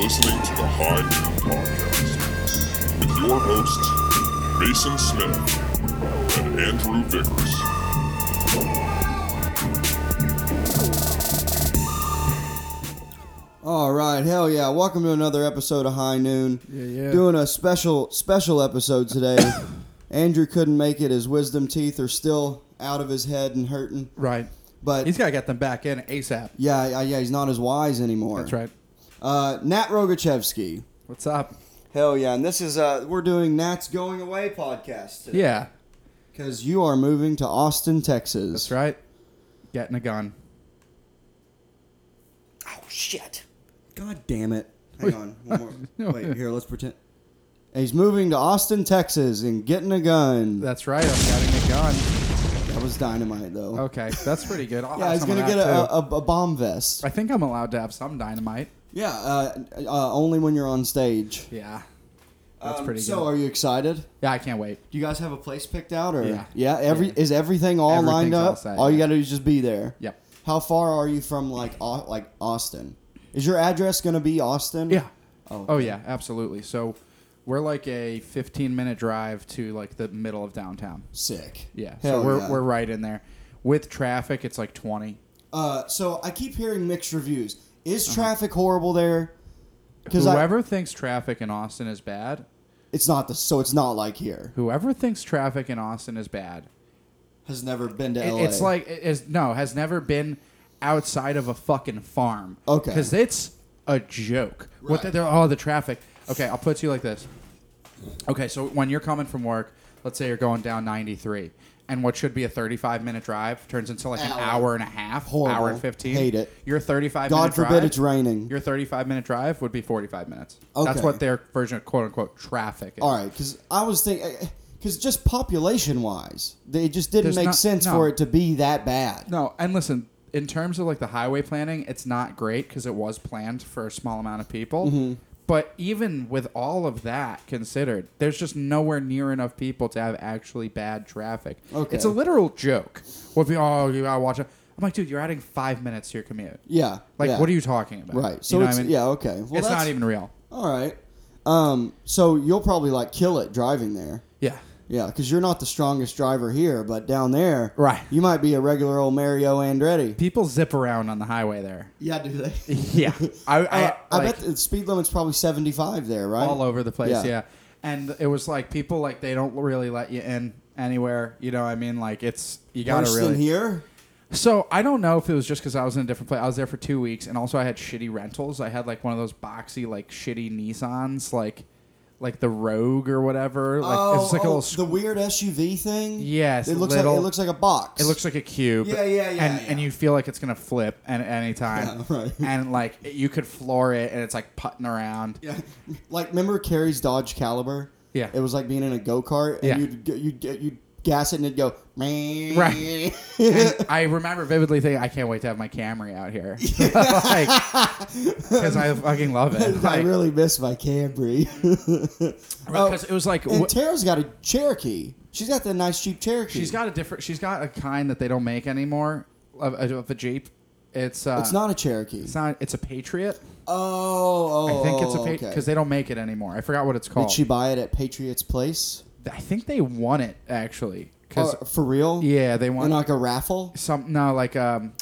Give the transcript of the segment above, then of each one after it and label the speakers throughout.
Speaker 1: listening to the High Noon Podcast with your hosts, Mason Smith and Andrew Vickers.
Speaker 2: All right, hell yeah! Welcome to another episode of High Noon.
Speaker 3: Yeah, yeah.
Speaker 2: Doing a special special episode today. Andrew couldn't make it; his wisdom teeth are still out of his head and hurting.
Speaker 3: Right.
Speaker 2: But
Speaker 3: He's got to get them back in ASAP.
Speaker 2: yeah, yeah, yeah, he's not as wise anymore.
Speaker 3: That's right.
Speaker 2: Uh, Nat Rogachevsky.
Speaker 3: What's up?
Speaker 2: Hell yeah! And this is uh, we're doing Nat's going away podcast. Today.
Speaker 3: Yeah.
Speaker 2: because you are moving to Austin, Texas.
Speaker 3: That's right. Getting a gun.
Speaker 2: Oh shit! God damn it! Hang on. One more. Wait here. Let's pretend. He's moving to Austin, Texas, and getting a gun.
Speaker 3: That's right. I'm getting a gun.
Speaker 2: That was dynamite, though.
Speaker 3: Okay. That's pretty good. I'll
Speaker 2: Yeah,
Speaker 3: have
Speaker 2: he's
Speaker 3: some
Speaker 2: gonna
Speaker 3: of
Speaker 2: get
Speaker 3: that,
Speaker 2: a,
Speaker 3: too.
Speaker 2: a, a bomb vest.
Speaker 3: I think I'm allowed to have some dynamite.
Speaker 2: Yeah, uh, uh, only when you're on stage.
Speaker 3: Yeah. That's
Speaker 2: Um,
Speaker 3: pretty good.
Speaker 2: So, are you excited?
Speaker 3: yeah, I can't wait.
Speaker 2: Do you guys have a place picked out, or
Speaker 3: Yeah.
Speaker 2: every
Speaker 3: Yeah.
Speaker 2: is everything all lined
Speaker 3: Everything's all
Speaker 2: up?
Speaker 3: set,
Speaker 2: all you
Speaker 3: yeah.
Speaker 2: gotta do is just be there.
Speaker 3: Yep.
Speaker 2: How far are you from like Au- like Austin? Is your address gonna be Austin?
Speaker 3: Yeah.
Speaker 2: Oh.
Speaker 3: Oh, yeah. Absolutely. So we're like a 15 minute drive to like the middle of downtown.
Speaker 2: Sick.
Speaker 3: Yeah.
Speaker 2: Hell
Speaker 3: so we're,
Speaker 2: yeah.
Speaker 3: we're right in there. With traffic, it's like 20.
Speaker 2: Uh, so I keep hearing mixed reviews. Is traffic horrible there? Because
Speaker 3: Uh-huh. Whoever thinks traffic in Austin is bad,
Speaker 2: it's not the so it's not like here.
Speaker 3: whoever thinks traffic in Austin is bad
Speaker 2: Has never been to
Speaker 3: It-
Speaker 2: LA.
Speaker 3: It's like it is no has never been outside of a fucking farm.
Speaker 2: Okay.
Speaker 3: because it's a joke. What the,
Speaker 2: Right.
Speaker 3: they're oh the traffic. Okay, I'll put it to you like this. Okay, so when you're coming from work, let's say you're going down 93, and what should be a 35 minute drive turns into like an
Speaker 2: Hour.
Speaker 3: hour and a half,
Speaker 2: Horrible.
Speaker 3: hour and 15.
Speaker 2: Hate it.
Speaker 3: Your 35
Speaker 2: God
Speaker 3: minute
Speaker 2: forbid
Speaker 3: drive,
Speaker 2: it's raining.
Speaker 3: Your 35 minute drive would be 45 minutes.
Speaker 2: Okay.
Speaker 3: That's what their version of quote unquote traffic is.
Speaker 2: All right, because I was thinking, because just population wise, it just didn't
Speaker 3: There's
Speaker 2: make
Speaker 3: not-
Speaker 2: sense
Speaker 3: no.
Speaker 2: for it to be that bad.
Speaker 3: No, and listen, in terms of like the highway planning, it's not great because it was planned for a small amount of people.
Speaker 2: Mm-hmm.
Speaker 3: But even with all of that considered, there's just nowhere near enough people to have actually bad traffic.
Speaker 2: Okay.
Speaker 3: It's a literal joke. What if, oh, you gotta watch it. I'm like, dude, you're adding five minutes to your commute.
Speaker 2: Yeah.
Speaker 3: Like,
Speaker 2: yeah.
Speaker 3: what are you talking about?
Speaker 2: Right. So
Speaker 3: you know
Speaker 2: it's
Speaker 3: what I mean?
Speaker 2: yeah okay. Well,
Speaker 3: it's
Speaker 2: that's-
Speaker 3: not even real.
Speaker 2: all right. Um. So you'll probably like kill it driving there.
Speaker 3: Yeah.
Speaker 2: Yeah, because you're not the strongest driver here, but down there,
Speaker 3: Right.
Speaker 2: You might be a regular old Mario Andretti.
Speaker 3: People zip around on the highway there.
Speaker 2: Yeah, do they?
Speaker 3: Yeah. I, I,
Speaker 2: Uh, I
Speaker 3: like-
Speaker 2: bet the speed limit's probably 75 there, right?
Speaker 3: all over the place.
Speaker 2: Yeah.
Speaker 3: Yeah. And it was like people like they don't really let you in anywhere. You know, what I mean, like it's you gotta
Speaker 2: Worse
Speaker 3: really.
Speaker 2: than here.
Speaker 3: So I don't know if it was just because I was in a different place. I was there for two weeks, and also I had shitty rentals. I had like one of those boxy, like shitty Nissans, like like the Rogue or whatever. Like
Speaker 2: oh,
Speaker 3: it's just,
Speaker 2: oh,
Speaker 3: like a little. squ-
Speaker 2: the weird SUV thing.
Speaker 3: Yes,
Speaker 2: it looks like
Speaker 3: little-
Speaker 2: it looks like a box.
Speaker 3: It looks like a cube.
Speaker 2: Yeah, yeah, yeah,
Speaker 3: And,
Speaker 2: yeah.
Speaker 3: and you feel like it's gonna flip at any time.
Speaker 2: Yeah, right.
Speaker 3: And like you could floor it, and it's like putting around.
Speaker 2: Yeah, like remember Carrie's Dodge Caliber?
Speaker 3: Yeah.
Speaker 2: it was like being in a go kart, and
Speaker 3: Yeah.
Speaker 2: you'd g- you'd g- you'd gas it and it'd go man.
Speaker 3: Right. And I remember vividly thinking, I can't wait to have my Camry out here. Because I fucking love it.
Speaker 2: I
Speaker 3: Like,
Speaker 2: really miss my Camry.
Speaker 3: 'cause it was like,
Speaker 2: and
Speaker 3: wh-
Speaker 2: Tara's got a Cherokee. She's got the nice cheap Cherokee.
Speaker 3: she's got a different, she's got a kind that they don't make anymore of, of a Jeep. It's, uh,
Speaker 2: It's not a Cherokee.
Speaker 3: it's not, it's a Patriot.
Speaker 2: oh, oh,
Speaker 3: I think it's a
Speaker 2: oh,
Speaker 3: Patriot
Speaker 2: okay.
Speaker 3: because they don't make it anymore. I forgot what it's
Speaker 2: Did
Speaker 3: called.
Speaker 2: she buy it at Patriot's Place?
Speaker 3: I think they won it actually.
Speaker 2: Uh,
Speaker 3: Cause
Speaker 2: for real?
Speaker 3: yeah, they
Speaker 2: And
Speaker 3: won
Speaker 2: like a raffle?
Speaker 3: some, no, like, um,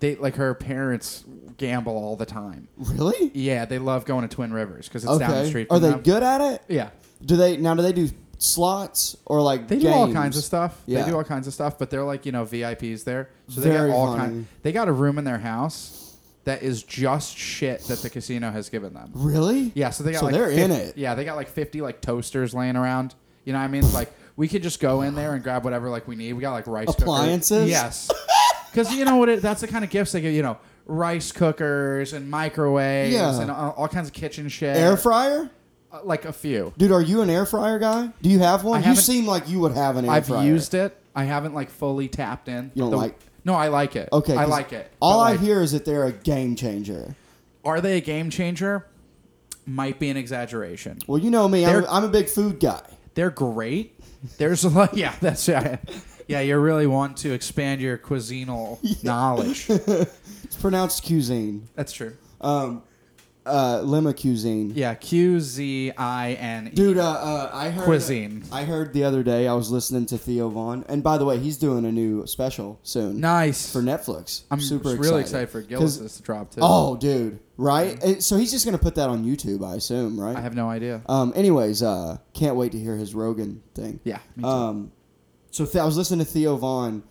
Speaker 3: they, like her parents gamble all the time.
Speaker 2: Really?
Speaker 3: Yeah, they love going to Twin Rivers because it's
Speaker 2: Okay.
Speaker 3: down the street.
Speaker 2: Are
Speaker 3: from
Speaker 2: they
Speaker 3: them.
Speaker 2: good at it?
Speaker 3: Yeah.
Speaker 2: Do they now? Do they do slots or like
Speaker 3: They do all kinds of stuff.
Speaker 2: Yeah.
Speaker 3: They do all kinds of stuff, but they're like you know VIPs there, so they
Speaker 2: Very
Speaker 3: got all
Speaker 2: funny.
Speaker 3: kind. They got a room in their house that is just shit that the casino has given them.
Speaker 2: Really?
Speaker 3: Yeah, so they got
Speaker 2: So
Speaker 3: like
Speaker 2: they're in
Speaker 3: 50
Speaker 2: it.
Speaker 3: Yeah, they got like fifty like toasters laying around. You know what I mean? Like we could just go in there and grab whatever like we need. We got like rice cookers.
Speaker 2: Appliances?
Speaker 3: Yes, because you know what? It, that's the kind of gifts they give. You know, rice cookers and microwaves
Speaker 2: Yeah.
Speaker 3: and all, all kinds of kitchen shit.
Speaker 2: Air fryer?
Speaker 3: Uh, like a few.
Speaker 2: Dude, are you an air fryer guy? Do you have one?
Speaker 3: I
Speaker 2: You
Speaker 3: haven't-
Speaker 2: seem like you would have an air
Speaker 3: I've
Speaker 2: fryer.
Speaker 3: used it. I haven't like fully tapped in.
Speaker 2: You don't like-
Speaker 3: No, I like it.
Speaker 2: Okay,
Speaker 3: I
Speaker 2: 'cause
Speaker 3: like it.
Speaker 2: All
Speaker 3: But,
Speaker 2: I
Speaker 3: like,
Speaker 2: hear is that they're a game changer.
Speaker 3: are they a game changer? Might be an exaggeration.
Speaker 2: Well, you know me. I'm,
Speaker 3: They're-
Speaker 2: I'm a big food guy.
Speaker 3: They're great. There's a lot. Yeah, that's yeah. Yeah, you really want to expand your cuisinal knowledge.
Speaker 2: It's pronounced cuisine.
Speaker 3: That's true.
Speaker 2: Um, uh, Lima cuisine.
Speaker 3: Yeah, Q Z I N E.
Speaker 2: Dude, uh, uh, I heard
Speaker 3: Cuisine.
Speaker 2: I heard the other day I was listening to Theo Vaughn, and by the way, he's doing a new special soon
Speaker 3: nice.
Speaker 2: for Netflix.
Speaker 3: I'm
Speaker 2: super
Speaker 3: really
Speaker 2: excited
Speaker 3: excited for
Speaker 2: 'Cause-
Speaker 3: Gillis to drop too.
Speaker 2: Oh, dude, right? Uh, So he's just gonna put that on YouTube, I assume, right?
Speaker 3: I have no idea.
Speaker 2: Um, anyways, uh, can't wait to hear his Rogan thing.
Speaker 3: Yeah, me too.
Speaker 2: Um, so th- I was listening to Theo Vaughn,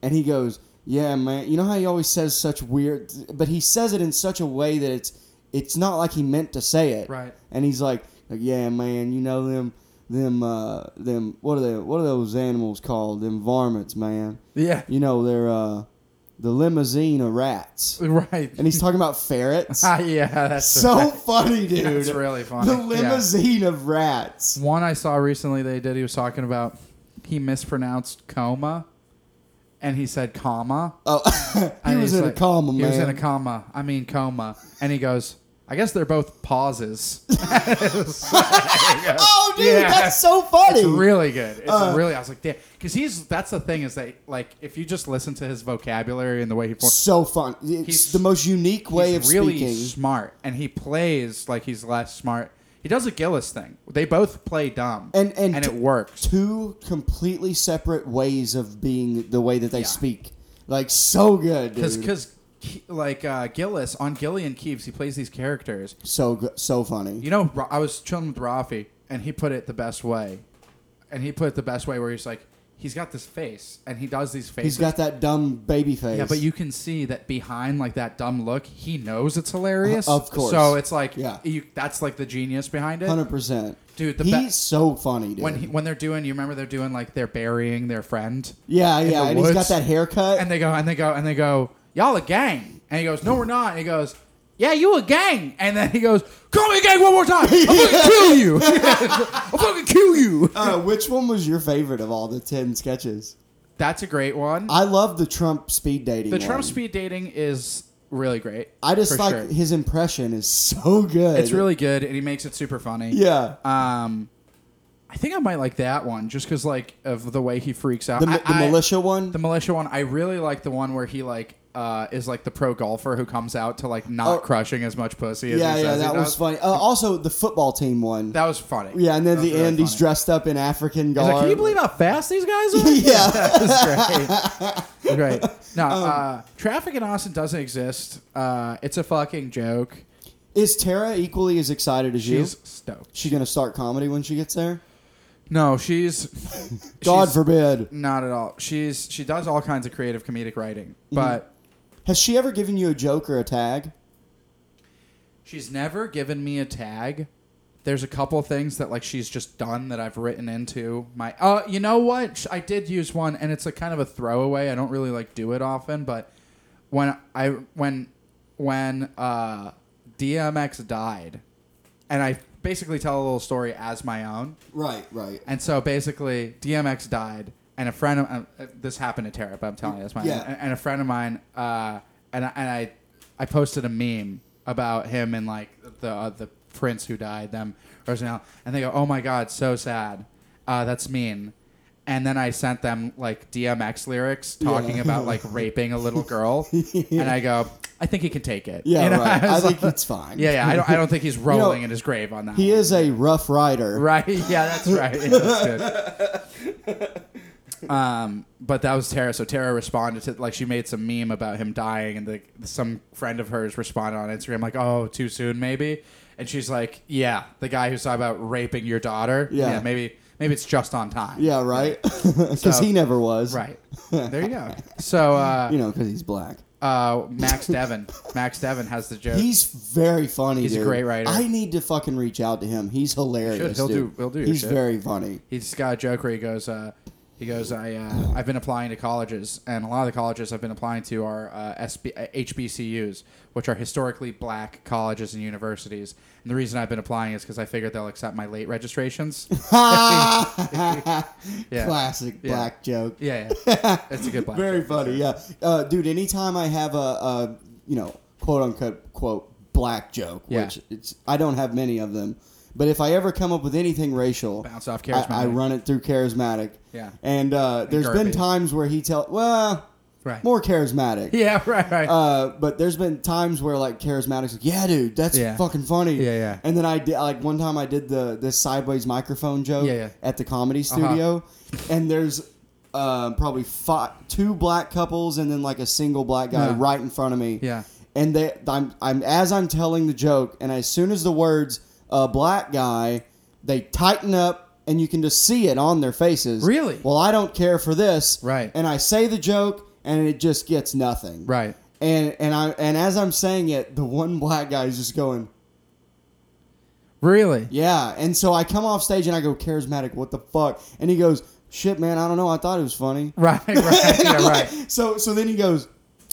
Speaker 2: and he goes, "Yeah, man. You know how he always says such weird, but he says it in such a way that it's it's not like he meant to say it,
Speaker 3: Right.
Speaker 2: And he's like, like "Yeah, man. You know them." Them, uh, them. What are they? What are those animals called? Them varmints, man.
Speaker 3: Yeah.
Speaker 2: You know they're uh, the limousine of rats.
Speaker 3: Right.
Speaker 2: And he's talking about ferrets.
Speaker 3: Ah, yeah, that's
Speaker 2: so funny, dude.
Speaker 3: That's really funny.
Speaker 2: The
Speaker 3: Yeah.
Speaker 2: limousine of rats.
Speaker 3: One I saw recently they did, he was talking about he mispronounced coma and he said comma.
Speaker 2: Oh, he
Speaker 3: And
Speaker 2: was
Speaker 3: he's
Speaker 2: in a
Speaker 3: like-
Speaker 2: coma,
Speaker 3: he
Speaker 2: man.
Speaker 3: was in a comma. I mean coma. And he goes, I guess they're both pauses.
Speaker 2: oh, dude,
Speaker 3: Yeah.
Speaker 2: that's so funny.
Speaker 3: It's really good. It's
Speaker 2: Uh,
Speaker 3: really. I was like, damn, because he's. That's the thing is that like if you just listen to his vocabulary and the way he forms,
Speaker 2: so fun. It's
Speaker 3: He's-
Speaker 2: the most unique way
Speaker 3: he's
Speaker 2: of
Speaker 3: really
Speaker 2: speaking.
Speaker 3: smart, and he plays like he's less smart. He does a Gillis thing. They both play dumb,
Speaker 2: And- and
Speaker 3: and
Speaker 2: t-
Speaker 3: it works.
Speaker 2: Two completely separate ways of being the way that they
Speaker 3: Yeah.
Speaker 2: speak. Like so good,
Speaker 3: Because
Speaker 2: dude.
Speaker 3: because like uh, Gillis on Gillian Keeps, he plays these characters.
Speaker 2: So good, so funny.
Speaker 3: You know, Ra- I was chilling with Rafi, and he put it the best way, and he put it the best way where he's like, he's got this face, and he does these faces.
Speaker 2: He's got that dumb baby face.
Speaker 3: Yeah, but you can see that behind like that dumb look, he knows it's hilarious.
Speaker 2: Of course.
Speaker 3: So it's like
Speaker 2: Yeah.
Speaker 3: you, that's like the genius behind it.
Speaker 2: hundred percent,
Speaker 3: Dude, the
Speaker 2: he's
Speaker 3: be-
Speaker 2: so funny, dude.
Speaker 3: When he, when they're doing, you remember they're doing like they're burying their friend,
Speaker 2: yeah, yeah,
Speaker 3: the
Speaker 2: and he's got
Speaker 3: woods.
Speaker 2: that haircut.
Speaker 3: and they go and they go and they go, y'all a gang, and he goes, no, we're not, and he goes. Yeah, you a gang, and then he goes, "Call me a gang one more time. I'll fucking kill you. I'll fucking kill you."
Speaker 2: Uh, which one was your favorite of all the ten sketches?
Speaker 3: That's a great one.
Speaker 2: I love the Trump speed dating.
Speaker 3: the Trump
Speaker 2: one.
Speaker 3: speed dating is really great.
Speaker 2: I just
Speaker 3: for
Speaker 2: like
Speaker 3: sure.
Speaker 2: his impression is so good.
Speaker 3: it's really good, and he makes it super funny.
Speaker 2: yeah.
Speaker 3: Um, I think I might like that one just because like of the way he freaks out.
Speaker 2: The, mi-
Speaker 3: I-
Speaker 2: the
Speaker 3: I-
Speaker 2: militia one.
Speaker 3: the militia one. I really like the one where he like uh is like the pro golfer who comes out to like not
Speaker 2: Oh.
Speaker 3: crushing as much pussy. As
Speaker 2: yeah,
Speaker 3: he
Speaker 2: yeah,
Speaker 3: says he
Speaker 2: that was
Speaker 3: does.
Speaker 2: funny. Uh, also, the football team one.
Speaker 3: That was funny.
Speaker 2: yeah, and then
Speaker 3: That
Speaker 2: the
Speaker 3: was really
Speaker 2: end, he's
Speaker 3: funny.
Speaker 2: dressed up in African
Speaker 3: He's
Speaker 2: garb.
Speaker 3: like, can you believe how fast these guys are?
Speaker 2: Yeah. Um,
Speaker 3: that was great. Great. No, uh, traffic in Austin doesn't exist. Uh, it's a fucking joke.
Speaker 2: Is Tara equally as excited as
Speaker 3: She's
Speaker 2: you?
Speaker 3: stoked.
Speaker 2: She gonna start comedy when she gets there?
Speaker 3: No, she's.
Speaker 2: God
Speaker 3: she's-
Speaker 2: forbid.
Speaker 3: Not at all. She's she does all kinds of creative comedic writing, but
Speaker 2: Has she ever given you a joke or a tag?
Speaker 3: she's never given me a tag. There's a couple things that like she's just done that I've written into my. Oh, you know what? Sh- I did use one, and it's a kind of a throwaway. I don't really like do it often, but when I when when uh, DMX died, and I basically tell a little story as my own.
Speaker 2: Right, right.
Speaker 3: And so basically, DMX died, and a friend of uh, this happened to Tara, but I'm telling you, that's my
Speaker 2: Yeah.
Speaker 3: and, and a friend of mine, uh, and I, and I, I posted a meme about him and like the uh, the prince who died, them Rosanna, and they go, "Oh my God, so sad. Uh, that's mean." And then I sent them like DMX lyrics talking
Speaker 2: Yeah.
Speaker 3: about like raping a little girl, and I go, "I think he can take it."
Speaker 2: Yeah,
Speaker 3: You know,
Speaker 2: right. I
Speaker 3: was
Speaker 2: think
Speaker 3: like-
Speaker 2: it's fine.
Speaker 3: Yeah, yeah. I don't. I don't think he's rolling
Speaker 2: know,
Speaker 3: in his grave on that.
Speaker 2: He
Speaker 3: one.
Speaker 2: is a rough rider.
Speaker 3: Right. Yeah, that's right. Yeah, that's good. Um, but that was Tara. So Tara responded to like she made some meme about him dying, and like some friend of hers responded on Instagram like, "Oh, too soon, maybe." And she's like, "Yeah, the guy who's talking about raping your daughter.
Speaker 2: Yeah.
Speaker 3: maybe maybe it's just on time.
Speaker 2: Yeah, right. Because
Speaker 3: So-
Speaker 2: he never was.
Speaker 3: right. There you go. So uh,
Speaker 2: You know, because he's black.
Speaker 3: uh, Max Devin, Max Devin has the joke.
Speaker 2: He's very funny.
Speaker 3: He's a
Speaker 2: dude.
Speaker 3: great writer.
Speaker 2: I need to fucking reach out to him. He's hilarious.
Speaker 3: He'll
Speaker 2: dude.
Speaker 3: do- he'll do your
Speaker 2: He's
Speaker 3: shit.
Speaker 2: very funny.
Speaker 3: he's got a joke where he goes, uh, he goes, I, uh, I've been applying to colleges, and a lot of the colleges I've been applying to are uh, SB, uh, HBCUs, which are historically black colleges and universities. And the reason I've been applying is because I figured they'll accept my late registrations. Yeah.
Speaker 2: Classic
Speaker 3: Yeah.
Speaker 2: black joke.
Speaker 3: Yeah, yeah. that's a good black.
Speaker 2: Very
Speaker 3: joke.
Speaker 2: funny. Yeah, uh, dude. Anytime I have a, a you know quote unquote quote black joke,
Speaker 3: Yeah.
Speaker 2: which it's I don't have many of them, but if I ever come up with anything racial,
Speaker 3: Bounce off
Speaker 2: I,
Speaker 3: charismatic.
Speaker 2: I run it through charismatic.
Speaker 3: Yeah.
Speaker 2: and uh, there's been
Speaker 3: Garby.
Speaker 2: times where he tell well.
Speaker 3: Right.
Speaker 2: more charismatic.
Speaker 3: Yeah, right, right.
Speaker 2: Uh, but there's been times where like charismatics, like, yeah, dude, that's
Speaker 3: Yeah.
Speaker 2: fucking funny.
Speaker 3: Yeah, yeah.
Speaker 2: And then I did like one time I did the this sideways microphone joke
Speaker 3: Yeah, Uh-huh. yeah.
Speaker 2: at the comedy studio, and there's uh, probably five, two black couples and then like a single black guy
Speaker 3: Yeah.
Speaker 2: right in front of me.
Speaker 3: Yeah.
Speaker 2: And they, I'm, I'm as I'm telling the joke, and as soon as the words uh, "black guy," they tighten up. And you can just see it on their faces.
Speaker 3: Really?
Speaker 2: Well, I don't care for this.
Speaker 3: Right.
Speaker 2: And I say the joke, and it just gets nothing
Speaker 3: right.
Speaker 2: and and I and as I'm saying it, the one black guy is just going,
Speaker 3: Really?
Speaker 2: yeah. And so I come off stage and I go, charismatic, what the fuck? And he goes, shit, man, I don't know. I thought it was funny.
Speaker 3: Right, right, yeah, right.
Speaker 2: So so then he goes,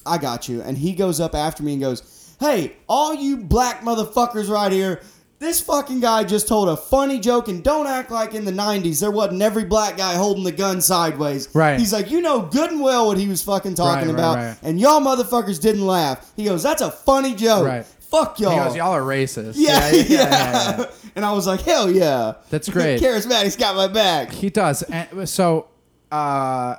Speaker 2: I got you. And he goes up after me and goes, hey, all you black motherfuckers right here. This fucking guy just told a funny joke, and don't act like in the '90s there wasn't every black guy holding the gun sideways.
Speaker 3: Right.
Speaker 2: He's like, you know good and well what he was fucking talking
Speaker 3: Right, right,
Speaker 2: about,
Speaker 3: right.
Speaker 2: and y'all motherfuckers didn't laugh. He goes, that's a funny joke.
Speaker 3: Right.
Speaker 2: Fuck y'all.
Speaker 3: He goes, y'all are racist.
Speaker 2: Yeah, yeah.
Speaker 3: yeah, yeah.
Speaker 2: And I was like, hell yeah.
Speaker 3: That's great.
Speaker 2: Charismatic's got my back.
Speaker 3: He does. And so, uh,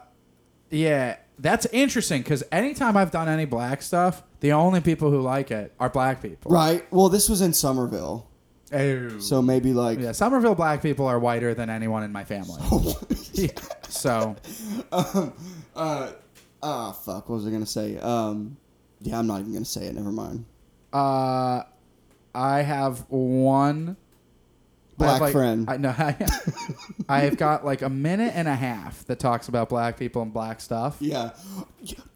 Speaker 3: yeah, that's interesting because anytime I've done any black stuff, the only people who like it are black people.
Speaker 2: Right. Well, this was in Somerville.
Speaker 3: Oh.
Speaker 2: So maybe like.
Speaker 3: yeah, Somerville black people are whiter than anyone in my family. so,
Speaker 2: uh, oh, fuck. What was I going to say? Um, yeah, I'm not even going to say it. Never mind.
Speaker 3: uh, I have one I have,
Speaker 2: Black
Speaker 3: like-
Speaker 2: friend.
Speaker 3: I know. I, I've got like a minute and a half that talks about black people and black stuff.
Speaker 2: yeah.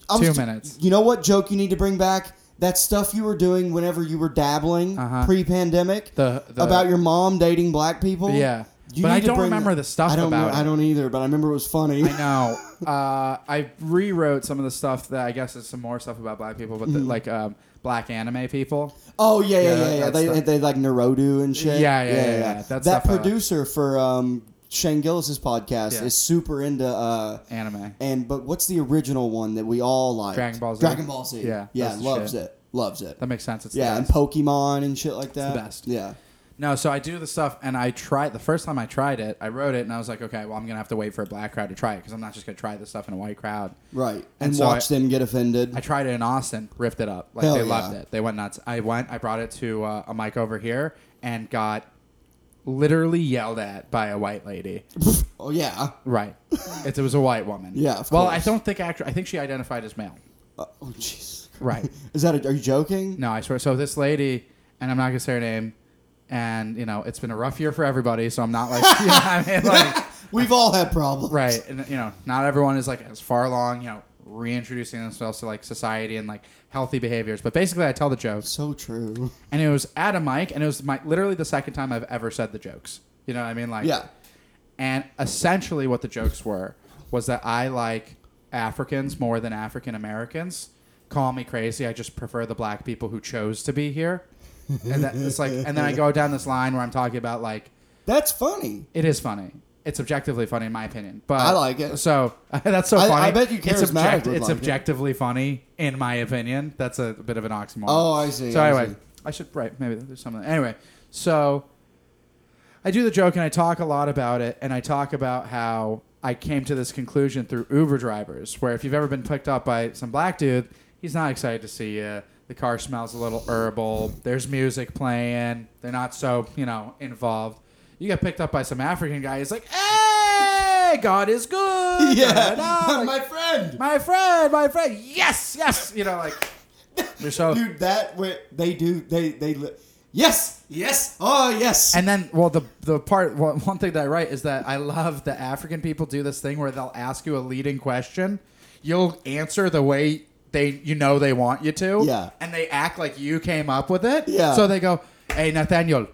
Speaker 2: I
Speaker 3: Two minutes.
Speaker 2: You know what joke you need to bring back? That stuff you were doing whenever you were dabbling
Speaker 3: Uh-huh.
Speaker 2: pre-pandemic
Speaker 3: The- the-
Speaker 2: about your mom dating black people.
Speaker 3: Yeah.
Speaker 2: You
Speaker 3: But I
Speaker 2: need to
Speaker 3: don't
Speaker 2: bring
Speaker 3: remember
Speaker 2: that-
Speaker 3: the stuff
Speaker 2: I don't
Speaker 3: about
Speaker 2: know-
Speaker 3: it.
Speaker 2: I don't either, but I remember it was funny.
Speaker 3: I know. Uh, I rewrote some of the stuff that I guess is some more stuff about black people, but the,
Speaker 2: Mm-hmm.
Speaker 3: like um, black anime people.
Speaker 2: Oh yeah, yeah,
Speaker 3: Yeah,
Speaker 2: yeah,
Speaker 3: that-
Speaker 2: yeah.
Speaker 3: that's
Speaker 2: They,
Speaker 3: the-
Speaker 2: they like Narodu and shit.
Speaker 3: Yeah, yeah, yeah, yeah. That's
Speaker 2: that
Speaker 3: stuff I like.
Speaker 2: producer for um, Shane Gillis's podcast
Speaker 3: Yeah.
Speaker 2: is super into uh,
Speaker 3: Anime.
Speaker 2: and but what's the original one that we all like?
Speaker 3: Dragon Ball Z.
Speaker 2: Dragon Ball Z.
Speaker 3: Yeah,
Speaker 2: yeah,
Speaker 3: that's the
Speaker 2: loves
Speaker 3: shit.
Speaker 2: it, loves it.
Speaker 3: That makes sense. It's the
Speaker 2: yeah, and
Speaker 3: best.
Speaker 2: Pokemon and shit like that.
Speaker 3: best.
Speaker 2: Yeah,
Speaker 3: No, so I do the stuff, and I tried the first time I tried it. I wrote it, and I was like, okay, well, I'm gonna have to wait for a black crowd to try it because I'm not just gonna try this stuff in a white crowd.
Speaker 2: right. And,
Speaker 3: And so
Speaker 2: watch
Speaker 3: I-
Speaker 2: them get offended.
Speaker 3: I tried it in Austin, ripped it up. Like
Speaker 2: Hell
Speaker 3: they
Speaker 2: yeah.
Speaker 3: loved it. They went nuts. I went, I brought it to uh, a mic over here, and got literally yelled at by a white lady.
Speaker 2: oh yeah,
Speaker 3: Right. It, it was a white woman.
Speaker 2: Yeah, of
Speaker 3: well, I
Speaker 2: course.
Speaker 3: don't think actually. I think she identified as male.
Speaker 2: Uh, oh jeez.
Speaker 3: Right.
Speaker 2: Is that? A, are you joking?
Speaker 3: No, I swear. So this lady, and I'm not gonna say her name, and you know it's been a rough year for everybody. So I'm not like, you know what I mean? Like,
Speaker 2: We've all had problems.
Speaker 3: right, and you know, not everyone is like as far along, you know, reintroducing themselves to like society and like healthy behaviors. But basically, I tell the jokes,
Speaker 2: So true.
Speaker 3: and it was at a mic, and it was my literally the second time I've ever said the jokes. You know what I mean? Like,
Speaker 2: Yeah.
Speaker 3: And essentially, what the jokes were was that I like Africans more than African Americans. Call me crazy. I just prefer the black people who chose to be here. And that it's like, and then I go down this line where I'm talking about like,
Speaker 2: That's funny.
Speaker 3: it is funny. It's objectively funny in my opinion. But
Speaker 2: I like it.
Speaker 3: So that's so
Speaker 2: I-
Speaker 3: funny.
Speaker 2: I bet you
Speaker 3: it's,
Speaker 2: charismatic would
Speaker 3: it's
Speaker 2: like it.
Speaker 3: objectively funny in my opinion. That's a bit of an oxymoron.
Speaker 2: Oh, I see,
Speaker 3: So
Speaker 2: I
Speaker 3: anyway,
Speaker 2: see.
Speaker 3: I should right maybe there's something. Anyway, so I do the joke and I talk a lot about it, and I talk about how I came to this conclusion through Uber drivers, where if you've ever been picked up by some black dude, he's not excited to see you. The car smells a little herbal. There's music playing. They're not so, you know, involved. You get picked up by some African guy. He's like, "Hey, God is good." Da-da-da.
Speaker 2: my friend.
Speaker 3: my friend, my friend. Yes, yes. You know, like they're so.
Speaker 2: dude that where they do they they li- yes yes oh yes
Speaker 3: And then, well, the the part one one thing that I write is that I love that African people do this thing where they'll ask you a leading question, you'll answer the way they you know they want you to,
Speaker 2: Yeah.
Speaker 3: and they act like you came up with it,
Speaker 2: Yeah.
Speaker 3: So they go, "Hey, Nathaniel,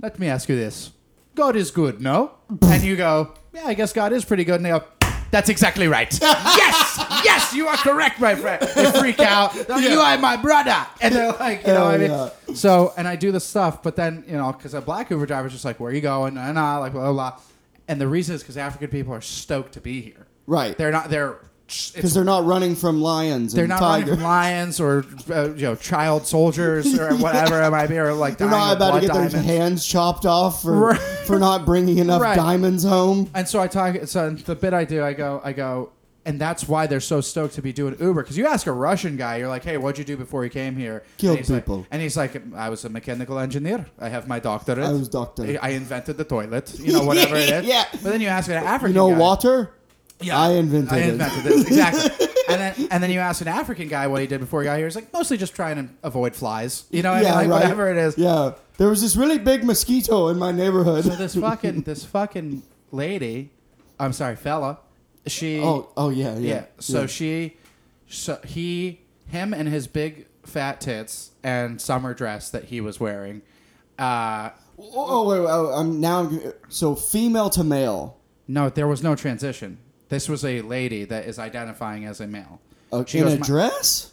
Speaker 3: let me ask you this: God is good, no?" and you go, "Yeah, I guess God is pretty good." And they go. That's exactly right. yes, yes, you are correct, my friend. They freak out. They're like, You are my brother, and they're like, you know,
Speaker 2: Oh,
Speaker 3: what I mean,
Speaker 2: yeah.
Speaker 3: so, and I do the stuff, but then, you know, because a black Uber driver's just like, where you going? And I like, blah, blah, blah. And the reason is because African people are stoked to be here.
Speaker 2: right
Speaker 3: They're not, they're,
Speaker 2: because
Speaker 3: it's,
Speaker 2: they're not running from lions
Speaker 3: they're
Speaker 2: and
Speaker 3: not
Speaker 2: tigers
Speaker 3: running from lions or, uh, you know, child soldiers or whatever it might be, or like,
Speaker 2: they're
Speaker 3: dying
Speaker 2: not
Speaker 3: of
Speaker 2: about to
Speaker 3: blood
Speaker 2: get their
Speaker 3: diamonds.
Speaker 2: hands chopped off for
Speaker 3: Right.
Speaker 2: for not bringing enough
Speaker 3: Right.
Speaker 2: diamonds home
Speaker 3: And so I talk. So the bit I do, I go, I go. And that's why they're so stoked to be doing Uber. Because you ask a Russian guy, you're like, hey, what'd you do before you came here?
Speaker 2: Killed
Speaker 3: and he's like-
Speaker 2: people.
Speaker 3: and he's like, I was a mechanical engineer. I have my doctorate.
Speaker 2: I was doctor.
Speaker 3: I invented the toilet. You know, whatever it is.
Speaker 2: Yeah.
Speaker 3: But then you ask an
Speaker 2: You
Speaker 3: African
Speaker 2: know
Speaker 3: guy.
Speaker 2: water? I invented
Speaker 3: I
Speaker 2: it.
Speaker 3: invented this exactly. and then and then you ask an African guy what he did before he got here. He's like mostly just trying to avoid flies. You know, what I mean? like
Speaker 2: right.
Speaker 3: whatever it is.
Speaker 2: Yeah. There was this really big mosquito in my neighborhood.
Speaker 3: So this fucking this fucking lady, I'm sorry, fella, she
Speaker 2: oh, oh yeah, yeah.
Speaker 3: yeah. So
Speaker 2: yeah.
Speaker 3: she, so he, him, and his big fat tits and summer dress that he was wearing. Uh,
Speaker 2: oh, oh, wait, wait, oh, I'm now. I'm- So female to male.
Speaker 3: no, there was no transition. This was a lady that is identifying as a male.
Speaker 2: Uh,
Speaker 3: She
Speaker 2: in
Speaker 3: goes,
Speaker 2: a
Speaker 3: "My-
Speaker 2: dress?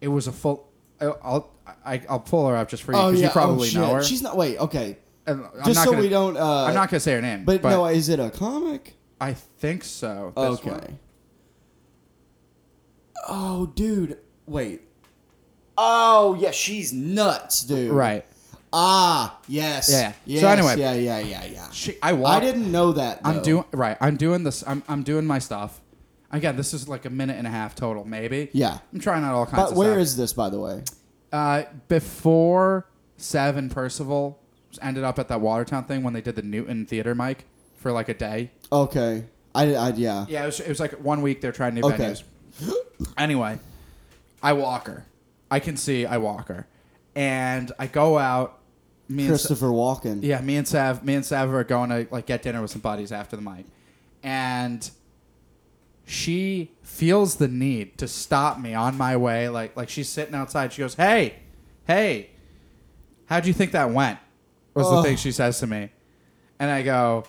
Speaker 3: It was a full. I'll I'll, I, I'll pull her up just for you
Speaker 2: oh
Speaker 3: because
Speaker 2: yeah.
Speaker 3: you probably
Speaker 2: oh,
Speaker 3: know
Speaker 2: shit.
Speaker 3: her.
Speaker 2: She's not. Wait. Okay.
Speaker 3: And I'm
Speaker 2: Just
Speaker 3: not
Speaker 2: so
Speaker 3: gonna-
Speaker 2: we don't. Uh,
Speaker 3: I'm not gonna say her name,
Speaker 2: But,
Speaker 3: but,
Speaker 2: no, is it a comic?
Speaker 3: I think so. This
Speaker 2: Okay.
Speaker 3: one.
Speaker 2: Oh, dude. Wait. Oh yeah, she's nuts, dude.
Speaker 3: right?
Speaker 2: Ah, yes.
Speaker 3: Yeah. So
Speaker 2: Yes,
Speaker 3: anyway-
Speaker 2: yeah, yeah, yeah, yeah.
Speaker 3: She, I
Speaker 2: I
Speaker 3: walked.
Speaker 2: didn't know that.
Speaker 3: I'm
Speaker 2: though.
Speaker 3: doing right. I'm doing this. I'm, I'm doing my stuff. Again, this is like a minute and a half total, maybe.
Speaker 2: Yeah.
Speaker 3: I'm trying out all kinds
Speaker 2: But
Speaker 3: of
Speaker 2: where
Speaker 3: stuff.
Speaker 2: is this, by the way?
Speaker 3: uh, before seven? Percival ended up at that Watertown thing when they did the Newton Theater mic for like a day.
Speaker 2: Okay. I, I yeah.
Speaker 3: Yeah, it was, it was like one week they're trying new
Speaker 2: Okay.
Speaker 3: venues. Anyway, I walk her. I can see I walk her, and I go out. Me and Sa-
Speaker 2: Christopher Walken.
Speaker 3: yeah, me and Sav, me and Sav are going to like get dinner with some buddies after the mic, and she feels the need to stop me on my way. Like like she's sitting outside. She goes, "Hey, hey, how do you think that went?" Was the
Speaker 2: Oh.
Speaker 3: thing she says to me, and I go,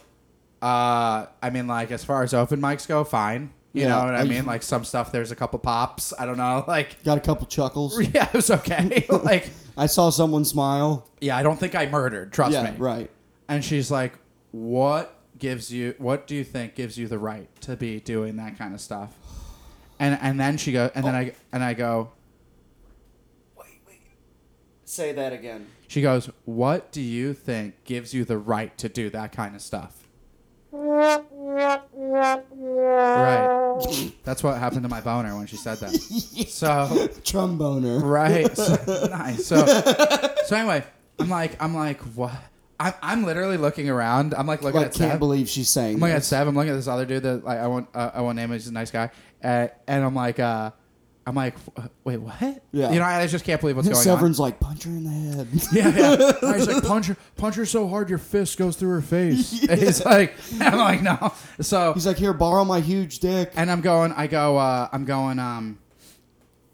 Speaker 3: uh, "I mean, like as far as open mics go, fine." You
Speaker 2: Yeah,
Speaker 3: know what I,
Speaker 2: I-
Speaker 3: mean? Like some stuff, there's a couple pops. I don't know. Like,
Speaker 2: Got a couple chuckles.
Speaker 3: yeah, it was okay. like,
Speaker 2: I saw someone smile.
Speaker 3: yeah, I don't think I murdered. Trust
Speaker 2: yeah,
Speaker 3: me.
Speaker 2: right.
Speaker 3: And she's like, "What gives you? What do you think gives you the right to be doing that kind of stuff?" And and then she goes, and
Speaker 2: Oh.
Speaker 3: then I and I go,
Speaker 2: Say that again.
Speaker 3: she goes, "What do you think gives you the right to do that kind of stuff?" Right. That's what happened to my boner when she said that. So
Speaker 2: Tromboner.
Speaker 3: right, so, nice. So so anyway, I'm like, I'm like, what? I'm I'm literally looking around. I'm like looking
Speaker 2: Like,
Speaker 3: at
Speaker 2: can't
Speaker 3: Seb.
Speaker 2: believe she's saying.
Speaker 3: I'm looking at
Speaker 2: this.
Speaker 3: Sev. I'm looking at this other dude that like, I won't uh, I won't name. Him, he's a nice guy, uh, and I'm like, uh, I'm like, "Wh- wait, what?
Speaker 2: Yeah.
Speaker 3: You know, I just can't believe what's going
Speaker 2: Severn's like punch her in the head.
Speaker 3: on. Yeah, yeah. And I was like, punch her, punch her so hard your fist goes through her face. And He's like, I'm like, no. So,
Speaker 2: He's like, here, borrow my huge dick.
Speaker 3: and I'm going, I go, uh, I'm going, um,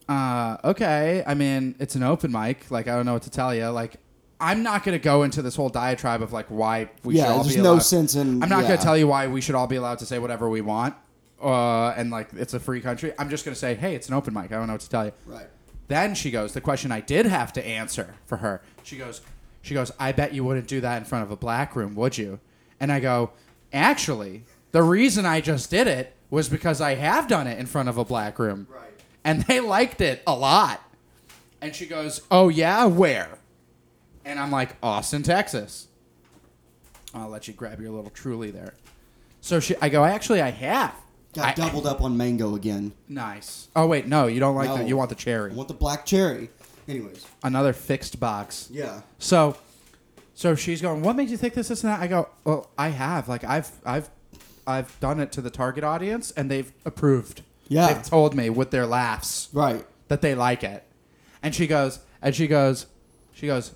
Speaker 3: uh, okay. I mean, it's an open mic. Like, I don't know what to tell you. Like, I'm not gonna go into this whole diatribe of like why we should
Speaker 2: yeah,
Speaker 3: all
Speaker 2: there's
Speaker 3: be
Speaker 2: no
Speaker 3: allowed-
Speaker 2: sense in.
Speaker 3: I'm not
Speaker 2: yeah.
Speaker 3: going to tell you why we should all be allowed to say whatever we want, uh, and like it's a free country. I'm just going to say, hey, it's an open mic. I don't know what to tell you.
Speaker 2: Right.
Speaker 3: Then she goes, the question I did have to answer for her. She goes, she goes, I bet you wouldn't do that in front of a black room, would you? And I go, actually, the reason I just did it was because I have done it in front of a black room,
Speaker 2: Right.
Speaker 3: and they liked it a lot. And she goes, oh yeah, where? And I'm like, Austin, Texas. I'll let you grab your little truly there. So she, I go, actually, I have.
Speaker 2: Got
Speaker 3: I-
Speaker 2: doubled up on mango again.
Speaker 3: Nice. Oh wait, no, you don't like
Speaker 2: No.
Speaker 3: that. You want the cherry.
Speaker 2: I want the black cherry. Anyways,
Speaker 3: Another fixed box.
Speaker 2: yeah.
Speaker 3: So, so she's going. What makes you think this, this, and that? I go. Well, I have. Like, I've, I've, I've done it to the target audience, and they've approved.
Speaker 2: Yeah.
Speaker 3: They've told me with their laughs
Speaker 2: Right.
Speaker 3: that they like it. And she goes. And she goes. She goes.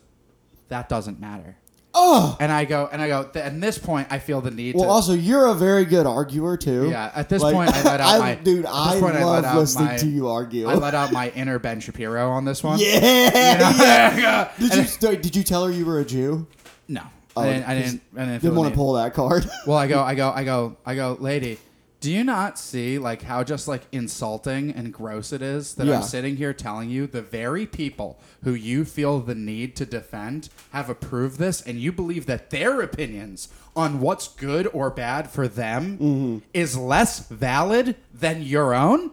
Speaker 3: That doesn't matter.
Speaker 2: Oh.
Speaker 3: And I go. And I go. Th- at this point, I feel the need.
Speaker 2: Well,
Speaker 3: to,
Speaker 2: also, you're a very good arguer too.
Speaker 3: Yeah, at this
Speaker 2: Like,
Speaker 3: point, I let out my
Speaker 2: dude.
Speaker 3: at this
Speaker 2: I
Speaker 3: point,
Speaker 2: love
Speaker 3: let out
Speaker 2: listening
Speaker 3: my-
Speaker 2: to you argue.
Speaker 3: I let out my inner Ben Shapiro on this one.
Speaker 2: yeah.
Speaker 3: You know?
Speaker 2: Did you st- did you tell her you were a Jew?
Speaker 3: No, I didn't. I didn't. I didn't, feel
Speaker 2: Oh, Didn't
Speaker 3: the
Speaker 2: want
Speaker 3: need.
Speaker 2: to pull that card.
Speaker 3: Well, I go, I go, I go, I go, lady. Do you not see like how just like insulting and gross it is that
Speaker 2: Yeah.
Speaker 3: I'm sitting here telling you the very people who you feel the need to defend have approved this and you believe that their opinions on what's good or bad for them
Speaker 2: Mm-hmm.
Speaker 3: is less valid than your own?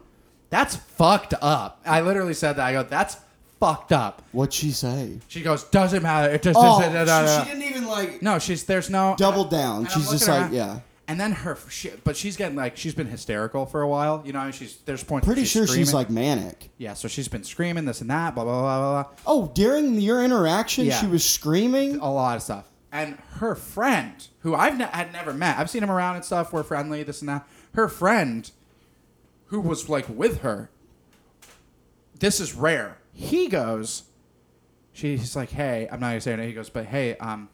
Speaker 3: That's fucked up. I literally said that. I go, that's fucked up.
Speaker 2: What'd she say?
Speaker 3: She goes, doesn't matter. It just
Speaker 2: Oh,
Speaker 3: da- da- da- da-
Speaker 2: she, she didn't even like
Speaker 3: no, she's there's no
Speaker 2: double down.
Speaker 3: and I'm
Speaker 2: She's just
Speaker 3: looking
Speaker 2: like,
Speaker 3: around,
Speaker 2: yeah.
Speaker 3: And then her shit, but she's getting like she's been hysterical for a while. You know, and she's there's points. where
Speaker 2: Pretty sure she's
Speaker 3: screaming.
Speaker 2: like manic.
Speaker 3: yeah. So she's been screaming this and that, blah blah blah blah. blah.
Speaker 2: Oh, during your interaction,
Speaker 3: Yeah. Oh,
Speaker 2: she was screaming.
Speaker 3: a lot of stuff. And her friend, who I've ne- had never met, I've seen him around and stuff. We're friendly, this and that. Her friend, who was like with her, this is rare. He goes, she's like, hey, I'm not gonna say it. He goes, but hey, um,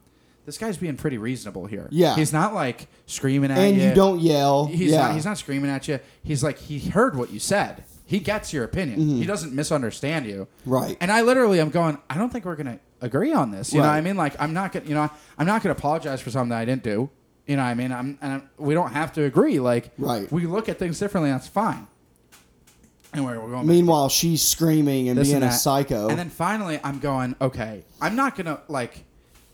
Speaker 3: this guy's being pretty reasonable here.
Speaker 2: Yeah.
Speaker 3: he's not like screaming at
Speaker 2: and
Speaker 3: you.
Speaker 2: you don't yell.
Speaker 3: He's
Speaker 2: yeah.
Speaker 3: not. He's not screaming at you. He's like he heard what you said. He gets your opinion. He doesn't misunderstand you.
Speaker 2: Mm-hmm. Right.
Speaker 3: And I literally am going. I don't think we're gonna agree on this. You know
Speaker 2: Right.
Speaker 3: what I mean? Like I'm not gonna. You know I'm not gonna apologize for something that I didn't do. You know what I mean? I'm and I'm, we don't have to agree. Like
Speaker 2: Right.
Speaker 3: We look at things differently. That's fine. And we're, we're going. back
Speaker 2: Meanwhile, she's screaming and
Speaker 3: this
Speaker 2: being
Speaker 3: and
Speaker 2: a
Speaker 3: that.
Speaker 2: psycho.
Speaker 3: And then finally, I'm going, okay, I'm not gonna like.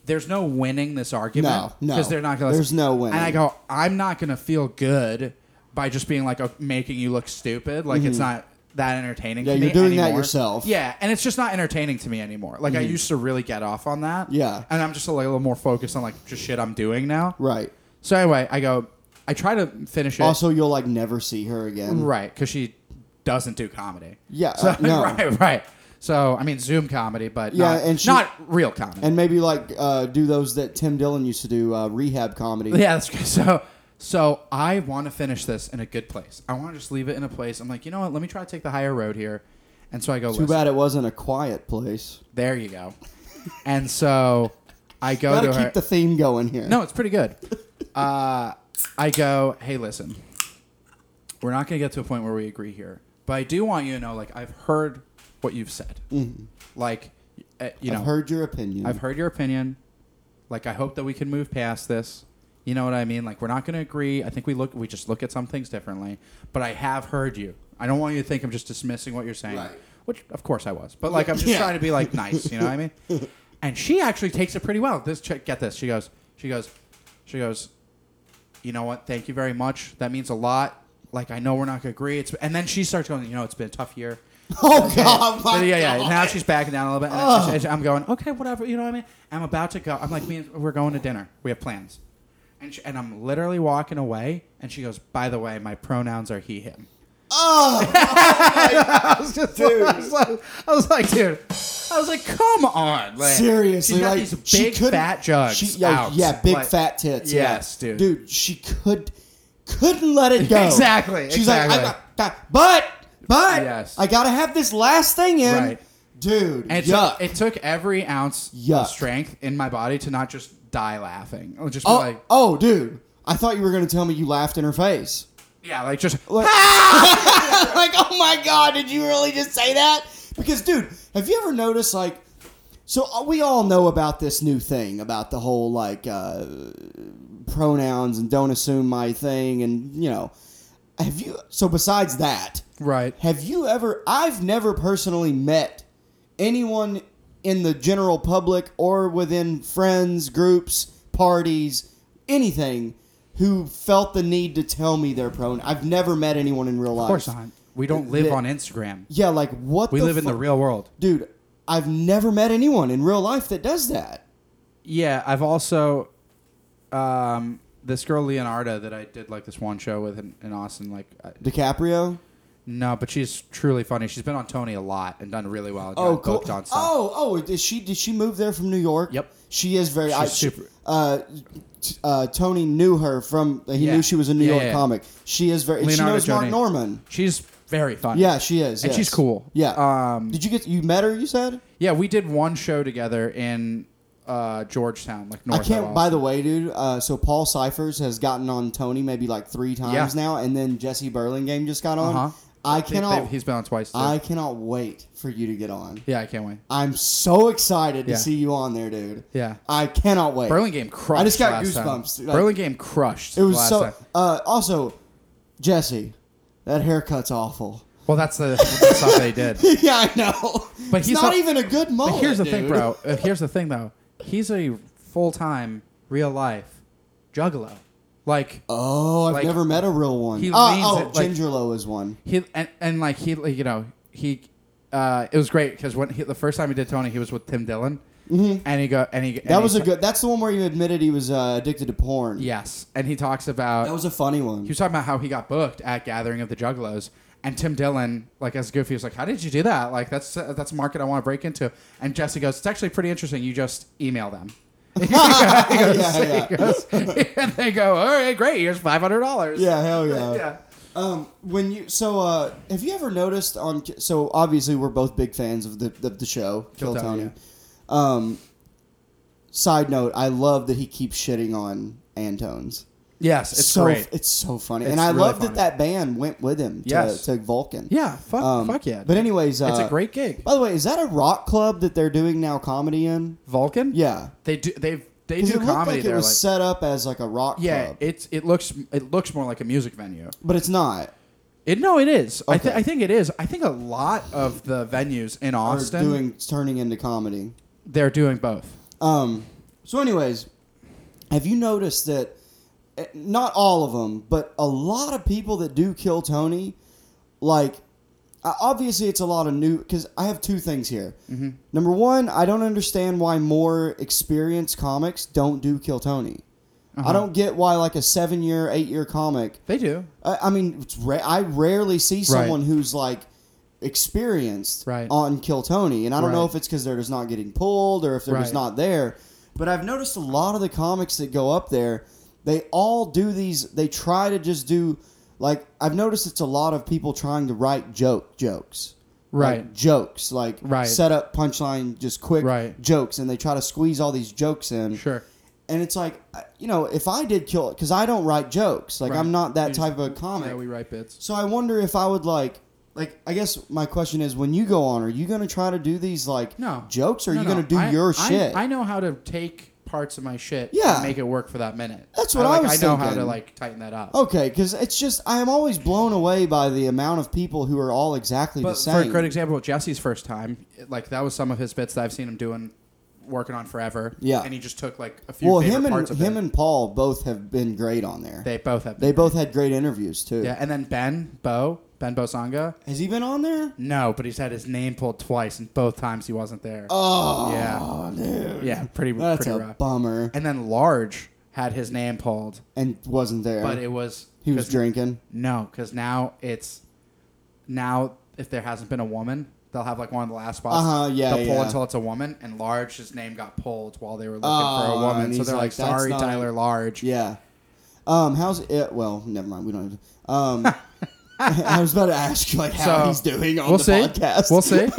Speaker 3: There's no winning this argument.
Speaker 2: No, no.
Speaker 3: because they're not gonna.
Speaker 2: There's no winning.
Speaker 3: And I go, I'm not gonna feel good by just being like a, making you look stupid. Like it's not that entertaining.
Speaker 2: Mm-hmm. Yeah, you're
Speaker 3: to me
Speaker 2: doing that
Speaker 3: anymore.
Speaker 2: yourself. Mm-hmm.
Speaker 3: Yeah, and it's just not entertaining to me anymore. Like I used to really get off on that.
Speaker 2: Yeah.
Speaker 3: and I'm just a little more focused on like just shit I'm doing now.
Speaker 2: right.
Speaker 3: So anyway, I go. I try to finish it.
Speaker 2: Also, you'll like never see her again.
Speaker 3: Right, because she doesn't do comedy.
Speaker 2: Yeah,
Speaker 3: So,
Speaker 2: uh, no.
Speaker 3: right, right. So I mean, Zoom comedy, but
Speaker 2: Yeah,
Speaker 3: not,
Speaker 2: and she-
Speaker 3: not real comedy.
Speaker 2: And maybe like uh, do those that Tim Dillon used to do uh, rehab comedy.
Speaker 3: yeah, that's good. So, so I want to finish this in a good place. I want to just leave it in a place. I'm like, you know what? Let me try to take the higher road here. And so I go.
Speaker 2: Too
Speaker 3: Listen,
Speaker 2: bad it wasn't a quiet place.
Speaker 3: There you go. And so I go
Speaker 2: Gotta
Speaker 3: to
Speaker 2: keep
Speaker 3: her.
Speaker 2: the theme going here.
Speaker 3: No, it's pretty good. Uh, I go, hey, listen, we're not going to get to a point where we agree here, but I do want you to know, like, I've heard what you've said. Like, uh, you
Speaker 2: Mm-hmm.
Speaker 3: know,
Speaker 2: I've heard your opinion.
Speaker 3: I've heard your opinion. Like, I hope that we can move past this. You know what I mean? Like, we're not going to agree. I think we look, we just look at some things differently. But I have heard you. I don't want you to think I'm just dismissing what you're saying,
Speaker 2: Right.
Speaker 3: which of course I was. But like, I'm just
Speaker 2: Yeah.
Speaker 3: trying to be like nice. You know what I mean? And she actually takes it pretty well. This chick, get this. She goes, she goes, she goes. You know what? Thank you very much. That means a lot. Like, I know we're not going to agree. It's and then she starts going. You know, it's been a tough year.
Speaker 2: Oh God!
Speaker 3: So,
Speaker 2: my
Speaker 3: yeah, yeah.
Speaker 2: God.
Speaker 3: Now she's backing down a little bit. And it's just- I'm going, okay, whatever. You know what I mean? I'm about to go. I'm like, me and- we're going to dinner. We have plans. And, she, and I'm literally walking away, and she goes, by the way, my pronouns are he, him.
Speaker 2: Dude.
Speaker 3: I was like, I was like dude. I was like, come on. Like,
Speaker 2: Seriously,
Speaker 3: she's got
Speaker 2: like
Speaker 3: these
Speaker 2: she
Speaker 3: big
Speaker 2: couldn't-
Speaker 3: fat jugs.
Speaker 2: She, yeah,
Speaker 3: out.
Speaker 2: yeah, big
Speaker 3: Like,
Speaker 2: fat tits.
Speaker 3: Yes,
Speaker 2: yeah.
Speaker 3: dude.
Speaker 2: Dude, she could couldn't let it go.
Speaker 3: Exactly,
Speaker 2: She's
Speaker 3: exactly.
Speaker 2: like, I got, got- but but
Speaker 3: Yes.
Speaker 2: I gotta have this last thing in,
Speaker 3: Right.
Speaker 2: dude.
Speaker 3: And it,
Speaker 2: yuck.
Speaker 3: took, it took every ounce
Speaker 2: Yuck.
Speaker 3: of strength in my body to not just die laughing. Or just be
Speaker 2: oh,
Speaker 3: like,
Speaker 2: oh, dude. I thought you were gonna tell me you laughed in her face.
Speaker 3: yeah, like just.
Speaker 2: Like, like, oh my god, did you really just say that? Because, dude, have you ever noticed like? So uh, we all know about this new thing about the whole like uh, pronouns and don't assume my thing, and you know, have you? So besides that,
Speaker 3: Right.
Speaker 2: have you ever? I've never personally met anyone in the general public or within friends, groups, parties, anything who felt the need to tell me their pronoun. I've never met anyone in real life.
Speaker 3: Of course not. We don't live
Speaker 2: The-
Speaker 3: on Instagram.
Speaker 2: Yeah, like what?
Speaker 3: We
Speaker 2: the
Speaker 3: live in
Speaker 2: fu-
Speaker 3: the real world.
Speaker 2: dude. I've never met anyone in real life that does that.
Speaker 3: Yeah, I've also um, this girl Leonarda that I did like this one show with in, in Austin. Like, I,
Speaker 2: DiCaprio.
Speaker 3: no, but she's truly funny. She's been on Tony a lot and done really well. And
Speaker 2: Oh,
Speaker 3: got
Speaker 2: cool.
Speaker 3: booked On stuff.
Speaker 2: Oh, oh, did she did she move there from New York?
Speaker 3: Yep.
Speaker 2: She is very. I,
Speaker 3: She's
Speaker 2: she-
Speaker 3: super-
Speaker 2: uh, t- uh, Tony knew her from. He
Speaker 3: Yeah.
Speaker 2: knew she was a New
Speaker 3: Yeah,
Speaker 2: York
Speaker 3: yeah, yeah.
Speaker 2: comic. She is very. and she
Speaker 3: Leonardo
Speaker 2: knows Mark
Speaker 3: Joni.
Speaker 2: Norman.
Speaker 3: she's very funny.
Speaker 2: Yeah, she is.
Speaker 3: And
Speaker 2: yes.
Speaker 3: she's cool.
Speaker 2: Yeah.
Speaker 3: Um,
Speaker 2: did you get you met her? You said.
Speaker 3: yeah. We did one show together in uh, Georgetown, like
Speaker 2: I
Speaker 3: north.
Speaker 2: can't.
Speaker 3: Of
Speaker 2: By
Speaker 3: Austin.
Speaker 2: the way, dude. Uh, so Paul Cyphers has gotten on Tony maybe like three times
Speaker 3: Yeah.
Speaker 2: now, and then Jesse Burlingame just got on.
Speaker 3: Uh-huh.
Speaker 2: I
Speaker 3: They- they've-
Speaker 2: cannot.
Speaker 3: he's been on twice. Too.
Speaker 2: I cannot wait for you to get on.
Speaker 3: yeah, I can't wait.
Speaker 2: I'm so excited to
Speaker 3: Yeah.
Speaker 2: see you on there, dude.
Speaker 3: Yeah.
Speaker 2: I cannot wait.
Speaker 3: Burlingame crushed.
Speaker 2: I just got
Speaker 3: last time.
Speaker 2: goosebumps, dude, like-
Speaker 3: Burlingame crushed.
Speaker 2: It was
Speaker 3: last
Speaker 2: so.
Speaker 3: time.
Speaker 2: Uh, also, Jesse, that haircut's awful.
Speaker 3: Well, that's the, that's the stuff they did.
Speaker 2: yeah, I know.
Speaker 3: But
Speaker 2: It's
Speaker 3: he's
Speaker 2: not
Speaker 3: not-
Speaker 2: even a good mullet.
Speaker 3: But here's the thing,
Speaker 2: Oh, dude.
Speaker 3: bro. Uh, Here's the thing, though. He's a full time, real life juggalo. Like
Speaker 2: Oh, I've
Speaker 3: Like,
Speaker 2: never met a real one.
Speaker 3: he
Speaker 2: oh,
Speaker 3: leans
Speaker 2: oh
Speaker 3: it, like-
Speaker 2: Ginger Low is one.
Speaker 3: he and, and like he, like, you know, he. Uh, it was great because when he, the first time he did Tony, he was with Tim Dillon, and he go and he and
Speaker 2: Mm-hmm. That
Speaker 3: he
Speaker 2: was a
Speaker 3: ta-
Speaker 2: good. That's the one where you admitted he was uh, addicted to porn.
Speaker 3: yes, and he talks about
Speaker 2: that was a funny one.
Speaker 3: he was talking about how he got booked at Gathering of the Juggalos, and Tim Dillon, like as Goofy, was like, "How did you do that? Like that's uh, that's a market I want to break into." And Jesse goes, "It's actually pretty interesting. You just email them." He goes-
Speaker 2: Yeah,
Speaker 3: he goes- and they go, "All right, great. Here's five hundred dollars."
Speaker 2: Yeah, hell yeah.
Speaker 3: yeah.
Speaker 2: Um, when you so uh, have you ever noticed on so obviously we're both big fans of the of the show Kill,
Speaker 3: Kill Tony,
Speaker 2: Tony. Um, side note, I love that he keeps shitting on Antones.
Speaker 3: Yes, it's
Speaker 2: so
Speaker 3: great.
Speaker 2: it's so funny,
Speaker 3: It's
Speaker 2: and I
Speaker 3: really
Speaker 2: love
Speaker 3: funny.
Speaker 2: that that band went with him to,
Speaker 3: Yes.
Speaker 2: to Vulcan.
Speaker 3: yeah, fuck,
Speaker 2: Um,
Speaker 3: fuck yeah.
Speaker 2: But anyways, uh,
Speaker 3: it's a great gig.
Speaker 2: By the way, is that a rock club that they're doing now comedy in?
Speaker 3: Vulcan.
Speaker 2: Yeah,
Speaker 3: they do. They they
Speaker 2: 'Cause
Speaker 3: do
Speaker 2: it looked
Speaker 3: comedy
Speaker 2: like
Speaker 3: there.
Speaker 2: it was
Speaker 3: like-
Speaker 2: set up as like a rock
Speaker 3: yeah,
Speaker 2: club,
Speaker 3: it's it looks it looks more like a music venue.
Speaker 2: but it's not.
Speaker 3: It no, it is. I, th-
Speaker 2: Okay.
Speaker 3: I think it is. I think a lot of the venues in
Speaker 2: Or
Speaker 3: Austin
Speaker 2: doing turning into comedy.
Speaker 3: they're doing both.
Speaker 2: Um, so, anyways, have you noticed that eh, not all of them, but a lot of people that do kill Tony, like, I- obviously it's a lot of new, because I have two things here. Number one, I don't understand why more experienced comics don't do kill Tony. I don't get why, like, a seven year, eight year comic
Speaker 3: They do.
Speaker 2: I I mean, it's ra- I rarely see someone who's like experienced
Speaker 3: Right.
Speaker 2: on Kill Tony, and I don't know
Speaker 3: Right.
Speaker 2: if it's because they're just not getting pulled or if they're just
Speaker 3: Right.
Speaker 2: not there. But I've noticed a lot of the comics that go up there, they all do these. They try to just do like I've noticed it's a lot of people trying to write joke jokes.
Speaker 3: Right.
Speaker 2: Like, jokes like
Speaker 3: Right.
Speaker 2: set up punchline just quick
Speaker 3: Right.
Speaker 2: jokes and they try to squeeze all these jokes in
Speaker 3: Sure.
Speaker 2: and it's like I- you know if i did kill because i don't write jokes like
Speaker 3: Right.
Speaker 2: i'm not that
Speaker 3: You
Speaker 2: type of
Speaker 3: just-
Speaker 2: a comic
Speaker 3: Yeah, we write bits.
Speaker 2: so I wonder if I would like like I guess my question is when you go on are you going to try to do these like
Speaker 3: No
Speaker 2: jokes or are
Speaker 3: No,
Speaker 2: you
Speaker 3: no.
Speaker 2: going to do
Speaker 3: I-
Speaker 2: your
Speaker 3: I-
Speaker 2: shit?
Speaker 3: I know how to take parts of my shit.
Speaker 2: Yeah.
Speaker 3: And make it work for that minute.
Speaker 2: That's what I
Speaker 3: like,
Speaker 2: was
Speaker 3: I know how
Speaker 2: thinking.
Speaker 3: to like tighten that up.
Speaker 2: okay, cuz it's just I am always blown away by the amount of people who are all exactly
Speaker 3: but
Speaker 2: the same.
Speaker 3: for a great example, Jesse's first time, it- like that was some of his bits that I've seen him doing, working on forever.
Speaker 2: Yeah.
Speaker 3: And he just took like a few.
Speaker 2: well,
Speaker 3: favorite
Speaker 2: him and
Speaker 3: parts of
Speaker 2: him
Speaker 3: it.
Speaker 2: and Paul both have been great on there. They,
Speaker 3: they both have.
Speaker 2: both had great interviews too.
Speaker 3: Yeah, and then Ben Bo Ben Bosanga.
Speaker 2: Has he been on there?
Speaker 3: No, but he's had his name pulled twice, and both times he wasn't there.
Speaker 2: Oh,
Speaker 3: Yeah.
Speaker 2: dude.
Speaker 3: yeah, pretty
Speaker 2: That's
Speaker 3: pretty
Speaker 2: a
Speaker 3: rough.
Speaker 2: bummer.
Speaker 3: and then Large had his name pulled,
Speaker 2: And wasn't there.
Speaker 3: but it was
Speaker 2: he was
Speaker 3: 'cause-
Speaker 2: drinking.
Speaker 3: No, because now it's now if there hasn't been a woman, they'll have like one of the last spots.
Speaker 2: Uh-huh, yeah,
Speaker 3: They'll pull
Speaker 2: yeah.
Speaker 3: until it's a woman, and Large's name got pulled while they were looking
Speaker 2: Oh,
Speaker 3: for a woman.
Speaker 2: and
Speaker 3: So
Speaker 2: he's
Speaker 3: they're
Speaker 2: like,
Speaker 3: like,
Speaker 2: "That's
Speaker 3: "Sorry,
Speaker 2: not-
Speaker 3: Tyler Large."
Speaker 2: Yeah. Um, how's it? Well, never mind. We don't. Have to, um, I was about to ask you like how
Speaker 3: So,
Speaker 2: he's doing on
Speaker 3: we'll
Speaker 2: the
Speaker 3: see.
Speaker 2: podcast.
Speaker 3: We'll see. I'm, go-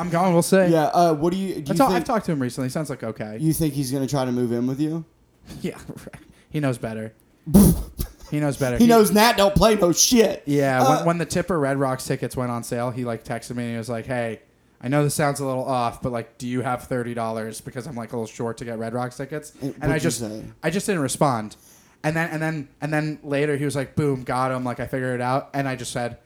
Speaker 3: I'm going. We'll see.
Speaker 2: Yeah. Uh, what do you? Do
Speaker 3: I
Speaker 2: you,
Speaker 3: talk,
Speaker 2: think,
Speaker 3: I've talked to him recently. He sounds like okay.
Speaker 2: you think he's gonna try to move in with you?
Speaker 3: Yeah, right. he knows better. he knows better.
Speaker 2: He knows Nat don't play no shit.
Speaker 3: Yeah,
Speaker 2: Uh,
Speaker 3: when, when the Tipper Red Rocks tickets went on sale, he like texted me and he was like, "Hey, I know this sounds a little off, but like, do you have thirty dollars? Because I'm like a little short to get Red Rocks tickets."
Speaker 2: And
Speaker 3: And I
Speaker 2: what'd you
Speaker 3: just,
Speaker 2: say?
Speaker 3: I just didn't respond. And then, and then, and then later, he was like, "Boom, got him!" Like I figured it out, and I just said,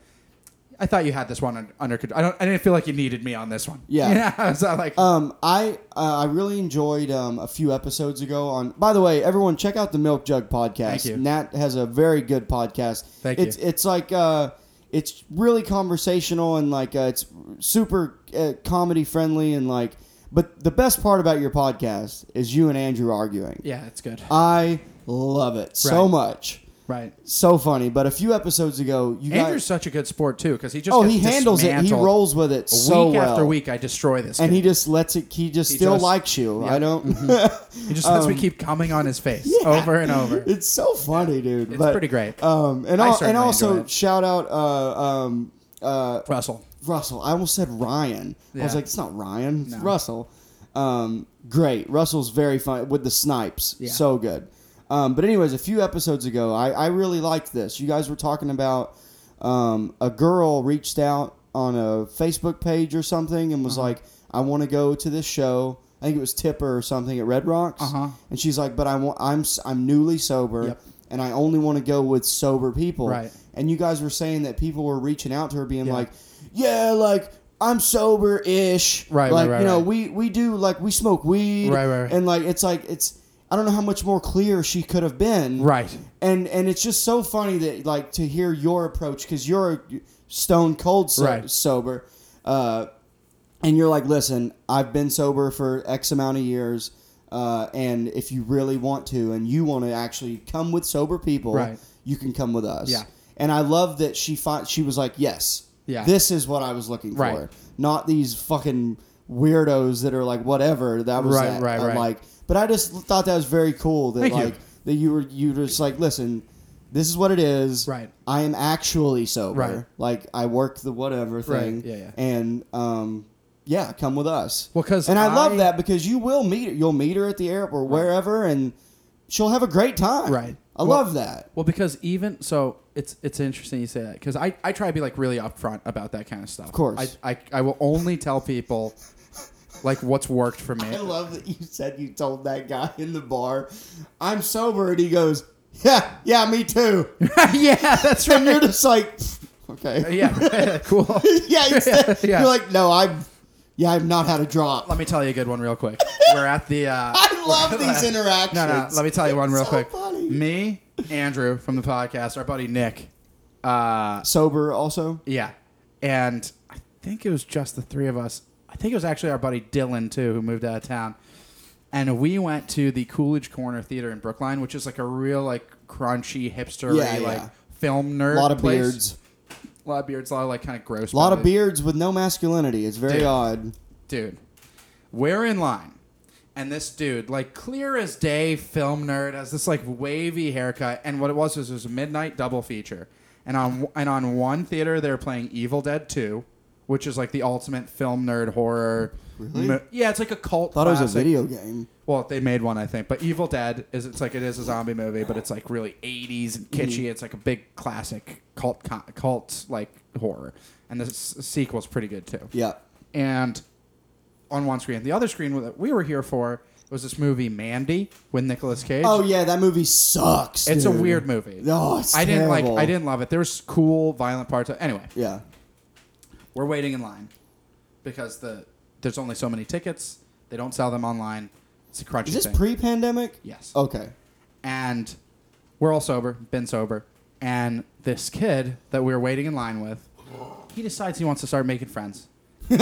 Speaker 3: "I thought you had this one un- under control. I don't. I didn't feel like you needed me on this one."
Speaker 2: Yeah.
Speaker 3: yeah. So like,
Speaker 2: Um, I uh, I really enjoyed um, a few episodes ago on. By the way, everyone check out the Milk Jug podcast.
Speaker 3: Thank you.
Speaker 2: Nat has a very good podcast.
Speaker 3: Thank
Speaker 2: it's,
Speaker 3: you.
Speaker 2: It's like uh, it's really conversational and like uh, it's super uh, comedy friendly and like. But the best part about your podcast is you and Andrew arguing.
Speaker 3: yeah, it's
Speaker 2: uh,
Speaker 3: good.
Speaker 2: I love it so
Speaker 3: Right.
Speaker 2: much,
Speaker 3: right.
Speaker 2: so funny. But a few episodes ago, you
Speaker 3: Andrew's
Speaker 2: guys.
Speaker 3: such a good sport too, because he just
Speaker 2: Oh,
Speaker 3: gets
Speaker 2: he handles it. He
Speaker 3: dismantled.
Speaker 2: rolls with it
Speaker 3: week
Speaker 2: so well.
Speaker 3: after week. I destroy this,
Speaker 2: And
Speaker 3: kid.
Speaker 2: he just lets it. He just
Speaker 3: He
Speaker 2: still
Speaker 3: just- Mm-hmm.
Speaker 2: likes you.
Speaker 3: yeah.
Speaker 2: I don't.
Speaker 3: He just lets
Speaker 2: Um,
Speaker 3: me keep coming on his face over and over.
Speaker 2: It's so funny, dude.
Speaker 3: It's
Speaker 2: but,
Speaker 3: pretty great.
Speaker 2: Um, and
Speaker 3: I
Speaker 2: al- and
Speaker 3: certainly enjoy
Speaker 2: also
Speaker 3: it.
Speaker 2: shout out uh, um, uh,
Speaker 3: Russell.
Speaker 2: Russell. I almost said Ryan. I was
Speaker 3: Yeah.
Speaker 2: like, it's not Ryan. It's
Speaker 3: No.
Speaker 2: Russell. Um, great. Russell's very fun with the snipes.
Speaker 3: Yeah.
Speaker 2: So good. Um, but anyways, a few episodes ago, I, I really liked this. You guys were talking about um, a girl reached out on a Facebook page or something and was
Speaker 3: Uh-huh.
Speaker 2: like, I want to go to this show. I think it was Tipper or something at Red Rocks.
Speaker 3: Uh-huh.
Speaker 2: And she's like, but I want, I'm s- I'm newly sober.
Speaker 3: Yep.
Speaker 2: And I only want to go with sober people.
Speaker 3: Right.
Speaker 2: And you guys were saying that people were reaching out to her, being
Speaker 3: Yeah.
Speaker 2: like, yeah, like I'm sober ish.
Speaker 3: Right,
Speaker 2: Like,
Speaker 3: right, right,
Speaker 2: you know,
Speaker 3: right.
Speaker 2: we we do like we smoke weed.
Speaker 3: Right, right, right.
Speaker 2: And like it's like it's I don't know how much more clear she could have been.
Speaker 3: Right.
Speaker 2: And and it's just so funny that like to hear your approach because you're stone cold so-
Speaker 3: Right.
Speaker 2: sober. Uh, and you're like, listen, I've been sober for X amount of years, uh, and if you really want to, and you want to actually come with sober people,
Speaker 3: Right.
Speaker 2: you can come with us.
Speaker 3: Yeah.
Speaker 2: And I love that she fi- she was like, yes,
Speaker 3: Yeah.
Speaker 2: this is what I was looking
Speaker 3: Right.
Speaker 2: for, not these fucking weirdos that are like whatever. That was
Speaker 3: Right,
Speaker 2: that.
Speaker 3: right,
Speaker 2: I
Speaker 3: right.
Speaker 2: Like, but I just thought that was very cool that
Speaker 3: Thank you.
Speaker 2: like that you were you were just like, listen, this is what it is.
Speaker 3: Right.
Speaker 2: I am actually sober.
Speaker 3: Right.
Speaker 2: Like I work the whatever
Speaker 3: Right,
Speaker 2: thing.
Speaker 3: yeah, yeah.
Speaker 2: And um, yeah, come with us.
Speaker 3: Well, 'cause
Speaker 2: and I,
Speaker 3: I-
Speaker 2: love that because you will meet her. You'll meet her at the airport or wherever, and she'll have a great time.
Speaker 3: Right.
Speaker 2: I
Speaker 3: Well-
Speaker 2: love that.
Speaker 3: Well, because even so, it's it's interesting you say that because I, I try to be like really upfront about that kind of stuff. Of
Speaker 2: course.
Speaker 3: I, I, I will only tell people like what's worked for me.
Speaker 2: I love that you said you told that guy in the bar, "I'm sober," and he goes, "Yeah, yeah, me too."
Speaker 3: yeah, that's
Speaker 2: and you're
Speaker 3: right.
Speaker 2: just like, "Okay,
Speaker 3: yeah, cool.
Speaker 2: yeah." you said-
Speaker 3: Yeah.
Speaker 2: You're like, "No, I'm, yeah, I've not had a drop."
Speaker 3: Let me tell you a good one real quick. We're at the. Uh,
Speaker 2: I love these interactions.
Speaker 3: No, no. Let me tell you one real
Speaker 2: So
Speaker 3: quick.
Speaker 2: funny.
Speaker 3: Me, Andrew from the podcast, our buddy Nick. Uh,
Speaker 2: Sober also.
Speaker 3: yeah, and I think it was just the three of us. I think it was actually our buddy Dylan too, who moved out of town. And we went to the Coolidge Corner Theater in Brookline, which is like a real like crunchy hipster
Speaker 2: Yeah, yeah.
Speaker 3: like film nerd.
Speaker 2: A lot of
Speaker 3: place.
Speaker 2: beards.
Speaker 3: A lot of beards. A lot of like kind of gross.
Speaker 2: A lot of
Speaker 3: beards.
Speaker 2: beards with no masculinity. It's very
Speaker 3: Dude.
Speaker 2: odd.
Speaker 3: dude, we're in line. And this dude, like clear as day, film nerd, has this like wavy haircut. And what it was was it was a midnight double feature. And on and on one theater they were playing Evil Dead Two, which is like the ultimate film nerd horror.
Speaker 2: Really?
Speaker 3: mo- yeah, it's like a cult.
Speaker 2: Thought it was a
Speaker 3: classic.
Speaker 2: video game.
Speaker 3: Well, they made one, I think. But Evil Dead is it's like it is a zombie movie, but it's like really '80s
Speaker 2: Mm-hmm.
Speaker 3: and kitschy. It's like a big classic cult co- cult like horror, and the s- sequel's pretty good too
Speaker 2: Yeah.
Speaker 3: and on one screen. The other screen that we were here for was this movie Mandy with Nicolas Cage.
Speaker 2: Oh yeah, that movie sucks.
Speaker 3: it's
Speaker 2: dude.
Speaker 3: a weird movie.
Speaker 2: Oh, it's
Speaker 3: I didn't like.
Speaker 2: terrible.
Speaker 3: I didn't love it. There was cool, violent parts. Anyway,
Speaker 2: Yeah.
Speaker 3: we're waiting in line because the there's only so many tickets. They don't sell them online. It's a crunchy
Speaker 2: Is this
Speaker 3: thing.
Speaker 2: pre-pandemic?
Speaker 3: yes.
Speaker 2: Okay.
Speaker 3: and we're all sober, been sober, and this kid that we were waiting in line with, he decides he wants to start making friends. And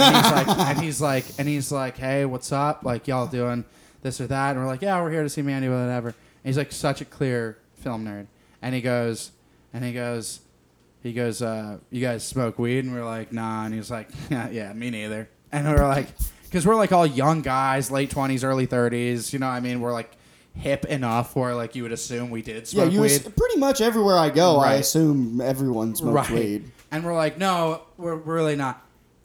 Speaker 3: he's like, and he's like, and he's like, hey, what's up? Like, y'all doing this or that? And we're like, yeah, we're here to see Mandy, whatever. And he's like, such a clear film nerd. And he goes, and he goes, he goes, uh, you guys smoke weed? And we're like, nah. And he's like, yeah, yeah me neither. And we're like, because we're like all young guys, late 20s, early 30s. You know what I mean? We're like hip enough where like you would assume we did
Speaker 2: Yeah,
Speaker 3: smoke
Speaker 2: you
Speaker 3: weed.
Speaker 2: ass- pretty much everywhere I go, I
Speaker 3: Right.
Speaker 2: assume everyone smokes weed.
Speaker 3: And we're like, no, we're we're really not.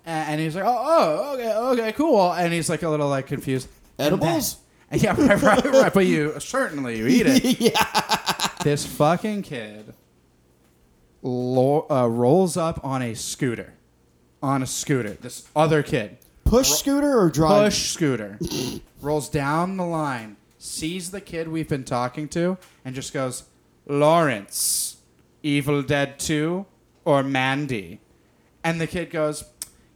Speaker 3: A- And he's like, oh, oh, okay, okay, cool. And he's like a little like confused. And then-
Speaker 2: Edibles?
Speaker 3: And yeah, right, right, right. But you certainly you eat it.
Speaker 2: yeah.
Speaker 3: this fucking kid lo- uh, rolls up on a scooter, on a scooter. This other kid,
Speaker 2: Push scooter or drive?
Speaker 3: push scooter, rolls down the line, sees the kid we've been talking to, and just goes, Lawrence, Evil Dead 2 or Mandy? And the kid goes,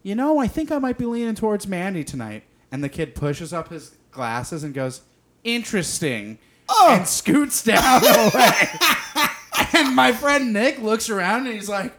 Speaker 3: You know, I think I might be leaning towards Mandy tonight. And the kid pushes up his glasses and goes, Interesting. And scoots down the way. and my friend Nick looks around and he's like,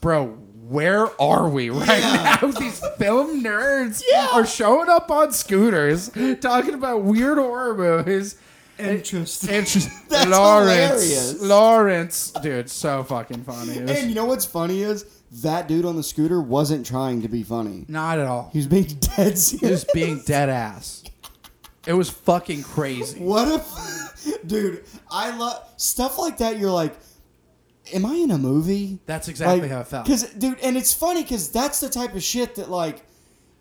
Speaker 3: Bro, where are we right now? These film nerds are showing up on scooters talking about weird horror movies.
Speaker 2: Interesting.
Speaker 3: Interesting.
Speaker 2: That's
Speaker 3: Lawrence.
Speaker 2: hilarious.
Speaker 3: Lawrence. Dude, so fucking funny. It was-
Speaker 2: And you know what's funny is that dude on the scooter wasn't trying to be funny.
Speaker 3: not at all.
Speaker 2: He was being dead
Speaker 3: He
Speaker 2: serious.
Speaker 3: was being dead ass. It was fucking crazy.
Speaker 2: What if, dude? I love stuff like that. You're like, am I in a movie?
Speaker 3: That's exactly how it felt.
Speaker 2: Because, dude, and it's funny because that's the type of shit that like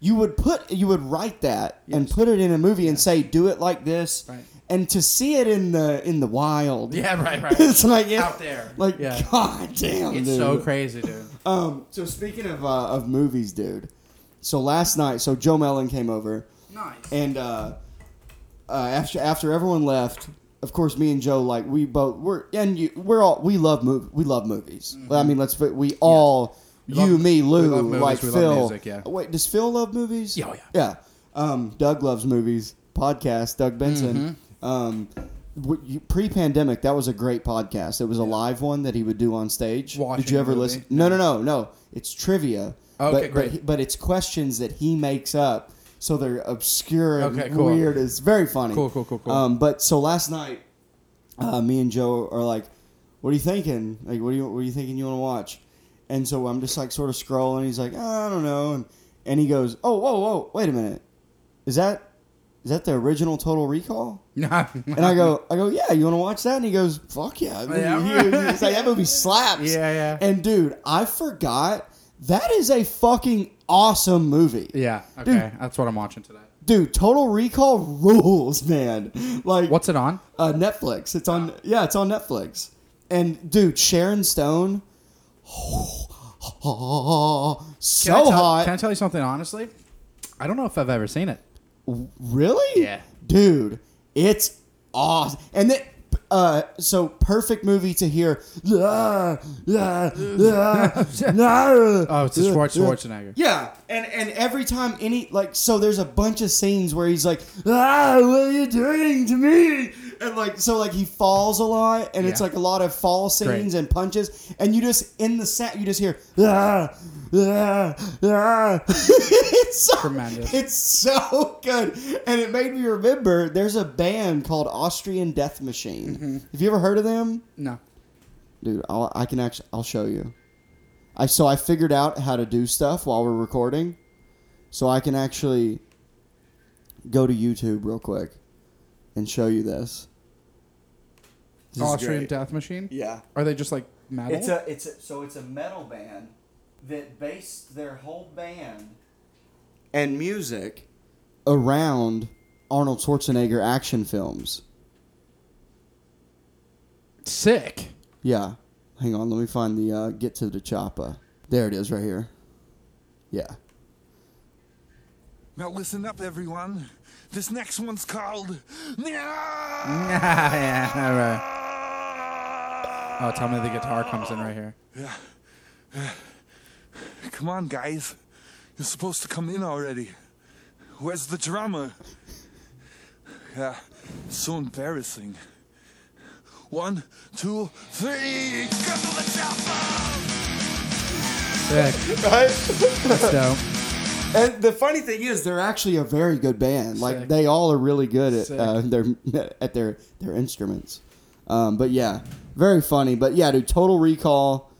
Speaker 2: you would put, you would write that and
Speaker 3: Yes.
Speaker 2: put it in a movie and say, do it like this,
Speaker 3: Right.
Speaker 2: and to see it in the in the wild,
Speaker 3: Yeah, right, right.
Speaker 2: it's like yeah,
Speaker 3: Out there.
Speaker 2: like
Speaker 3: Yeah.
Speaker 2: god damn,
Speaker 3: It's
Speaker 2: dude.
Speaker 3: so crazy, dude.
Speaker 2: Um, so speaking of uh, of movies, dude. So last night, so Joe Mellon came over.
Speaker 3: Nice.
Speaker 2: And uh, uh, after after everyone left, of course, me and Joe like we both we're and you, we're all we love mov we love movies. I mean, let's put- we all
Speaker 3: love-
Speaker 2: you me Lou
Speaker 3: Mm-hmm. we love movies,
Speaker 2: like
Speaker 3: we love
Speaker 2: Phil.
Speaker 3: music, yeah.
Speaker 2: Wait, does Phil love movies?
Speaker 3: Yeah, oh, yeah.
Speaker 2: yeah. Um, Doug loves movies. Podcast Doug Benson.
Speaker 3: Mm-hmm.
Speaker 2: Um, w- you- pre-pandemic, that was a great podcast. It was a live one that he would do on stage.
Speaker 3: Watching
Speaker 2: Did you
Speaker 3: a
Speaker 2: ever
Speaker 3: movie?
Speaker 2: listen? No, no, no, no. It's trivia.
Speaker 3: Oh, Okay,
Speaker 2: but,
Speaker 3: great.
Speaker 2: But, but it's questions that he makes up, so they're obscure and
Speaker 3: Okay, cool.
Speaker 2: weird. It's very funny.
Speaker 3: Cool, cool, cool, cool.
Speaker 2: Um, but so last night, uh, me and Joe are like, "What are you thinking? Like, what are you what are you thinking you want to watch?" And so I'm just like sort of scrolling. He's like, "Ah, "I don't know," and and he goes, "Oh, whoa, whoa, wait a minute, is that is that the original Total Recall?" And I go, I go, yeah, you want to watch that? And he goes, fuck yeah. That
Speaker 3: Yeah.
Speaker 2: movie huge." He's like, that movie slaps.
Speaker 3: Yeah, yeah.
Speaker 2: And dude, I forgot that is a fucking awesome movie.
Speaker 3: yeah, okay, that's what I'm watching today.
Speaker 2: Dude, Total Recall rules, man. Like
Speaker 3: What's it on?
Speaker 2: uh, Netflix. It's on. Yeah, it's on Netflix. And dude, Sharon Stone, so
Speaker 3: Can I tell-
Speaker 2: hot.
Speaker 3: Can I tell you something honestly? I don't know if I've ever seen it.
Speaker 2: Really?
Speaker 3: Yeah.
Speaker 2: Dude, it's awesome. And then, uh, so perfect movie to hear. "Ah, ah, ah, ah."
Speaker 3: Oh, it's a Schwarz- Schwarzenegger.
Speaker 2: Yeah, and and every time any like so there's a bunch of scenes where he's like, ah, what are you doing to me? And like so like he falls a lot, and it's
Speaker 3: Yeah.
Speaker 2: like a lot of fall scenes
Speaker 3: Great.
Speaker 2: and punches, and you just in the set you just hear ah, ah, ah. it's so,
Speaker 3: Tremendous.
Speaker 2: It's so good, and it made me remember there's a band called Austrian Death Machine.
Speaker 3: Mm-hmm.
Speaker 2: Have you ever heard of them?
Speaker 3: No.
Speaker 2: dude I'll, i can actually i'll show you i so i figured out how to do stuff while we're recording so i can actually go to youtube real quick and show you this This is
Speaker 3: Austrian
Speaker 2: great.
Speaker 3: Death Machine?
Speaker 2: yeah
Speaker 3: Are they just like metal?
Speaker 2: it's a it's a, so it's a metal band that based their whole band and music around arnold schwarzenegger action films
Speaker 3: Sick.
Speaker 2: Yeah. Hang on, let me find the uh, get to the choppa. There it is right here. Yeah.
Speaker 4: Now listen up, everyone. This next one's called.
Speaker 3: yeah, all right. Oh, tell me the guitar comes in right here.
Speaker 4: Come on, guys. You're supposed to come in already. Where's the drummer? Yeah, it's so embarrassing. One, two, three. Go to the chopper!
Speaker 3: Sick. That's dope.
Speaker 2: And the funny thing is, they're actually a very good band. Like
Speaker 3: Sick.
Speaker 2: they all are really good at
Speaker 3: Sick.
Speaker 2: uh, their at their their instruments. Um, but yeah, very funny. But yeah, dude, Total Recall,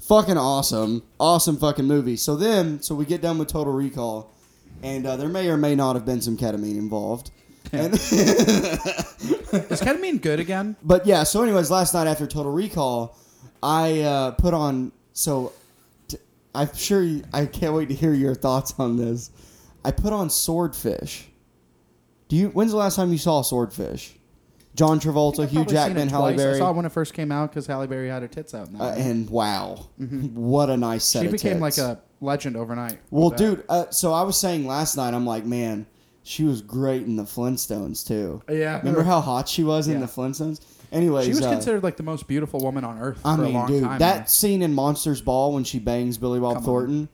Speaker 2: fucking awesome, awesome fucking movie. So then, so we get done with Total Recall, and uh, there may or may not have been some ketamine involved. And
Speaker 3: Is ketamine good again?
Speaker 2: But yeah, so anyways, last night after Total Recall, I uh, put on. So t- I'm sure you, I can't wait to hear your thoughts on this. I put on Swordfish. Do you? When's the last time you saw Swordfish? John Travolta,
Speaker 3: I've
Speaker 2: Hugh
Speaker 3: probably seen
Speaker 2: Jackman,
Speaker 3: it
Speaker 2: Halle
Speaker 3: twice. I
Speaker 2: Berry,
Speaker 3: saw it when it first came out because Halle Berry had her tits out. Now.
Speaker 2: uh, and wow, what a nice set.
Speaker 3: Mm-hmm. she
Speaker 2: of
Speaker 3: became like
Speaker 2: tits.
Speaker 3: a legend overnight.
Speaker 2: Well,
Speaker 3: But-
Speaker 2: dude. Uh, so I was saying last night, I'm like, man, she was great in the Flintstones too.
Speaker 3: Yeah.
Speaker 2: Remember how hot she was in
Speaker 3: Yeah.
Speaker 2: the Flintstones? Anyways,
Speaker 3: She was
Speaker 2: uh,
Speaker 3: considered like the most beautiful woman on earth
Speaker 2: I
Speaker 3: for a
Speaker 2: mean,
Speaker 3: long
Speaker 2: dude,
Speaker 3: time.
Speaker 2: that
Speaker 3: man.
Speaker 2: scene in Monsters Ball when she bangs Billy Bob
Speaker 3: Come on.
Speaker 2: Thornton,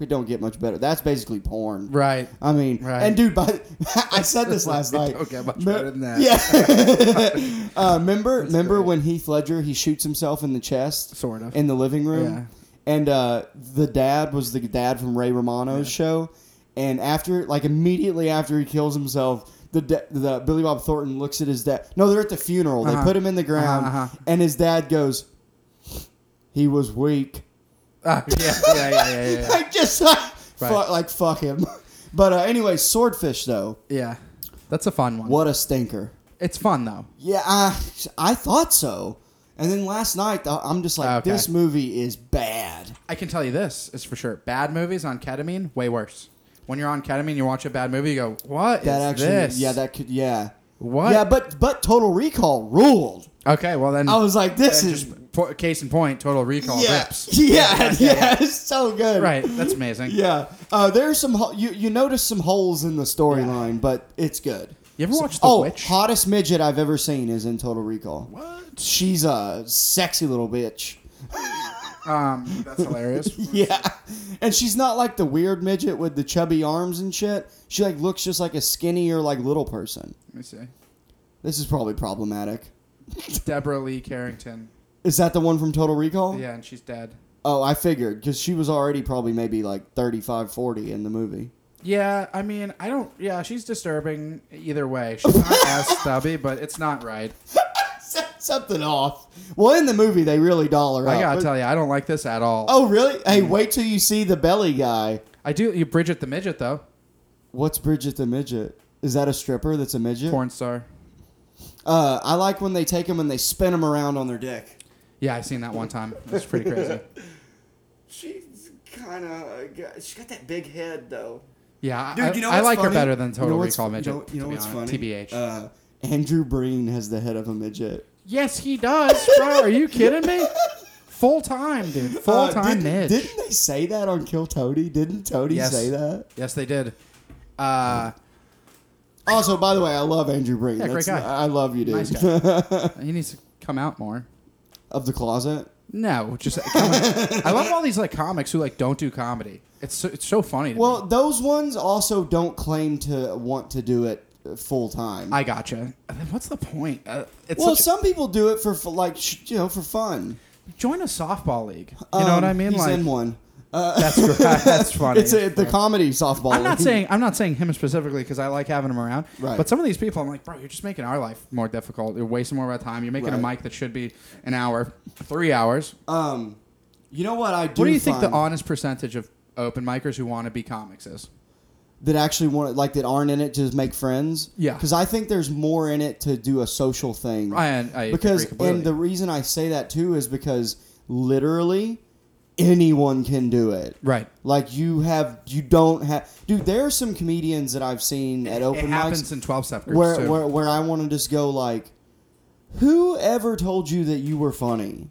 Speaker 2: we don't get much better. That's basically porn.
Speaker 3: right.
Speaker 2: I mean,
Speaker 3: Right.
Speaker 2: and dude, but I said this last
Speaker 3: We
Speaker 2: night.
Speaker 3: don't get much
Speaker 2: Me-
Speaker 3: better than that.
Speaker 2: Yeah. uh, remember, remember
Speaker 3: great.
Speaker 2: when Heath Ledger he shoots himself in the chest,
Speaker 3: Sort of.
Speaker 2: in the living room,
Speaker 3: Yeah.
Speaker 2: and uh, the dad was the dad from Ray Romano's show, and after, like, immediately after he kills himself. The, da- the Billy Bob Thornton looks at his dad. No, they're at the funeral. They
Speaker 3: Uh-huh.
Speaker 2: put him in the ground,
Speaker 3: Uh-huh, uh-huh.
Speaker 2: and his dad goes, "He was weak."
Speaker 3: Ah, yeah, yeah, yeah, yeah, yeah, yeah.
Speaker 2: like just like
Speaker 3: Right.
Speaker 2: fuck, like fuck him. But uh, anyway, swordfish though,
Speaker 3: Yeah. That's a fun one.
Speaker 2: what a stinker.
Speaker 3: It's fun though.
Speaker 2: Yeah, I, I thought so. And then last night, I- I'm just like,
Speaker 3: Ah, Okay.
Speaker 2: this movie is bad.
Speaker 3: I can tell you this is for sure. Bad movies on ketamine, way worse. When you're on ketamine, you watch a bad movie, you go, "What is
Speaker 2: That actually,
Speaker 3: this?"
Speaker 2: yeah, that could, yeah,
Speaker 3: What?
Speaker 2: yeah, but but Total Recall ruled.
Speaker 3: Okay, well then.
Speaker 2: I was like, this
Speaker 3: then
Speaker 2: is
Speaker 3: just po- case in point. Total Recall
Speaker 2: yeah,
Speaker 3: rips.
Speaker 2: yeah, yeah, it's so good.
Speaker 3: Right, that's amazing.
Speaker 2: Yeah, uh, there's some ho- you you notice some holes in the storyline, but it's good.
Speaker 3: You ever
Speaker 2: So-
Speaker 3: watch The
Speaker 2: oh,
Speaker 3: Witch?
Speaker 2: hottest midget I've ever seen is in Total Recall.
Speaker 3: What?
Speaker 2: She's a sexy little bitch.
Speaker 3: Um, that's hilarious.
Speaker 2: Yeah. And she's not like the weird midget with the chubby arms and shit. She like looks just like a skinnier like little person.
Speaker 3: Let me see.
Speaker 2: This is probably problematic.
Speaker 3: Deborah Lee Carrington.
Speaker 2: Is that the one from Total Recall?
Speaker 3: Yeah, and she's dead.
Speaker 2: Oh, I figured because she was already probably maybe like 35, 40 in the movie.
Speaker 3: Yeah, I mean, I don't. Yeah, she's disturbing either way. She's not as stubby, but it's not right.
Speaker 2: Something off. Well, in the movie they really doll her
Speaker 3: I
Speaker 2: up,
Speaker 3: gotta
Speaker 2: Oh, but-
Speaker 3: tell you, I don't like this at all.
Speaker 2: Oh, really? Hey, wait till you see the belly guy.
Speaker 3: I do. You Bridget the midget though,
Speaker 2: What's Bridget the midget? Is that a stripper? That's a midget.
Speaker 3: porn star.
Speaker 2: Uh, I like when they take him and they spin him around on their dick.
Speaker 3: Yeah, I seen that one time. It's pretty crazy.
Speaker 2: She's kind of. She got that big head though.
Speaker 3: Yeah,
Speaker 2: Dude,
Speaker 3: I,
Speaker 2: you know
Speaker 3: I
Speaker 2: what's
Speaker 3: like
Speaker 2: funny?
Speaker 3: her better than Total
Speaker 2: you know what's-
Speaker 3: Recall midget.
Speaker 2: You know, you know
Speaker 3: to be
Speaker 2: what's
Speaker 3: honest.
Speaker 2: funny?
Speaker 3: Tbh.
Speaker 2: Uh, Andrew Breen has the head of a midget.
Speaker 3: yes, he does, bro. Are you kidding me? Full time, dude. Full
Speaker 2: Uh,
Speaker 3: time
Speaker 2: didn't,
Speaker 3: midget.
Speaker 2: Didn't they say that on Kill Tony? Didn't Tony
Speaker 3: Yes.
Speaker 2: say that?
Speaker 3: Yes, they did. Uh,
Speaker 2: Also, by the way, I love Andrew Breen.
Speaker 3: Yeah, great
Speaker 2: That's-
Speaker 3: guy.
Speaker 2: I love you, dude.
Speaker 3: nice guy. he needs to come out more.
Speaker 2: of the closet.
Speaker 3: No, just uh, come on. I love all these like comics who like don't do comedy. It's so, it's so funny. To
Speaker 2: Well,
Speaker 3: me.
Speaker 2: those ones also don't claim to want to do it full time.
Speaker 3: I gotcha. And then What's the point? Uh, it's
Speaker 2: Well,
Speaker 3: such-
Speaker 2: some people do it for f- like sh- you know for fun.
Speaker 3: join a softball league. You know what I mean?
Speaker 2: Um, He's
Speaker 3: Like
Speaker 2: in one.
Speaker 3: that's that's funny.
Speaker 2: It's a, the comedy softball.
Speaker 3: I'm not
Speaker 2: league.
Speaker 3: saying I'm not saying him specifically because I like having him around.
Speaker 2: Right.
Speaker 3: But some of these people, I'm like, bro, you're just making our life more difficult. You're wasting more of our time. You're making a
Speaker 2: Right.
Speaker 3: mic that should be an hour, three hours.
Speaker 2: Um, you know what I do.
Speaker 3: what do you think the
Speaker 2: find
Speaker 3: honest percentage of open micers who want to be comics is?
Speaker 2: that actually want like that aren't in it to just make friends?
Speaker 3: Yeah.
Speaker 2: because I think there's more in it to do a social thing.
Speaker 3: I, I
Speaker 2: because
Speaker 3: agree completely.
Speaker 2: and the reason I say that too is because literally anyone can do it.
Speaker 3: right.
Speaker 2: Like you have, you don't have, dude. There are some comedians that I've seen at
Speaker 3: It
Speaker 2: open
Speaker 3: happens
Speaker 2: mics
Speaker 3: in 12 step groups.
Speaker 2: where,
Speaker 3: too.
Speaker 2: where where I want to just go like, who ever told you that you were funny?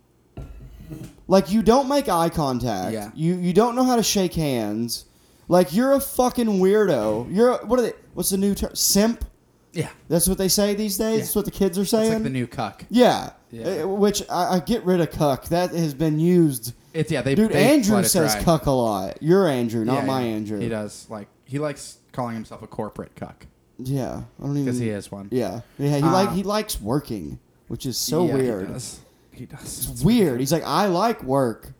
Speaker 2: Like you don't make eye contact.
Speaker 3: Yeah.
Speaker 2: You you don't know how to shake hands. Like you're a fucking weirdo. You're a, what are they? What's the new term? Simp.
Speaker 3: yeah.
Speaker 2: That's what they say these days.
Speaker 3: Yeah.
Speaker 2: That's what the kids are
Speaker 3: It's
Speaker 2: saying.
Speaker 3: like the new cuck.
Speaker 2: yeah.
Speaker 3: Yeah.
Speaker 2: Uh, Which I, I get rid of cuck. That has been used.
Speaker 3: It's yeah. They
Speaker 2: Dude,
Speaker 3: they
Speaker 2: Andrew
Speaker 3: let it
Speaker 2: says
Speaker 3: dry.
Speaker 2: cuck a lot. You're Andrew, not
Speaker 3: Yeah,
Speaker 2: my
Speaker 3: yeah.
Speaker 2: Andrew.
Speaker 3: He does like he likes calling himself a corporate cuck
Speaker 2: Yeah, I don't even.
Speaker 3: because he is one.
Speaker 2: Hmm. Yeah, yeah. He
Speaker 3: Uh,
Speaker 2: like he likes working, which is so
Speaker 3: Yeah,
Speaker 2: weird.
Speaker 3: He does. He does.
Speaker 2: It's weird. He's like, I like work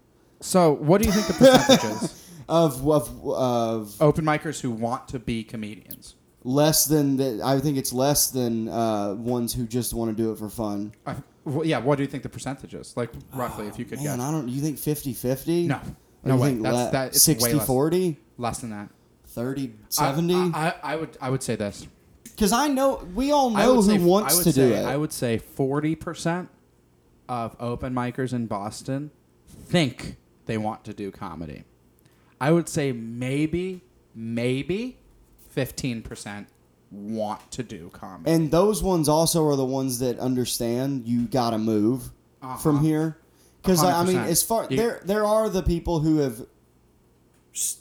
Speaker 3: So, what do you think the percentage is?
Speaker 2: of of of
Speaker 3: open micers who want to be comedians.
Speaker 2: less than the, I think it's less than uh, ones who just want to do it for fun.
Speaker 3: I, well, yeah, what do you think the percentage is? Like roughly, if you could
Speaker 2: Oh, Man,
Speaker 3: guess,
Speaker 2: I don't. You think 50-50?
Speaker 3: No.
Speaker 2: Or
Speaker 3: No
Speaker 2: you
Speaker 3: way.
Speaker 2: Think
Speaker 3: That's-
Speaker 2: le-
Speaker 3: that- it's way less.
Speaker 2: 60 40
Speaker 3: less than that.
Speaker 2: 30
Speaker 3: I-
Speaker 2: 70
Speaker 3: I, I, I would I would say this.
Speaker 2: because I know we all
Speaker 3: I
Speaker 2: know
Speaker 3: would
Speaker 2: who
Speaker 3: say, I
Speaker 2: wants
Speaker 3: would
Speaker 2: to
Speaker 3: say,
Speaker 2: do it.
Speaker 3: I would say forty percent of open micers in Boston think they want to do comedy. I would say maybe maybe fifteen percent want to do comedy.
Speaker 2: And those ones also are the ones that understand you got to move
Speaker 3: Uh-huh.
Speaker 2: from here. Because I mean,
Speaker 3: 100%.
Speaker 2: as far
Speaker 3: You-
Speaker 2: there there are the people who have s-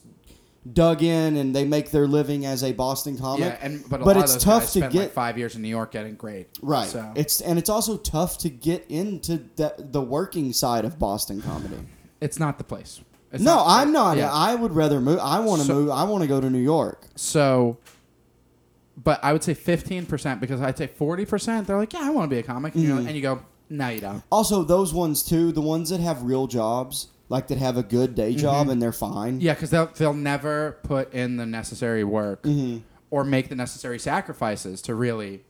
Speaker 2: dug in and they make their living as a Boston comic.
Speaker 3: yeah, and but, a
Speaker 2: but
Speaker 3: lot
Speaker 2: it's
Speaker 3: of those
Speaker 2: tough
Speaker 3: guys
Speaker 2: to
Speaker 3: spent
Speaker 2: get
Speaker 3: like five years in New York getting great.
Speaker 2: right.
Speaker 3: So
Speaker 2: It's and it's also tough to get into the, the working side of Boston comedy.
Speaker 3: it's not the place. It's
Speaker 2: no,
Speaker 3: not the
Speaker 2: I'm
Speaker 3: place.
Speaker 2: not.
Speaker 3: Yeah.
Speaker 2: I would rather move. I want to
Speaker 3: So-
Speaker 2: move. I want to go to New York.
Speaker 3: So, but I would say 15% because I'd say 40%. They're like, yeah, I want to be a comic. And,
Speaker 2: Mm.
Speaker 3: you're like- and you go, no, you don't.
Speaker 2: Also, those ones too, the ones that have real jobs, like that have a good day job
Speaker 3: Mm-hmm.
Speaker 2: and they're fine.
Speaker 3: Yeah, because they'll, they'll never put in the necessary work
Speaker 2: Mm-hmm.
Speaker 3: or make the necessary sacrifices to really,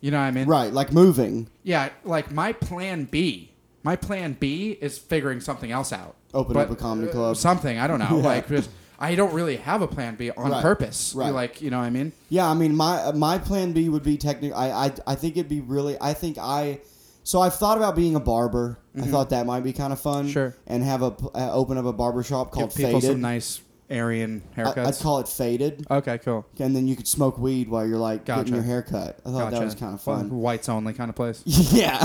Speaker 3: you know what I mean?
Speaker 2: Right, like moving.
Speaker 3: Yeah, like my plan B, my plan B is figuring something else out.
Speaker 2: Open up a comedy club.
Speaker 3: Something, I don't know.
Speaker 2: Yeah.
Speaker 3: Like, just, I don't really have a plan B on
Speaker 2: Right,
Speaker 3: purpose.
Speaker 2: right.
Speaker 3: Like, you know what I mean?
Speaker 2: Yeah, I mean, my uh, my plan B would be technically. I, I I think it'd be really. I think I. So I've thought about being a barber. I thought that might be kind of fun.
Speaker 3: Mm-hmm. Sure.
Speaker 2: And have a pl- uh, open up a barber shop called
Speaker 3: Give people
Speaker 2: Faded.
Speaker 3: some nice Aryan
Speaker 2: I, I'd
Speaker 3: haircuts.
Speaker 2: call it Faded,
Speaker 3: okay, cool.
Speaker 2: and then you could smoke weed while you're like
Speaker 3: Gotcha.
Speaker 2: getting your hair cut. I thought Oh, that was kind of fun.
Speaker 3: Well, whites only kind of place.
Speaker 2: yeah,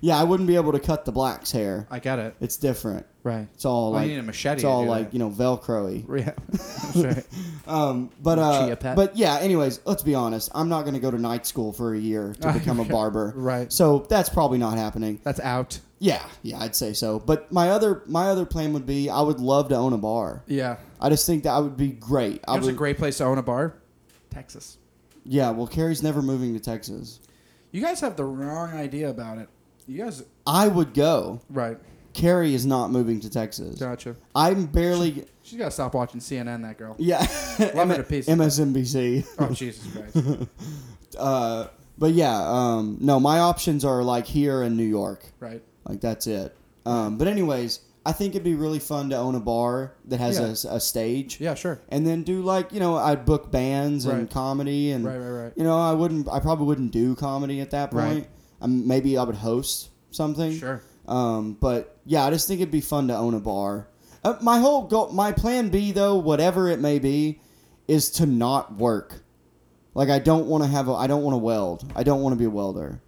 Speaker 2: yeah. I wouldn't be able to cut the blacks' hair.
Speaker 3: I get it.
Speaker 2: It's different.
Speaker 3: Right.
Speaker 2: It's all
Speaker 3: Well,
Speaker 2: like
Speaker 3: you need a machete
Speaker 2: It's
Speaker 3: to
Speaker 2: all
Speaker 3: do
Speaker 2: like
Speaker 3: that.
Speaker 2: you know Velcro-y.
Speaker 3: Yeah. That's right.
Speaker 2: Um, but
Speaker 3: Chia
Speaker 2: uh,
Speaker 3: pet.
Speaker 2: but yeah. Anyways, let's be honest. I'm not going to go to night school for a year to become a barber.
Speaker 3: Right.
Speaker 2: So that's probably not happening.
Speaker 3: That's out.
Speaker 2: Yeah, yeah, I'd say so. But my other my other plan would be I would love to own a bar.
Speaker 3: Yeah.
Speaker 2: I just think that would be great. I
Speaker 3: It was a
Speaker 2: would,
Speaker 3: great place to own a bar. Texas.
Speaker 2: yeah. Well, Carrie's never moving to Texas.
Speaker 3: You guys have the wrong idea about it. You guys
Speaker 2: I would go.
Speaker 3: right.
Speaker 2: Carrie is not moving to Texas.
Speaker 3: Gotcha.
Speaker 2: I'm barely.
Speaker 3: She's got to stop watching CNN, that girl.
Speaker 2: Yeah.
Speaker 3: Love her to pieces.
Speaker 2: MSNBC.
Speaker 3: Oh, Jesus Christ.
Speaker 2: Uh, but yeah, um, no, my options are like here in New York.
Speaker 3: Right.
Speaker 2: Like that's it. Um, but anyways, I think it'd be really fun to own a bar that has a s a a, stage.
Speaker 3: Yeah, sure.
Speaker 2: And then do like you know I'd book bands and
Speaker 3: Right.
Speaker 2: comedy and
Speaker 3: Right, right, right.
Speaker 2: you know I wouldn't I probably wouldn't do comedy at that
Speaker 3: Right.
Speaker 2: point. Um, maybe I would host something.
Speaker 3: Sure.
Speaker 2: Um, but yeah, I just think it'd be fun to own a bar. Uh, my whole goal, my plan B though, whatever it may be, is to not work. Like I don't want to have a, I don't want to weld. I don't want to be a welder.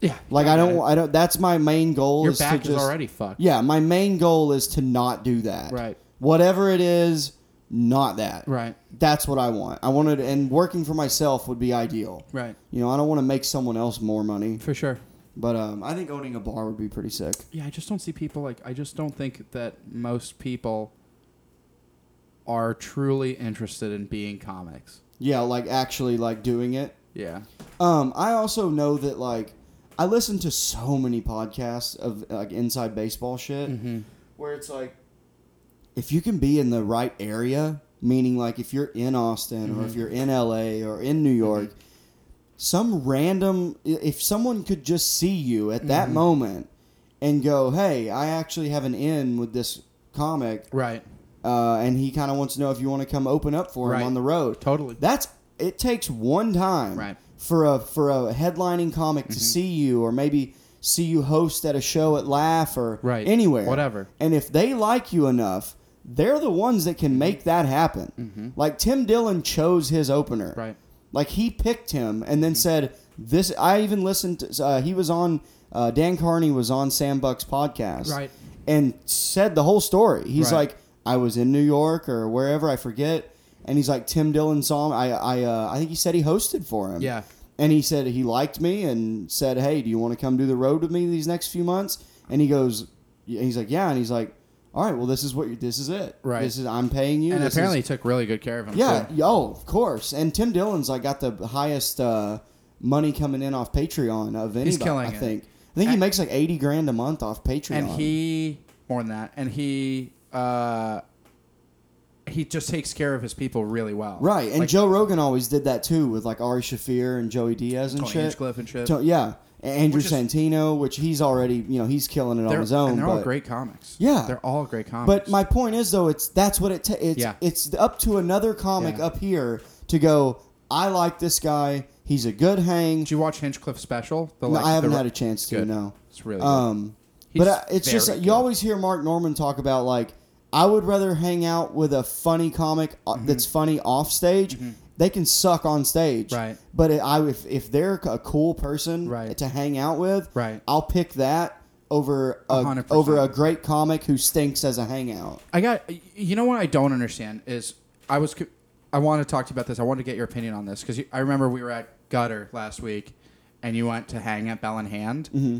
Speaker 3: Yeah.
Speaker 2: Like I don't I don't. That's my main goal.
Speaker 3: Your
Speaker 2: is
Speaker 3: back
Speaker 2: to
Speaker 3: is
Speaker 2: just,
Speaker 3: already fucked.
Speaker 2: Yeah, my main goal is to not do that.
Speaker 3: Right.
Speaker 2: Whatever it is, not that.
Speaker 3: Right.
Speaker 2: That's what I want. I wanted, and working for myself would be ideal.
Speaker 3: Right.
Speaker 2: You know, I don't want to make someone else more money,
Speaker 3: For sure.
Speaker 2: but um, I think owning a bar would be pretty sick.
Speaker 3: Yeah, I just don't see people like I just don't think that most people are truly interested in being comics.
Speaker 2: Yeah, like actually like doing it.
Speaker 3: Yeah.
Speaker 2: Um, I also know that like I listen to so many podcasts of like inside baseball
Speaker 3: Mm-hmm.
Speaker 2: shit, where it's like if you can be in the right area, meaning like if you're in Austin or if you're in LA or in New York, some random i- if someone could just see you at that moment and go, "Hey, I actually have an in with this comic."
Speaker 3: Right.
Speaker 2: uh, and he kind of wants to know if you want to come open up for him
Speaker 3: Right.
Speaker 2: on the road.
Speaker 3: Totally.
Speaker 2: That's it takes one time
Speaker 3: Right. Mm-hmm.
Speaker 2: for a for a headlining comic to see you or maybe see you host at a show at Laugh or
Speaker 3: Right.
Speaker 2: anywhere
Speaker 3: Whatever.
Speaker 2: And if they like you enough, they're the ones that
Speaker 3: Mm-hmm.
Speaker 2: can make that happen. Like Tim Dillon chose his opener.
Speaker 3: Right. Mm-hmm.
Speaker 2: Like he picked him and then said, "This." I even listened. To, uh, he was on. Uh, Dan Carney was on Sam Buck's podcast,
Speaker 3: Right.
Speaker 2: And said the whole story. He's
Speaker 3: Right.
Speaker 2: like, "I was in New York or wherever I forget," and he's like, "Tim Dillon saw him. I, I, uh, I think he said he hosted for him."
Speaker 3: Yeah.
Speaker 2: And he said he liked me and said, "Hey, do you want to come do the road with me these next few months?" And he goes, and "He's like, yeah," and he's like, "All right, well, this is what you, this is it.
Speaker 3: Right.
Speaker 2: This is I'm paying you."
Speaker 3: And
Speaker 2: This is-
Speaker 3: apparently he took really good care of him.
Speaker 2: yeah,
Speaker 3: too.
Speaker 2: y- oh, of course. And Tim Dillon's like got the highest uh, money coming in off Patreon of anybody.
Speaker 3: killing
Speaker 2: I
Speaker 3: it.
Speaker 2: think. I think he
Speaker 3: And-
Speaker 2: makes like eighty grand a month off Patreon.
Speaker 3: And he more than that. And he uh he just takes care of his people really well.
Speaker 2: right. And
Speaker 3: Like,
Speaker 2: Joe Rogan always did that too with like Ari Shafir and Joey Diaz and
Speaker 3: Tony
Speaker 2: shit.
Speaker 3: Hinchcliffe and shit.
Speaker 2: To- yeah, and Andrew
Speaker 3: Which is-
Speaker 2: Santino, which he's already you know he's killing it on
Speaker 3: they're,
Speaker 2: his own.
Speaker 3: and they're
Speaker 2: but,
Speaker 3: all great comics.
Speaker 2: Yeah.
Speaker 3: They're all great comics.
Speaker 2: But my point is though, it's that's what it ta- it's
Speaker 3: Yeah.
Speaker 2: it's up to another comic
Speaker 3: Yeah.
Speaker 2: up here to go. I like this guy. He's a good hang.
Speaker 3: Did you watch Hinchcliffe special? The,
Speaker 2: No,
Speaker 3: like,
Speaker 2: I haven't
Speaker 3: the-
Speaker 2: had a chance to.
Speaker 3: Good.
Speaker 2: No.
Speaker 3: It's really
Speaker 2: Um,
Speaker 3: He's
Speaker 2: but uh, it's just
Speaker 3: very
Speaker 2: you
Speaker 3: good.
Speaker 2: always hear Mark Norman talk about like I would rather hang out with a funny comic uh,
Speaker 3: Mm-hmm.
Speaker 2: that's funny off stage. They can suck on stage,
Speaker 3: Right.
Speaker 2: But it, I if if they're a cool person
Speaker 3: Right.
Speaker 2: to hang out with,
Speaker 3: Right.
Speaker 2: I'll pick that over a,
Speaker 3: 100%.
Speaker 2: over a great comic who stinks as a hangout.
Speaker 3: I got. You know what I don't understand is I was. co- I want to talk to you about this. I want to get your opinion on this because I remember we were at Gutter last week, and you went to hang at Bell and Hand. Mm-hmm.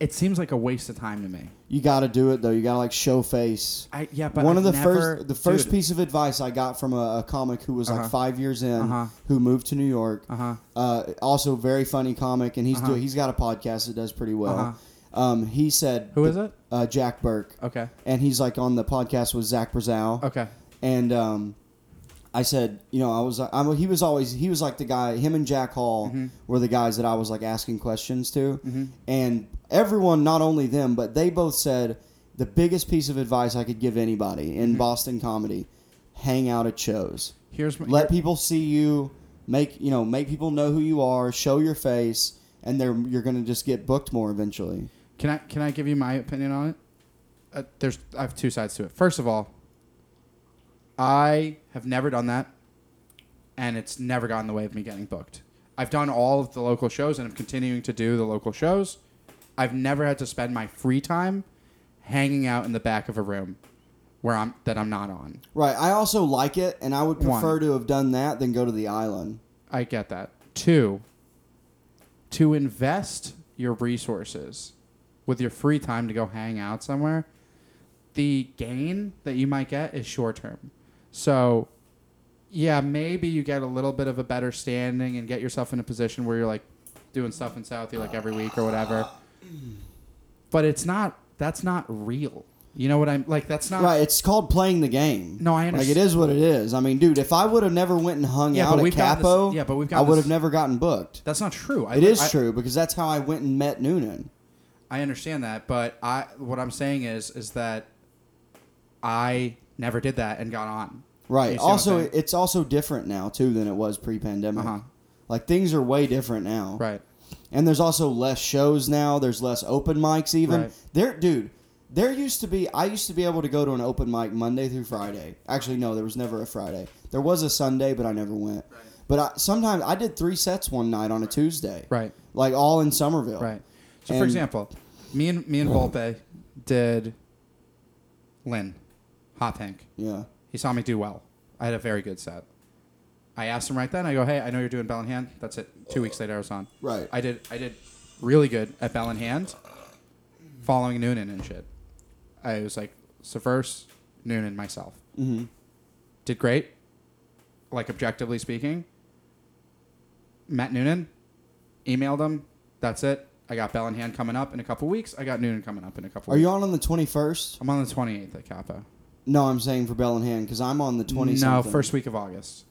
Speaker 3: It seems like a waste of time to me.
Speaker 2: You got to do it though. You got to like show face.
Speaker 3: I yeah, but
Speaker 2: one of
Speaker 3: I've
Speaker 2: the
Speaker 3: never-
Speaker 2: first the first
Speaker 3: Dude,
Speaker 2: piece of advice I got from a, a comic who was
Speaker 3: Uh-huh.
Speaker 2: like five years in,
Speaker 3: Uh-huh.
Speaker 2: who moved to New York.
Speaker 3: Uh-huh.
Speaker 2: Uh, also very funny comic, and he's
Speaker 3: Uh-huh.
Speaker 2: do, he's got a podcast that does pretty well.
Speaker 3: Uh-huh.
Speaker 2: Um, he said,
Speaker 3: Who is it?
Speaker 2: Uh, Jack Burke.
Speaker 3: Okay.
Speaker 2: And he's like on the podcast with Zach Brazow.
Speaker 3: Okay.
Speaker 2: And um, I said, you know, I was like, I'm, he was always he was like the guy. Him and Jack Hall were the guys that I was like asking questions to, and everyone, not only them, but they both said the biggest piece of advice I could give anybody in Boston comedy: hang out at shows,
Speaker 3: Here's my,
Speaker 2: let people see you, make you know, make people know who you are, show your face, and they're you're gonna just get booked more eventually.
Speaker 3: Can I can I give you my opinion on it? Uh, there's I have two sides to it. First of all, I have never done that, and it's never gotten in the way of me getting booked. I've done all of the local shows, and I'm continuing to do the local shows. I've never had to spend my free time hanging out in the back of a room where I'm that I'm not on.
Speaker 2: Right. I also like it, and I would
Speaker 3: One.
Speaker 2: prefer to have done that than go to the island.
Speaker 3: I get that. Two, to invest your resources with your free time to go hang out somewhere, the gain that you might get is short term. So, yeah, maybe you get a little bit of a better standing and get yourself in a position where you're like doing stuff in Southie like every week or whatever. But it's not that's not real. You know what I'm like? That's not
Speaker 2: Right, it's called playing the game.
Speaker 3: No, I
Speaker 2: Like
Speaker 3: understand.
Speaker 2: it is what it is. I mean, dude, if I would have never went and hung
Speaker 3: Yeah,
Speaker 2: out
Speaker 3: but
Speaker 2: at
Speaker 3: we've got this-
Speaker 2: Capo,
Speaker 3: yeah, but we've got
Speaker 2: I would
Speaker 3: this-
Speaker 2: have never gotten booked.
Speaker 3: That's not true. I,
Speaker 2: It is
Speaker 3: I-
Speaker 2: true because that's how I went and met Noonan.
Speaker 3: I understand that, but I what I'm saying is is that I never did that and got on.
Speaker 2: Right.
Speaker 3: You see what I'm
Speaker 2: Also,
Speaker 3: saying?
Speaker 2: it's also different now too than it was pre-pandemic.
Speaker 3: Uh-huh.
Speaker 2: Like things are way different now.
Speaker 3: right.
Speaker 2: And there's also less shows now. There's less open mics even.
Speaker 3: Right.
Speaker 2: There dude, there used to be I used to be able to go to an open mic Monday through Friday. Actually no, there was never a Friday. There was a Sunday, but I never went. But I, sometimes I did three sets one night on a Tuesday.
Speaker 3: Right.
Speaker 2: Like all in Somerville.
Speaker 3: Right. So
Speaker 2: And-
Speaker 3: for example, me and me and Volpe did Lynn Hot Pink.
Speaker 2: Yeah.
Speaker 3: He saw me do well. I had a very good set. I asked him right then. I go, "Hey, I know you're doing Bell in Hand." That's it. Two weeks later, I was on.
Speaker 2: Right.
Speaker 3: I did. I did really good at Bell in Hand, following Noonan and shit. I was like Severse, Noonan, myself. Mm-hmm. Did great. Like objectively speaking, Matt Noonan, emailed him. That's it. I got Bell in Hand coming up in a couple weeks. I got Noonan coming up in a couple.
Speaker 2: Are
Speaker 3: weeks.
Speaker 2: you on on the 21st?
Speaker 3: I'm on the 28th at Capo.
Speaker 2: No, I'm saying for Bell and Hand because I'm on the 20
Speaker 3: No, first week of August.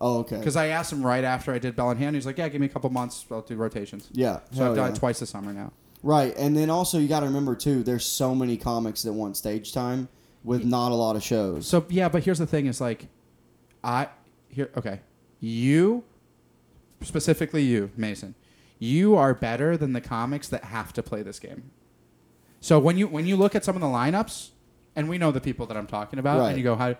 Speaker 2: Oh, okay.
Speaker 3: Because I asked him right after I did Bell in Hand, he's like, "Yeah, give me a couple months. I'll do rotations."
Speaker 2: Yeah.
Speaker 3: So
Speaker 2: hell
Speaker 3: I've done
Speaker 2: yeah.
Speaker 3: it twice this summer now.
Speaker 2: Right, and then also you got to remember too, there's so many comics that want stage time with not a lot of shows.
Speaker 3: So yeah, but here's the thing: is like, I here okay, you specifically you Mason, you are better than the comics that have to play this game. So when you when you look at some of the lineups, and we know the people that I'm talking about,
Speaker 2: Right.
Speaker 3: and you go how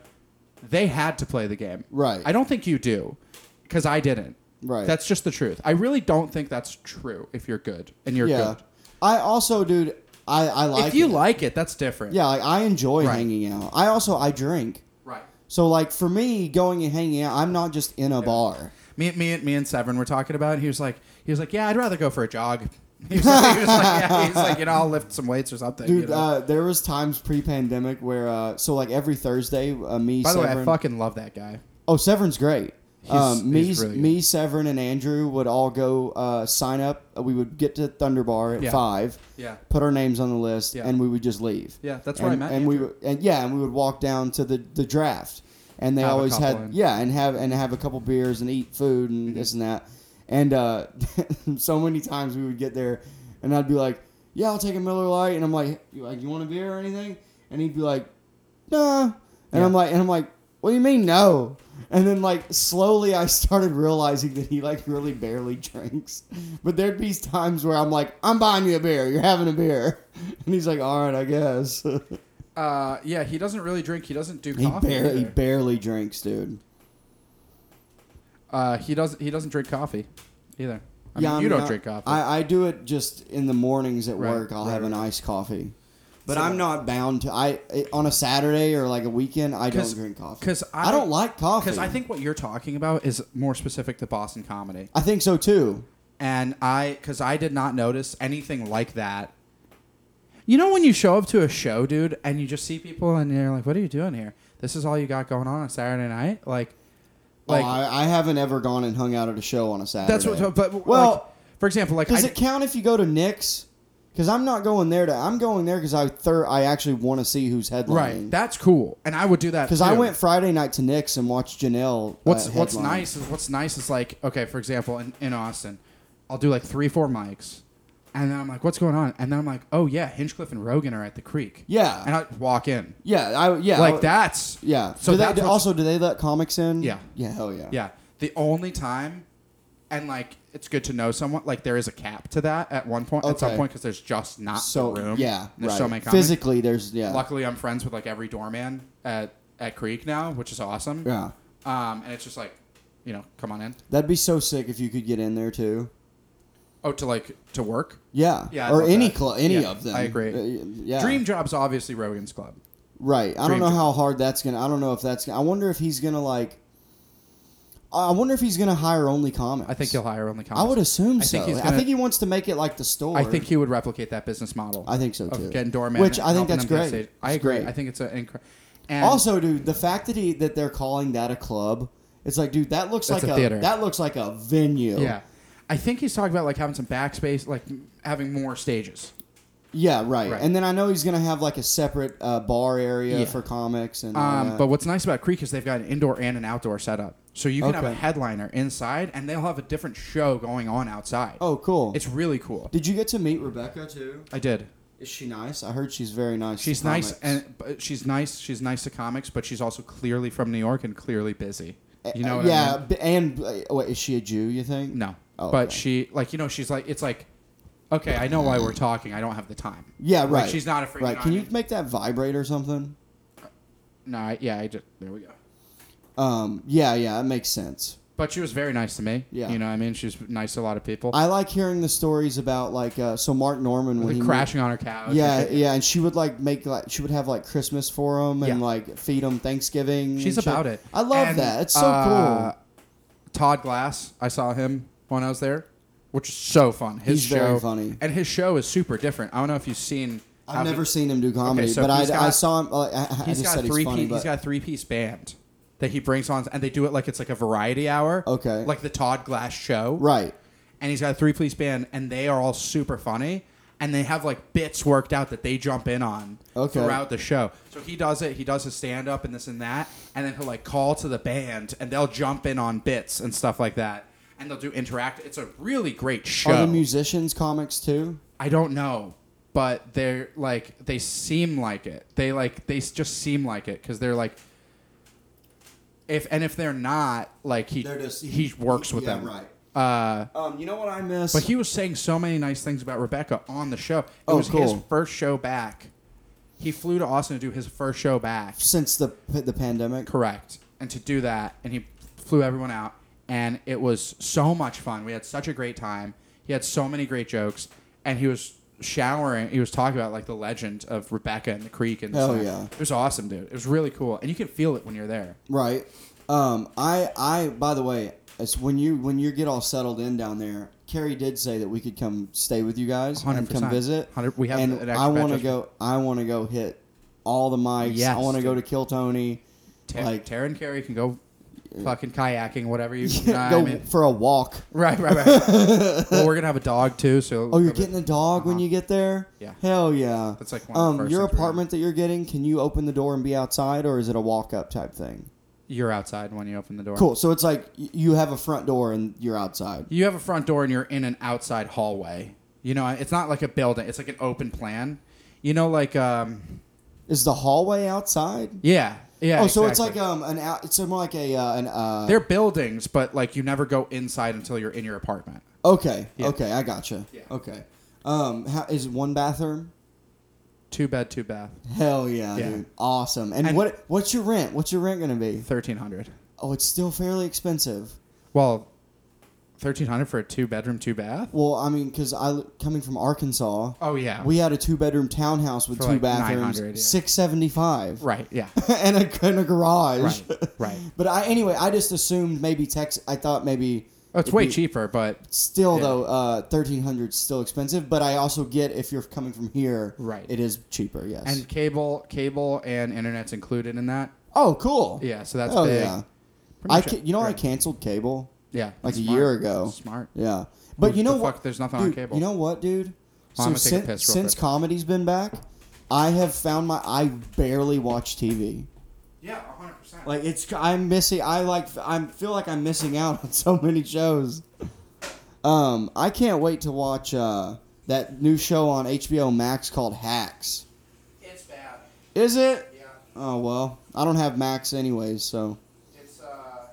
Speaker 3: they had to play the game.
Speaker 2: Right.
Speaker 3: I don't think you do, because I didn't.
Speaker 2: Right.
Speaker 3: That's just the truth. I really don't think that's true. If you're good and you're
Speaker 2: yeah,
Speaker 3: good.
Speaker 2: I also, dude, I I like
Speaker 3: if you
Speaker 2: it.
Speaker 3: like it, that's different.
Speaker 2: yeah, like, I enjoy
Speaker 3: Right.
Speaker 2: hanging out. I also I drink,
Speaker 3: Right.
Speaker 2: so like for me going and hanging out, I'm not just in a bar.
Speaker 3: Me, me, me and Severin were talking about it. And he was like, he was like, yeah, I'd rather go for a jog. He was like, he was like, yeah, he's like you know, I'll lift some weights or something. you
Speaker 2: Dude,
Speaker 3: know?
Speaker 2: uh, there was times pre-pandemic where uh, so like every Thursday, uh, me
Speaker 3: By the way, I
Speaker 2: Severin-
Speaker 3: fucking love that guy.
Speaker 2: Oh, Severin's great.
Speaker 3: He's-
Speaker 2: um, me,
Speaker 3: he's really
Speaker 2: me, Severin, and Andrew would all go uh, sign up. Uh, We would get to Thunder Bar at
Speaker 3: Yeah.
Speaker 2: five.
Speaker 3: Yeah.
Speaker 2: Put our names on the list,
Speaker 3: Yeah.
Speaker 2: and we would just leave.
Speaker 3: Yeah, that's
Speaker 2: and,
Speaker 3: where I met
Speaker 2: And we
Speaker 3: Andrew.
Speaker 2: would, and yeah, and we would walk down to the, the draft, and they
Speaker 3: Have a
Speaker 2: always had
Speaker 3: couple and-
Speaker 2: yeah, and have and have a couple beers and eat food and this and that, and uh, so many times we would get there, and I'd be like, yeah, I'll take a Miller Lite, and I'm like, you like you want a beer or anything, and he'd be like, nah. And
Speaker 3: Yeah.
Speaker 2: I'm like, and I'm like, what do you mean no? And then like slowly I started realizing that he like really barely drinks. But there'd be times where I'm like, I'm buying you a beer. You're having a beer. And he's like, all right, I guess. he
Speaker 3: Uh, yeah, he doesn't really drink. He doesn't do coffee.
Speaker 2: barely, he
Speaker 3: either.
Speaker 2: barely drinks, dude.
Speaker 3: uh, he doesn't. He doesn't drink coffee, either. I mean,
Speaker 2: I
Speaker 3: you
Speaker 2: mean,
Speaker 3: don't
Speaker 2: I-
Speaker 3: drink coffee.
Speaker 2: I, I do it just in the mornings at
Speaker 3: Right,
Speaker 2: work. I'll
Speaker 3: right,
Speaker 2: have an
Speaker 3: right.
Speaker 2: iced coffee. But
Speaker 3: So-
Speaker 2: I'm not bound to. I it- on a Saturday or like a weekend, I don't
Speaker 3: 'Cause-
Speaker 2: drink coffee
Speaker 3: 'cause
Speaker 2: I,
Speaker 3: I-
Speaker 2: don't like coffee.
Speaker 3: because I think what you're talking about is more specific to Boston comedy.
Speaker 2: I think so too.
Speaker 3: and I because I did not notice anything like that. You know when you show up to a show, dude, and you just see people and you're like, "What are you doing here? This is all you got going on on Saturday night?" Like, like
Speaker 2: oh, I, I haven't ever gone and hung out at a show on a Saturday.
Speaker 3: that's what. But well,
Speaker 2: Well,
Speaker 3: for example, like
Speaker 2: does
Speaker 3: I,
Speaker 2: it count if you go to Nick's? Because I'm not going there to. I'm going there because I thir- I actually want to see who's
Speaker 3: right,
Speaker 2: headlining.
Speaker 3: that's cool, and I would do that
Speaker 2: Because I
Speaker 3: too.
Speaker 2: went Friday night to Nick's and watched Janelle. uh,
Speaker 3: What's what's
Speaker 2: headline.
Speaker 3: nice is what's nice is like okay, for example, in, in Austin, I'll do like three four mics, and then I'm like, "What's going on?" And then I'm like, "Oh yeah, Hinchcliffe and Rogan are at the Creek."
Speaker 2: Yeah.
Speaker 3: and I walk in
Speaker 2: Yeah, I yeah I-
Speaker 3: like that's
Speaker 2: Yeah.
Speaker 3: So
Speaker 2: So do they,
Speaker 3: that's
Speaker 2: do-
Speaker 3: what's-
Speaker 2: also do they let comics in?
Speaker 3: Yeah.
Speaker 2: Yeah. Hell yeah.
Speaker 3: Yeah. The only time, and like, it's good to know someone. Like, there is a cap to that at one point, at some
Speaker 2: Okay.
Speaker 3: point, because there's just not
Speaker 2: Uh, So
Speaker 3: the room.
Speaker 2: yeah,
Speaker 3: There's
Speaker 2: right.
Speaker 3: so many comics.
Speaker 2: physically there's yeah.
Speaker 3: Luckily, I'm friends with like every doorman at at Creek now, which is awesome.
Speaker 2: Yeah.
Speaker 3: Um, and it's just like, you know, come on in.
Speaker 2: That'd be so sick if you could get in there too.
Speaker 3: Oh, to like to work.
Speaker 2: Yeah.
Speaker 3: Yeah, I'd
Speaker 2: or
Speaker 3: love
Speaker 2: any
Speaker 3: that.
Speaker 2: cl- any
Speaker 3: Yeah,
Speaker 2: of them.
Speaker 3: I agree.
Speaker 2: Uh, yeah.
Speaker 3: Dream job's obviously Rogan's Club.
Speaker 2: Right. I don't
Speaker 3: Dream
Speaker 2: know
Speaker 3: job.
Speaker 2: how hard that's gonna. I don't know if that's. gonna I wonder if he's gonna like. I wonder if he's gonna hire only comics.
Speaker 3: I think he'll hire only
Speaker 2: I
Speaker 3: comics.
Speaker 2: would assume
Speaker 3: I
Speaker 2: so.
Speaker 3: think he's
Speaker 2: I
Speaker 3: gonna-
Speaker 2: think he wants to make it like the store.
Speaker 3: I think he would replicate that business model.
Speaker 2: I think so, too.
Speaker 3: Of getting doorman,
Speaker 2: Which I
Speaker 3: and
Speaker 2: think that's
Speaker 3: helping them get
Speaker 2: great.
Speaker 3: stage- I
Speaker 2: It's
Speaker 3: agree.
Speaker 2: great.
Speaker 3: I think it's an incredible. And
Speaker 2: also, dude, the fact that he that they're calling that a club, it's like, dude, that looks
Speaker 3: That's
Speaker 2: like
Speaker 3: a
Speaker 2: a,
Speaker 3: theater.
Speaker 2: that looks like a venue.
Speaker 3: Yeah. I think he's talking about like having some backspace, like having more stages.
Speaker 2: Yeah, right.
Speaker 3: Right.
Speaker 2: And then I know he's gonna have like a separate uh, bar area
Speaker 3: Yeah.
Speaker 2: for comics and. uh, all
Speaker 3: Um,
Speaker 2: that.
Speaker 3: but what's nice about Creek is they've got an indoor and an outdoor setup, so you can have a
Speaker 2: Okay.
Speaker 3: headliner inside, and they'll have a different show going on outside.
Speaker 2: oh, cool.
Speaker 3: it's really cool.
Speaker 2: Did you get to meet Rebecca too?
Speaker 3: I did.
Speaker 2: Is she nice? I heard she's very nice. to
Speaker 3: She's nice,
Speaker 2: comics.
Speaker 3: and but she's nice. She's nice to comics, but she's also clearly from New York and clearly busy. You
Speaker 2: Uh,
Speaker 3: know? What I
Speaker 2: yeah,
Speaker 3: mean?
Speaker 2: b- and uh, wait, is she a Jew? You think?
Speaker 3: No.
Speaker 2: Oh,
Speaker 3: but
Speaker 2: okay.
Speaker 3: she like you know she's like it's like okay I know why we're talking I don't have the time.
Speaker 2: Yeah,
Speaker 3: Like,
Speaker 2: right.
Speaker 3: she's not afraid.
Speaker 2: Right?
Speaker 3: you know
Speaker 2: Can
Speaker 3: what
Speaker 2: you
Speaker 3: I mean?
Speaker 2: make that vibrate or something?
Speaker 3: No. I, yeah. I just there we go.
Speaker 2: Um. Yeah. Yeah. That makes sense.
Speaker 3: But she was very nice to me.
Speaker 2: Yeah.
Speaker 3: You know what I mean she was nice to a lot of people.
Speaker 2: I like hearing the stories about like uh, so Mark Norman when
Speaker 3: like
Speaker 2: he
Speaker 3: crashing on her couch.
Speaker 2: Yeah,
Speaker 3: and shit.
Speaker 2: yeah, and she would like make like she would have like Christmas for him and
Speaker 3: Yeah.
Speaker 2: like feed him Thanksgiving.
Speaker 3: She's
Speaker 2: and shit.
Speaker 3: about it.
Speaker 2: I love
Speaker 3: And,
Speaker 2: that. It's so
Speaker 3: uh,
Speaker 2: cool.
Speaker 3: Todd Glass, I saw him when I was there, which is so fun. His
Speaker 2: He's
Speaker 3: show,
Speaker 2: very funny.
Speaker 3: and his show is super different. I don't know if you've seen. how
Speaker 2: I've
Speaker 3: he-
Speaker 2: never seen him do comedy,
Speaker 3: so
Speaker 2: but I,
Speaker 3: he's got-
Speaker 2: I saw him. Like, I, I
Speaker 3: He's
Speaker 2: just
Speaker 3: got
Speaker 2: said he's
Speaker 3: three.
Speaker 2: funny,
Speaker 3: piece,
Speaker 2: but
Speaker 3: he's got a three piece band that he brings on, and they do it like it's like a variety hour.
Speaker 2: Okay.
Speaker 3: Like the Todd Glass show.
Speaker 2: right.
Speaker 3: And he's got a three piece band, and they are all super funny. And they have like bits worked out that they jump in on
Speaker 2: Okay.
Speaker 3: throughout the show. So he does it. He does his stand up and this and that, and then he'll like call to the band, and they'll jump in on bits and stuff like that. And they'll do interact. It's a really great show.
Speaker 2: Are the musicians comics too?
Speaker 3: I don't know, but they're like they seem like it. They like they s- just seem like it because they're like if and if they're not like he
Speaker 2: They're just-
Speaker 3: he, works with
Speaker 2: yeah,
Speaker 3: them.
Speaker 2: right.
Speaker 3: Uh,
Speaker 2: Um, you know what I miss?
Speaker 3: but he was saying so many nice things about Rebecca on the show. It
Speaker 2: Oh,
Speaker 3: was his
Speaker 2: cool.
Speaker 3: first show back. He flew to Austin to do his first show back.
Speaker 2: since the the pandemic.
Speaker 3: Correct. And to do that, and he flew everyone out, and it was so much fun. We had such a great time. He had so many great jokes, and he was showering. He was talking about like the legend of Rebecca and the creek and
Speaker 2: Hell
Speaker 3: stuff.
Speaker 2: Oh, yeah.
Speaker 3: it was awesome, dude. It was really cool, and you can feel it when you're there.
Speaker 2: Right. Um, I I by the way, it's when you when you get all settled in down there, Carrie did say that we could come stay with you guys and come
Speaker 3: 100%.
Speaker 2: visit.
Speaker 3: 100 we have
Speaker 2: and
Speaker 3: an extra
Speaker 2: I want to
Speaker 3: bedroom.
Speaker 2: go. I want to go hit all the mics.
Speaker 3: Yes,
Speaker 2: I want to go to
Speaker 3: dude.
Speaker 2: Kill Tony.
Speaker 3: Ta-
Speaker 2: Like-
Speaker 3: Taryn Carey can go fucking kayaking, whatever you. you know what I
Speaker 2: go
Speaker 3: mean?
Speaker 2: for a walk.
Speaker 3: Right, right, right. well, we're gonna have a dog too, so.
Speaker 2: Oh, you're getting a dog when
Speaker 3: Uh-huh.
Speaker 2: you get there.
Speaker 3: Yeah.
Speaker 2: Hell yeah.
Speaker 3: That's like one of the
Speaker 2: um
Speaker 3: first
Speaker 2: your
Speaker 3: things we're
Speaker 2: apartment that you're getting. Can you open the door and be outside, or is it a walk up type thing?
Speaker 3: You're outside when you open the door.
Speaker 2: Cool. So it's like y- you have a front door and you're outside.
Speaker 3: you have a front door and you're in an outside hallway. You know, it's not like a building. It's like an open plan. You know, like um,
Speaker 2: Is the hallway outside?
Speaker 3: yeah, yeah.
Speaker 2: oh, so it's like um
Speaker 3: exactly.
Speaker 2: an out, it's more like a uh, an uh
Speaker 3: they're buildings, but like you never go inside until you're in your apartment.
Speaker 2: okay
Speaker 3: Yeah.
Speaker 2: okay I gotcha
Speaker 3: Yeah.
Speaker 2: okay um how, is it one bathroom
Speaker 3: Two bed, two bath,
Speaker 2: hell yeah,
Speaker 3: Yeah.
Speaker 2: dude awesome and,
Speaker 3: And-
Speaker 2: what what's your rent what's your rent gonna be
Speaker 3: thirteen hundred.
Speaker 2: oh it's still fairly expensive
Speaker 3: Well, thirteen hundred for a two bedroom, two bath.
Speaker 2: well I mean because I coming from Arkansas
Speaker 3: Oh yeah,
Speaker 2: we had a two bedroom townhouse with
Speaker 3: For
Speaker 2: two
Speaker 3: like
Speaker 2: bathrooms
Speaker 3: 900, yeah.
Speaker 2: six seventy five
Speaker 3: right, yeah,
Speaker 2: and a and a garage
Speaker 3: right, right.
Speaker 2: but I anyway I just assumed maybe Texas I thought maybe
Speaker 3: Oh, it's
Speaker 2: it'd
Speaker 3: way
Speaker 2: be-
Speaker 3: cheaper, but
Speaker 2: Still
Speaker 3: Yeah.
Speaker 2: though, uh, thirteen hundred still expensive, but I also get if you're coming from here,
Speaker 3: Right.
Speaker 2: It is cheaper, yes.
Speaker 3: and cable, cable and internet's included in that.
Speaker 2: oh, cool.
Speaker 3: Yeah, so that's
Speaker 2: oh
Speaker 3: big.
Speaker 2: yeah.
Speaker 3: Pretty
Speaker 2: I
Speaker 3: much
Speaker 2: ca-
Speaker 3: it.
Speaker 2: you know I
Speaker 3: Right.
Speaker 2: canceled cable
Speaker 3: Yeah,
Speaker 2: like a
Speaker 3: smart.
Speaker 2: year ago.
Speaker 3: Smart.
Speaker 2: Yeah, but you know
Speaker 3: the
Speaker 2: what?
Speaker 3: fuck, there's nothing on
Speaker 2: dude,
Speaker 3: cable.
Speaker 2: You know what, dude?
Speaker 3: Hold on, I'm gonna
Speaker 2: so
Speaker 3: take a
Speaker 2: since,
Speaker 3: piss real
Speaker 2: since
Speaker 3: quick.
Speaker 2: comedy's been back, I have found my I barely watch TV.
Speaker 3: Yeah, hundred percent.
Speaker 2: Like it's I'm missing. I like I feel like I'm missing out on so many shows. Um, I can't wait to watch uh, that new show on HBO Max called Hacks.
Speaker 3: it's bad.
Speaker 2: Is it?
Speaker 3: Yeah.
Speaker 2: Oh well, I don't have Max anyways, so
Speaker 3: It's uh,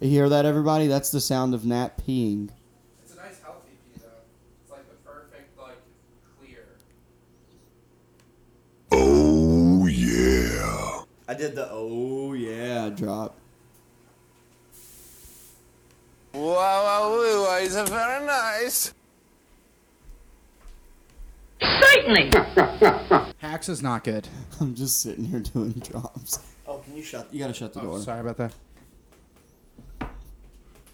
Speaker 2: you hear that everybody? That's the sound of Nat peeing.
Speaker 3: it's a nice healthy pee though. It's like the perfect like clear.
Speaker 1: Oh, yeah.
Speaker 2: I did the oh yeah drop.
Speaker 5: Wow, wow, woo, wow, is very nice.
Speaker 6: Certainly.
Speaker 3: Hacks is not good.
Speaker 2: I'm just sitting here doing drops. Oh, can you shut? Oh, You gotta shut the door.
Speaker 3: Sorry about that.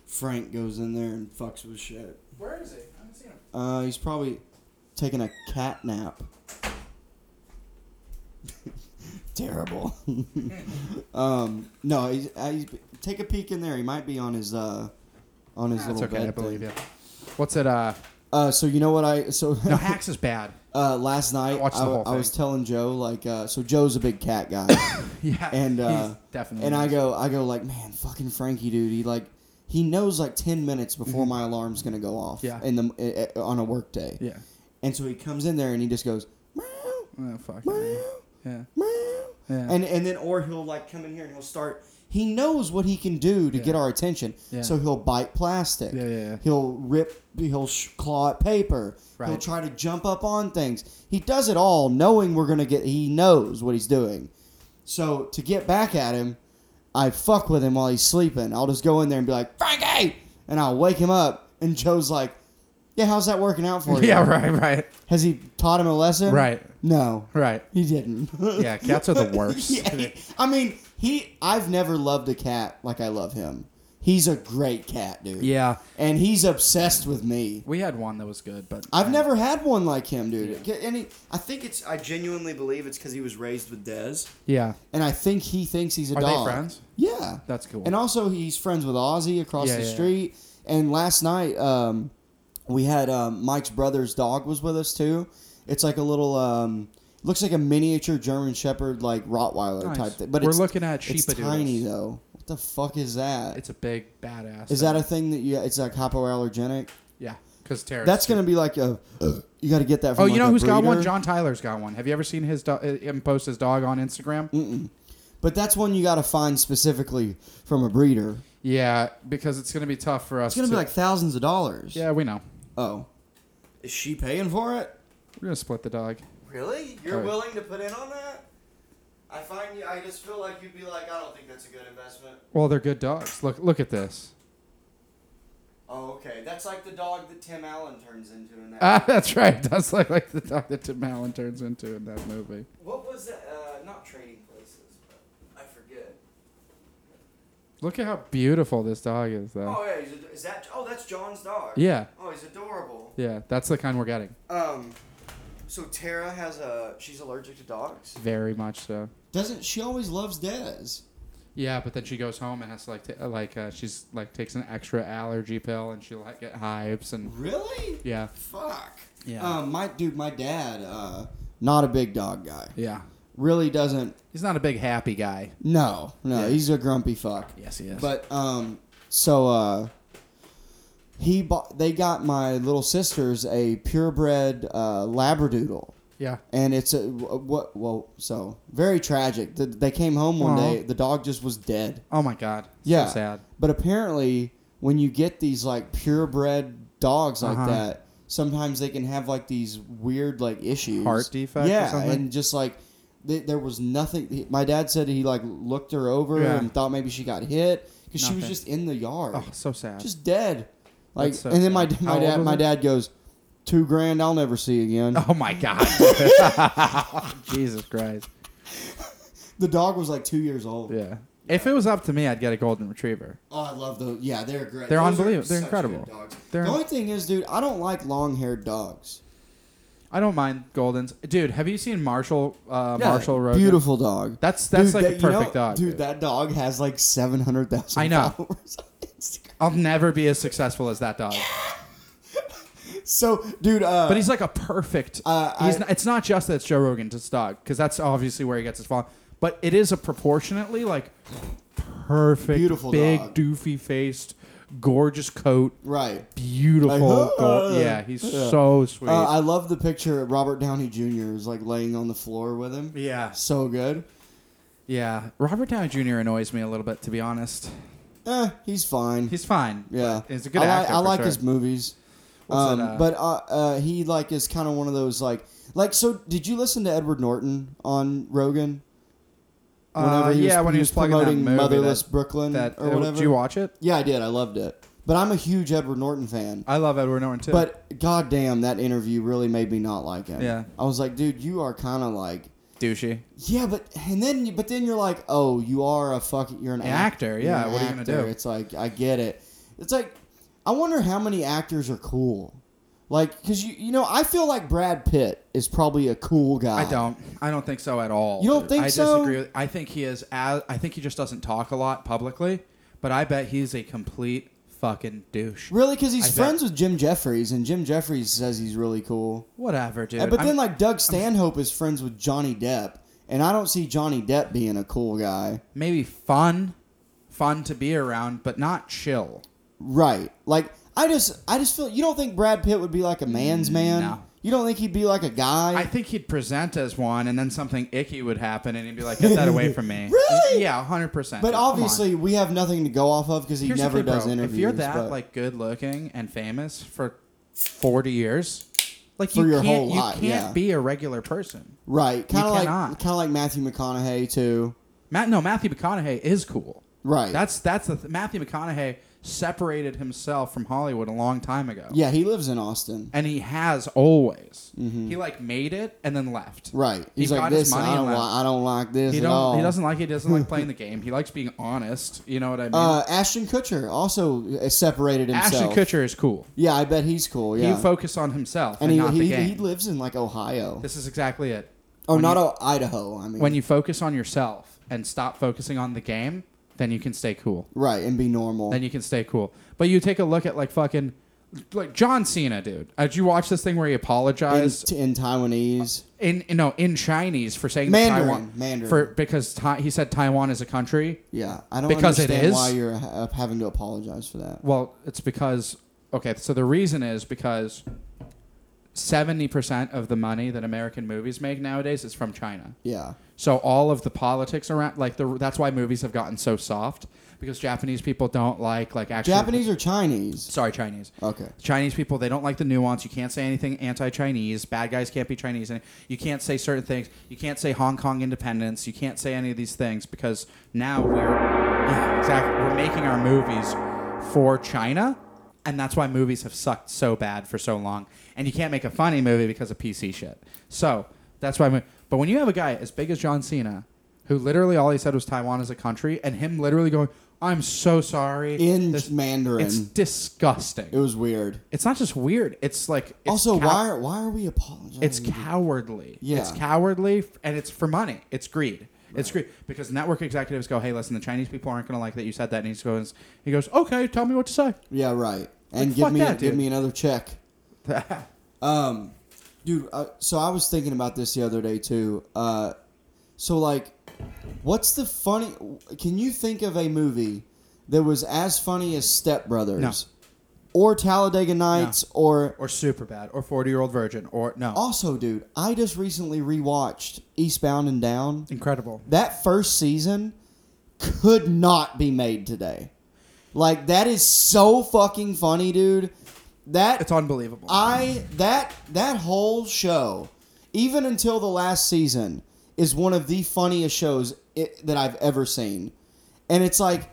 Speaker 2: Frank goes in there and fucks with shit.
Speaker 3: Where is it? I haven't seen him.
Speaker 2: Uh, he's probably taking a cat nap. Terrible. um, no, he's, uh, he's, take a peek in there. He might be on his uh, on his
Speaker 3: That's
Speaker 2: little
Speaker 3: okay.
Speaker 2: bed.
Speaker 3: I believe
Speaker 2: thing.
Speaker 3: you. What's it? Uh,
Speaker 2: Uh, so you know what I so
Speaker 3: no, Hacks is bad.
Speaker 2: uh, last night. I,
Speaker 3: watched the whole
Speaker 2: I was
Speaker 3: thing.
Speaker 2: telling Joe like, uh, so Joe's a big cat guy,
Speaker 3: Yeah,
Speaker 2: and
Speaker 3: he's
Speaker 2: uh,
Speaker 3: definitely.
Speaker 2: and I
Speaker 3: is.
Speaker 2: go, I go like, man, fucking Frankie, dude. He like, he knows like ten minutes before my alarm's gonna go off.
Speaker 3: Mm-hmm. Yeah.
Speaker 2: in the uh, on a work day.
Speaker 3: yeah.
Speaker 2: and so he comes in there and he just goes, meow,
Speaker 3: Oh, fuck.
Speaker 2: meow,
Speaker 3: Yeah.
Speaker 2: meow,
Speaker 3: Yeah.
Speaker 2: and and then or he'll like come in here and he'll start. He knows what he can do to
Speaker 3: Yeah.
Speaker 2: get our attention,
Speaker 3: Yeah.
Speaker 2: so he'll bite plastic.
Speaker 3: Yeah, yeah, yeah.
Speaker 2: He'll rip. He'll sh- claw at paper. He'll
Speaker 3: Right.
Speaker 2: try to jump up on things. He does it all knowing we're gonna get. He knows what he's doing. So to get back at him, I fuck with him while he's sleeping. I'll just go in there and be like Frankie, and I'll wake him up. And Joe's like, "Yeah, how's that working out for you?
Speaker 3: Yeah. Right. Right.
Speaker 2: Has he taught him a lesson?
Speaker 3: Right.
Speaker 2: No,
Speaker 3: Right.
Speaker 2: he didn't.
Speaker 3: Yeah. Cats are the worst.
Speaker 2: Yeah, he- I mean, he. I've never loved a cat like I love him. He's a great cat, dude.
Speaker 3: Yeah.
Speaker 2: and he's obsessed with me.
Speaker 3: We had one that was good, but
Speaker 2: I've never had one like him, dude. And he, I think it's. I genuinely believe it's because he was raised with Dez,
Speaker 3: Yeah.
Speaker 2: and I think he thinks he's a
Speaker 3: Are they
Speaker 2: dog.
Speaker 3: friends?
Speaker 2: Yeah,
Speaker 3: That's cool.
Speaker 2: And also, he's friends with Ozzy across
Speaker 3: Yeah,
Speaker 2: the
Speaker 3: yeah, yeah.
Speaker 2: street. And last night, um, we had um, Mike's brother's dog was with us too. It's like a little. Um, Looks like a miniature German Shepherd, like Rottweiler
Speaker 3: Nice.
Speaker 2: type thing. But
Speaker 3: We're
Speaker 2: it's,
Speaker 3: looking at
Speaker 2: it's
Speaker 3: Sheepadoodles.
Speaker 2: tiny though. What the fuck is that?
Speaker 3: It's a big badass.
Speaker 2: Is that a thing that you? It's like hypoallergenic.
Speaker 3: yeah? Because terrorists.
Speaker 2: That's gonna be like a. You got to get that. From
Speaker 3: Oh,
Speaker 2: like
Speaker 3: you know
Speaker 2: a
Speaker 3: who's got one?
Speaker 2: breeder.
Speaker 3: John Tyler's got one. Have you ever seen his do- uh, him post his dog on Instagram?
Speaker 2: But that's one you got to find specifically from a breeder.
Speaker 3: Yeah, because it's gonna be tough for us.
Speaker 2: It's gonna
Speaker 3: to-
Speaker 2: be like thousands of dollars.
Speaker 3: yeah, we know.
Speaker 2: Oh. Is she paying for it?
Speaker 3: We're gonna split the dog.
Speaker 2: Really?
Speaker 3: Right.
Speaker 2: willing to put in on that? I find you. I just feel like you'd be like, I don't think that's a good investment.
Speaker 3: Well, they're good dogs. Look, look at this.
Speaker 2: Oh, okay. That's like the dog that Tim Allen turns into in that.
Speaker 3: Ah, that's right. It does look like the dog that Tim Allen turns into in that movie.
Speaker 2: what was that? Uh, not trading places, but I forget.
Speaker 3: Look at how beautiful this dog is, though.
Speaker 2: Oh, yeah, he's a, is that? Oh, that's John's dog.
Speaker 3: Yeah,
Speaker 2: Oh, he's adorable.
Speaker 3: yeah. That's the kind we're getting.
Speaker 2: Um, so Tara has a. She's allergic to dogs.
Speaker 3: Very much so.
Speaker 2: Doesn't she always loves Dez?
Speaker 3: Yeah, but then she goes home and has to like t- uh, like uh, she's like takes an extra allergy pill and she'll like get hives and
Speaker 2: Really?
Speaker 3: yeah
Speaker 2: Fuck.
Speaker 3: Yeah.
Speaker 2: Um, my dude, my dad, uh, not a big dog guy.
Speaker 3: yeah.
Speaker 2: Really doesn't.
Speaker 3: He's not a big happy guy.
Speaker 2: No, no,
Speaker 3: Yeah.
Speaker 2: he's a grumpy fuck.
Speaker 3: Yes, he is.
Speaker 2: But um, so uh, he bought. They got my little sisters a purebred uh, labradoodle.
Speaker 3: yeah,
Speaker 2: and it's a what well so very tragic Th- they came home one
Speaker 3: Aw.
Speaker 2: day the dog just was dead
Speaker 3: Oh my god.
Speaker 2: yeah
Speaker 3: So sad.
Speaker 2: but apparently when you get these like purebred dogs like
Speaker 3: Uh-huh.
Speaker 2: that sometimes they can have like these weird like issues
Speaker 3: Heart defect or
Speaker 2: yeah
Speaker 3: something?
Speaker 2: and just like th- there was nothing he- my dad said he like looked her over
Speaker 3: Yeah.
Speaker 2: and thought maybe she got hit because she was
Speaker 3: Nothing.
Speaker 2: just in the yard
Speaker 3: Oh, so sad.
Speaker 2: just dead like
Speaker 3: That's so
Speaker 2: and then my
Speaker 3: sad. How
Speaker 2: my
Speaker 3: old
Speaker 2: dad
Speaker 3: was
Speaker 2: my
Speaker 3: it?
Speaker 2: dad goes two grand I'll never see again
Speaker 3: oh my god. Jesus Christ.
Speaker 2: the dog was like two years old
Speaker 3: Yeah. If it was up to me, I'd get a golden retriever.
Speaker 2: Oh, I love those. Yeah, they're great.
Speaker 3: They're
Speaker 2: Those are
Speaker 3: unbelievable. They're
Speaker 2: such
Speaker 3: incredible.
Speaker 2: good dogs.
Speaker 3: They're-
Speaker 2: the only thing is, dude, I don't like long-haired dogs.
Speaker 3: I don't mind goldens, dude. Have you seen Marshall? Uh, Marshall Rogan.
Speaker 2: beautiful dog.
Speaker 3: That's that's
Speaker 2: Dude,
Speaker 3: like
Speaker 2: that-
Speaker 3: the
Speaker 2: you know-
Speaker 3: perfect dog.
Speaker 2: Dude,
Speaker 3: Dude,
Speaker 2: that dog has like seven hundred thousand.
Speaker 3: I know.
Speaker 2: Followers on Instagram.
Speaker 3: I'll never be as successful as that dog.
Speaker 2: So, dude, uh,
Speaker 3: But he's like a perfect.
Speaker 2: Uh,
Speaker 3: he's
Speaker 2: I-
Speaker 3: not, it's not just that it's Joe Rogan, it's dog, because that's obviously where he gets his fall. But it is a proportionately like perfect,
Speaker 2: Beautiful
Speaker 3: big,
Speaker 2: dog.
Speaker 3: doofy faced, gorgeous coat,
Speaker 2: right.
Speaker 3: beautiful.
Speaker 2: Like,
Speaker 3: gold-
Speaker 2: "Huh?"
Speaker 3: yeah, he's
Speaker 2: Uh-huh. Yeah.
Speaker 3: so sweet.
Speaker 2: Uh, I love the picture. of Robert Downey Jr. is like laying on the floor with him.
Speaker 3: yeah,
Speaker 2: So good.
Speaker 3: yeah. Robert Downey Jr. annoys me a little bit, to be honest.
Speaker 2: Eh, he's fine.
Speaker 3: He's fine.
Speaker 2: yeah,
Speaker 3: but he's a good
Speaker 2: I like,
Speaker 3: actor.
Speaker 2: I
Speaker 3: for
Speaker 2: like
Speaker 3: sure.
Speaker 2: his movies.
Speaker 3: What's
Speaker 2: Um,
Speaker 3: that, uh,
Speaker 2: but uh, uh, he like is kind of one of those like like. So, did you listen to Edward Norton on Rogan?
Speaker 3: Uh,
Speaker 2: whenever he was-
Speaker 3: yeah, when
Speaker 2: he
Speaker 3: he
Speaker 2: was
Speaker 3: was plugging that
Speaker 2: promoting
Speaker 3: movie
Speaker 2: Motherless
Speaker 3: that-
Speaker 2: Brooklyn
Speaker 3: that,
Speaker 2: or
Speaker 3: uh,
Speaker 2: whatever.
Speaker 3: Did you watch it?
Speaker 2: Yeah, I did. I loved it. But I'm a huge Edward Norton fan.
Speaker 3: I love Edward Norton too.
Speaker 2: But goddamn, that interview really made me not like him.
Speaker 3: Yeah.
Speaker 2: I was like, dude, you are kind of like,
Speaker 3: douchey.
Speaker 2: yeah, but and then you- but then you're like, oh, you are a fucking, you're an,
Speaker 3: An
Speaker 2: act-
Speaker 3: actor,
Speaker 2: you're
Speaker 3: yeah,
Speaker 2: an
Speaker 3: what are you gonna
Speaker 2: actor.
Speaker 3: do?
Speaker 2: It's like I get it. It's like I wonder how many actors are cool. Like, cause you you know, I feel like Brad Pitt is probably a cool guy.
Speaker 3: I don't. I don't think so at all.
Speaker 2: Ah. You don't
Speaker 3: dude.
Speaker 2: think
Speaker 3: I
Speaker 2: so?
Speaker 3: disagree. With, I think he is. As, I think he just doesn't talk a lot publicly. But I bet he's a complete fucking douche.
Speaker 2: Really, because he's
Speaker 3: I bet.
Speaker 2: friends with Jim Jeffries, and Jim Jeffries says he's really cool.
Speaker 3: Whatever, dude.
Speaker 2: but
Speaker 3: I'm-
Speaker 2: then, like Doug Stanhope is friends with Johnny Depp, and I don't see Johnny Depp being a cool guy.
Speaker 3: maybe fun, fun to be around, but not chill.
Speaker 2: Right. Like I just I just feel you don't think Brad Pitt would be like a man's man?
Speaker 3: Mm, no.
Speaker 2: You don't think he'd be like a guy?
Speaker 3: I think he'd present as one, and then something icky would happen, and he'd be like, "Get that away from me."
Speaker 2: Really?
Speaker 3: Yeah, hundred percent.
Speaker 2: but obviously we have nothing to go off of because he
Speaker 3: Here's the
Speaker 2: never
Speaker 3: thing,
Speaker 2: does
Speaker 3: bro.
Speaker 2: interviews.
Speaker 3: If you're that
Speaker 2: but-
Speaker 3: like good looking and famous for forty years, like
Speaker 2: For
Speaker 3: you
Speaker 2: your
Speaker 3: can't,
Speaker 2: whole
Speaker 3: you
Speaker 2: life,
Speaker 3: can't
Speaker 2: yeah.
Speaker 3: be a regular person.
Speaker 2: right, kind of like kind
Speaker 3: cannot.
Speaker 2: of like Matthew McConaughey too.
Speaker 3: Matt, no, Matthew McConaughey is cool.
Speaker 2: Right.
Speaker 3: That's that's the th- Matthew McConaughey separated himself from Hollywood a long time ago.
Speaker 2: yeah, he lives in Austin.
Speaker 3: and he has always. He like made it and then left.
Speaker 2: Mm-hmm. Right.
Speaker 3: He
Speaker 2: He's like
Speaker 3: got his
Speaker 2: this.
Speaker 3: money
Speaker 2: I
Speaker 3: and
Speaker 2: don't. Li-
Speaker 3: left.
Speaker 2: I don't like this
Speaker 3: He
Speaker 2: at
Speaker 3: don't.
Speaker 2: all.
Speaker 3: He doesn't like. He doesn't like playing the game. He likes being honest. You know what I mean?
Speaker 2: Uh, Ashton Kutcher also uh, separated
Speaker 3: Ashton
Speaker 2: himself.
Speaker 3: Kutcher is cool.
Speaker 2: Yeah, I bet he's cool. Yeah.
Speaker 3: He focused on himself and,
Speaker 2: and he,
Speaker 3: not the
Speaker 2: he,
Speaker 3: game.
Speaker 2: he lives in like Ohio.
Speaker 3: this is exactly it.
Speaker 2: Or
Speaker 3: when
Speaker 2: not
Speaker 3: you-
Speaker 2: oh, Idaho, I mean.
Speaker 3: When you focus on yourself and stop focusing on the game, then you can stay cool.
Speaker 2: right, and be normal.
Speaker 3: Then you can stay cool. But you take a look at like fucking, like John Cena, dude. Uh, Did you watch this thing where he
Speaker 2: in,
Speaker 3: apologized?
Speaker 2: in Taiwanese.
Speaker 3: in you know in Chinese for saying
Speaker 2: Mandarin,
Speaker 3: Taiwan
Speaker 2: Mandarin.
Speaker 3: for because Tai he said Taiwan is a country.
Speaker 2: Yeah, I don't
Speaker 3: Because it
Speaker 2: understand
Speaker 3: is?
Speaker 2: why you're ha- uh, having to apologize for that.
Speaker 3: Well, it's because okay, so the reason is because seventy percent of the money that American movies make nowadays is from China.
Speaker 2: Yeah,
Speaker 3: So all of the politics around, like the that's why movies have gotten so soft because Japanese people don't like like actually
Speaker 2: Japanese or Chinese?
Speaker 3: Sorry, Chinese.
Speaker 2: Okay.
Speaker 3: Chinese people they don't like the nuance. You can't say anything anti-Chinese. Bad guys can't be Chinese. And You can't say certain things. You can't say Hong Kong independence. You can't say any of these things because now we're yeah, exactly we're making our movies for China, and that's why movies have sucked so bad for so long. And you can't make a funny movie because of PC shit. So that's why. Mo- but when you have a guy as big as John Cena, who literally all he said was Taiwan is a country, and him literally going. I'm so sorry.
Speaker 2: In
Speaker 3: This-
Speaker 2: Mandarin.
Speaker 3: It's disgusting.
Speaker 2: It was weird.
Speaker 3: It's not just weird. It's like it's
Speaker 2: also,
Speaker 3: cow-
Speaker 2: why are, why are we apologizing?
Speaker 3: it's cowardly.
Speaker 2: Yeah.
Speaker 3: it's cowardly, f- and it's for money. It's greed. It's greed because network executives go, "Hey, listen, the Chinese people aren't going to like that you said that." And he just goes, "He goes, okay, tell me what to say."
Speaker 2: yeah, right. And
Speaker 3: Like,
Speaker 2: give
Speaker 3: fuck
Speaker 2: me
Speaker 3: that,
Speaker 2: give
Speaker 3: dude.
Speaker 2: me another check. um, dude. Uh, so I was thinking about this the other day too. Uh, so like, what's the funny? Can you think of a movie that was as funny as Step Brothers,
Speaker 3: No.
Speaker 2: or Talladega Nights, or
Speaker 3: Or super bad, or forty-year-old virgin, or no,
Speaker 2: Also, dude, I just recently rewatched Eastbound and Down.
Speaker 3: incredible.
Speaker 2: That first season could not be made today. Like that is so fucking funny, dude. That
Speaker 3: It's unbelievable.
Speaker 2: I that that whole show, even until the last season, is one of the funniest shows it, that I've ever seen. And it's like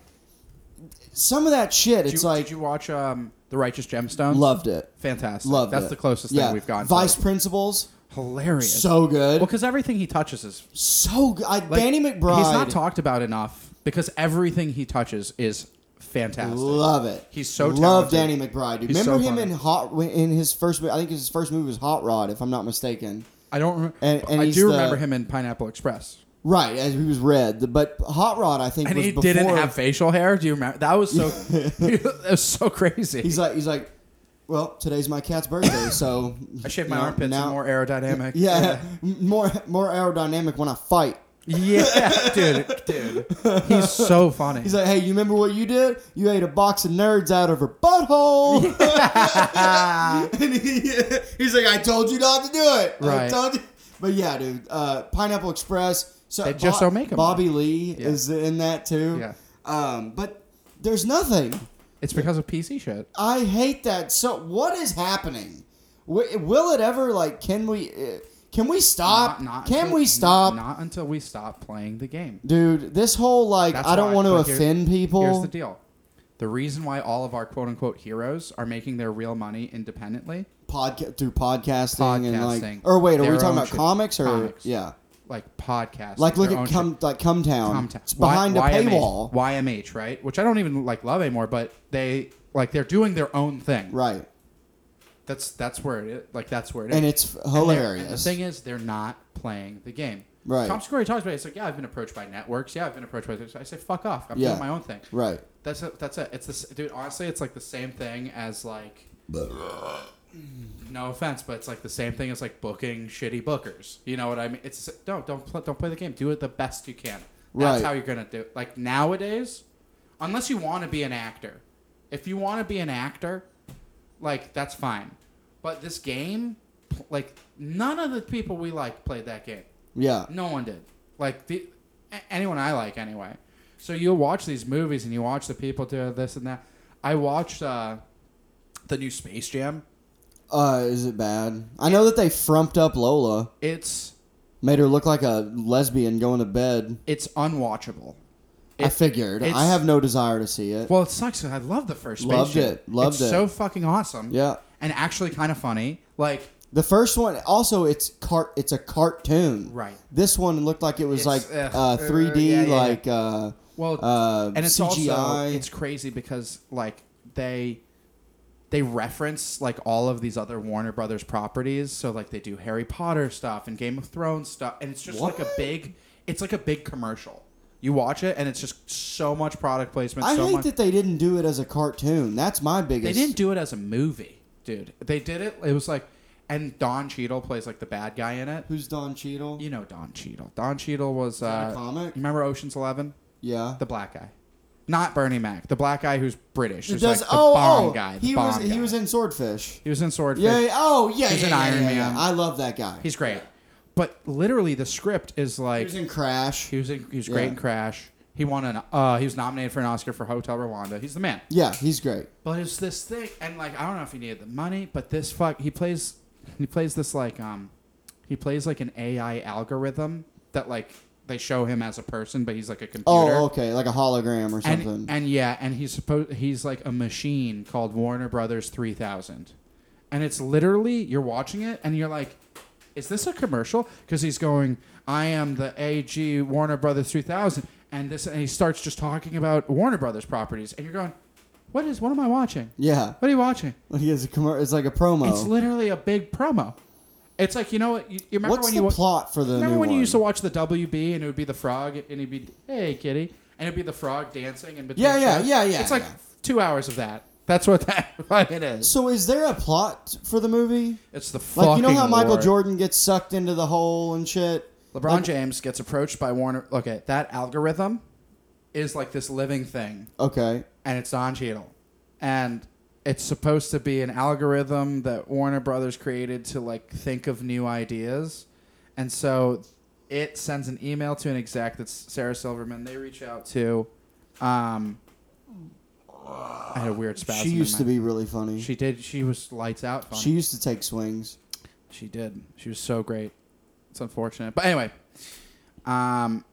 Speaker 2: some of that shit.
Speaker 3: did
Speaker 2: It's
Speaker 3: you,
Speaker 2: like
Speaker 3: did you watch um, the Righteous Gemstones?
Speaker 2: loved it,
Speaker 3: fantastic.
Speaker 2: loved
Speaker 3: That's
Speaker 2: it.
Speaker 3: the closest
Speaker 2: yeah.
Speaker 3: thing we've gotten. to
Speaker 2: Vice
Speaker 3: it.
Speaker 2: principals,
Speaker 3: hilarious.
Speaker 2: so good.
Speaker 3: well, because everything he touches is
Speaker 2: so good. I,
Speaker 3: Like,
Speaker 2: Danny McBride.
Speaker 3: He's not talked about enough because everything he touches is fantastic.
Speaker 2: Love it.
Speaker 3: He's so
Speaker 2: love
Speaker 3: talented.
Speaker 2: Danny McBride. Dude.
Speaker 3: He's
Speaker 2: Remember
Speaker 3: so
Speaker 2: him in
Speaker 3: funny.
Speaker 2: Hot in his first. mo- I think his first movie was Hot Rod, if I'm not mistaken.
Speaker 3: I don't. Rem-
Speaker 2: And- and
Speaker 3: I
Speaker 2: he's
Speaker 3: do
Speaker 2: the-
Speaker 3: remember him in Pineapple Express,
Speaker 2: Right, as he was red, The- but Hot Rod I think
Speaker 3: and
Speaker 2: was
Speaker 3: he
Speaker 2: before.
Speaker 3: didn't have facial hair. Do you remember? That was so. that was so crazy.
Speaker 2: he's like he's like, well, today's my cat's birthday, so
Speaker 3: I shaved my
Speaker 2: you know,
Speaker 3: armpits.
Speaker 2: now-
Speaker 3: and more aerodynamic.
Speaker 2: Yeah, more more aerodynamic when I fight.
Speaker 3: yeah, dude, dude. He's so funny.
Speaker 2: He's like, hey, you remember what you did? You ate a box of nerds out of her butthole. and he, he's like, I told you not to do it. I
Speaker 3: Right.
Speaker 2: told you. But yeah, dude, uh, Pineapple Express. So
Speaker 3: They just don't make 'em.
Speaker 2: Bobby Lee
Speaker 3: Yeah.
Speaker 2: is in that too.
Speaker 3: Yeah.
Speaker 2: Um, but there's nothing.
Speaker 3: it's because of PC shit.
Speaker 2: I hate that. So what is happening? Wi- Will it ever like? Can we? uh, Can we stop?
Speaker 3: Not- not
Speaker 2: can
Speaker 3: until-
Speaker 2: we stop?
Speaker 3: Not until we stop playing the game.
Speaker 2: Dude, this whole like
Speaker 3: That's
Speaker 2: I don't
Speaker 3: why-
Speaker 2: want to
Speaker 3: but here-
Speaker 2: offend people.
Speaker 3: Here's the deal. The reason why all of our quote unquote heroes are making their real money independently
Speaker 2: podcast through podcasting, and like
Speaker 3: Podcasting.
Speaker 2: or wait are
Speaker 3: Their
Speaker 2: we talking
Speaker 3: own
Speaker 2: about
Speaker 3: shit.
Speaker 2: comics or
Speaker 3: Comics.
Speaker 2: yeah
Speaker 3: like podcasts.
Speaker 2: like look
Speaker 3: their own
Speaker 2: at come like Cumtown
Speaker 3: shit. Comta-
Speaker 2: it's behind a
Speaker 3: Y- YMH,
Speaker 2: paywall
Speaker 3: YMH, right? Which I don't even like love anymore, but they like they're doing their own thing.
Speaker 2: right
Speaker 3: That's that's where it is. like that's where it is.
Speaker 2: and it's
Speaker 3: And they're- and
Speaker 2: hilarious
Speaker 3: the thing is, they're not playing the game.
Speaker 2: Right.
Speaker 3: Tom Scory talks about it. It's like, yeah, I've been approached by networks. Yeah, I've been approached by this. I say, fuck off. I'm
Speaker 2: Yeah.
Speaker 3: doing my own thing.
Speaker 2: Right.
Speaker 3: That's it. That's it. It's this, dude. Honestly, it's like the same thing as like. No offense, but it's like the same thing as like booking shitty bookers. You know what I mean? It's no, don't pl- don't play the game. Do it the best you can. That's
Speaker 2: Right.
Speaker 3: how you're gonna do. it. Like nowadays, unless you want to be an actor, if you want to be an actor, like that's fine. But this game, pl- like none of the people we like played that game.
Speaker 2: Yeah.
Speaker 3: No one did. Like the a- anyone I like anyway. So you'll watch these movies and you watch the people do this and that. I watched uh, the new Space Jam.
Speaker 2: Uh, is it bad? I know that they frumped up Lola,
Speaker 3: It's
Speaker 2: made her look like a lesbian going to bed.
Speaker 3: it's unwatchable.
Speaker 2: I
Speaker 3: It-
Speaker 2: figured.
Speaker 3: it's-
Speaker 2: I have no desire to see it.
Speaker 3: Well, it sucks. 'cause I love the first. Space
Speaker 2: Loved
Speaker 3: Jam.
Speaker 2: it, loved
Speaker 3: it's
Speaker 2: it.
Speaker 3: So fucking awesome.
Speaker 2: Yeah.
Speaker 3: And actually, kind of funny. Like
Speaker 2: The first one, also, it's cart. It's a cartoon.
Speaker 3: Right.
Speaker 2: This one looked like it was
Speaker 3: It's-
Speaker 2: like
Speaker 3: ugh.
Speaker 2: uh, 3D,
Speaker 3: Yeah, yeah, yeah.
Speaker 2: like uh,
Speaker 3: well,
Speaker 2: uh,
Speaker 3: and it's
Speaker 2: CGI.
Speaker 3: also it's crazy because like they they reference like all of these other Warner Brothers properties. So like they do Harry Potter stuff and Game of Thrones stuff, and it's just like a
Speaker 2: What?
Speaker 3: big it's like a big commercial. You watch it, and it's just so much product placement.
Speaker 2: I
Speaker 3: so
Speaker 2: hate
Speaker 3: much.
Speaker 2: that they didn't do it as a cartoon. That's my biggest.
Speaker 3: They didn't do it as a movie, dude. They did it. It was like, and Don Cheadle plays like the bad guy in it.
Speaker 2: Who's Don Cheadle?
Speaker 3: You know Don Cheadle. Don Cheadle was
Speaker 2: that
Speaker 3: uh,
Speaker 2: a comic?
Speaker 3: Remember Ocean's Eleven?
Speaker 2: yeah.
Speaker 3: The black guy, not Bernie Mac. The black guy who's British. Who's
Speaker 2: Does- oh,
Speaker 3: like the bomb guy. The
Speaker 2: he
Speaker 3: bomb
Speaker 2: was he
Speaker 3: guy.
Speaker 2: was in Swordfish.
Speaker 3: He was in Swordfish.
Speaker 2: Yeah. yeah, Oh yeah.
Speaker 3: He's
Speaker 2: yeah,
Speaker 3: an
Speaker 2: yeah,
Speaker 3: Iron
Speaker 2: yeah, yeah.
Speaker 3: Man.
Speaker 2: I love that guy.
Speaker 3: He's great, but literally the script is
Speaker 2: He
Speaker 3: like
Speaker 2: was in Crash.
Speaker 3: he was, in, he was great
Speaker 2: Yeah.
Speaker 3: in Crash. He won an uh, he was nominated for an Oscar for Hotel Rwanda. He's the man.
Speaker 2: Yeah, he's great.
Speaker 3: But it's this thing, and like I don't know if he needed the money, but this fuck he plays he plays this like um he plays like an AI algorithm that like they show him as a person, but he's like a computer.
Speaker 2: Oh, okay, like a hologram or something.
Speaker 3: And, and yeah, and he's supposed he's like a machine called Warner Brothers three thousand, and it's literally you're watching it and you're like, is this a commercial? Because he's going, I am the AG Warner Brothers three thousand, and this and he starts just talking about Warner Brothers properties, and you're going, what is what am I watching?
Speaker 2: yeah,
Speaker 3: What are you watching?
Speaker 2: like it's a commer- It's like a promo.
Speaker 3: It's literally a big promo. It's like you know what you, you remember
Speaker 2: What's
Speaker 3: when
Speaker 2: the
Speaker 3: you wa-
Speaker 2: plot for the
Speaker 3: remember
Speaker 2: new
Speaker 3: when
Speaker 2: one?
Speaker 3: you used to watch the WB and it would be the frog and it'd be hey kitty and it'd be the frog dancing and
Speaker 2: Yeah, yeah, yeah, yeah,
Speaker 3: It's like
Speaker 2: yeah.
Speaker 3: two hours of that. That's what that it is.
Speaker 2: so is there a plot for the movie?
Speaker 3: It's the fucking
Speaker 2: Like you know how Michael
Speaker 3: war.
Speaker 2: Jordan gets sucked into the hole and shit.
Speaker 3: LeBron
Speaker 2: Like-
Speaker 3: James gets approached by Warner. Look at that algorithm, is like this living thing.
Speaker 2: Okay.
Speaker 3: and it's Don Cheadle, and it's supposed to be an algorithm that Warner Brothers created to like think of new ideas, and so it sends an email to an exec that's Sarah Silverman. They reach out to, um, I had a weird spasm.
Speaker 2: She
Speaker 3: in
Speaker 2: used
Speaker 3: my-
Speaker 2: to be really funny.
Speaker 3: She did. She was lights out. Funny.
Speaker 2: she used to take swings.
Speaker 3: She did. She was so great. It's unfortunate. But anyway, um,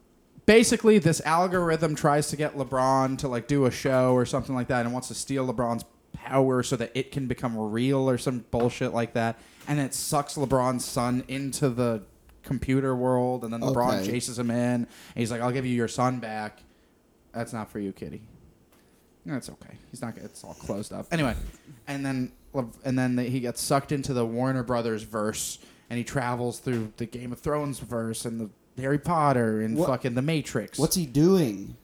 Speaker 3: basically, this algorithm tries to get LeBron to like do a show or something like that, and wants to steal LeBron's power so that it can become real or some bullshit like that. And it sucks LeBron's son into the computer world, and then LeBron
Speaker 2: Okay.
Speaker 3: chases him in. And he's like, "I'll give you your son back." That's not for you, Kitty. That's okay. He's not. It's all closed up. Anyway, and then and then he gets sucked into the Warner Brothers verse, and he travels through the Game of Thrones verse and the Harry Potter and
Speaker 2: What-
Speaker 3: fucking the Matrix.
Speaker 2: What's he doing?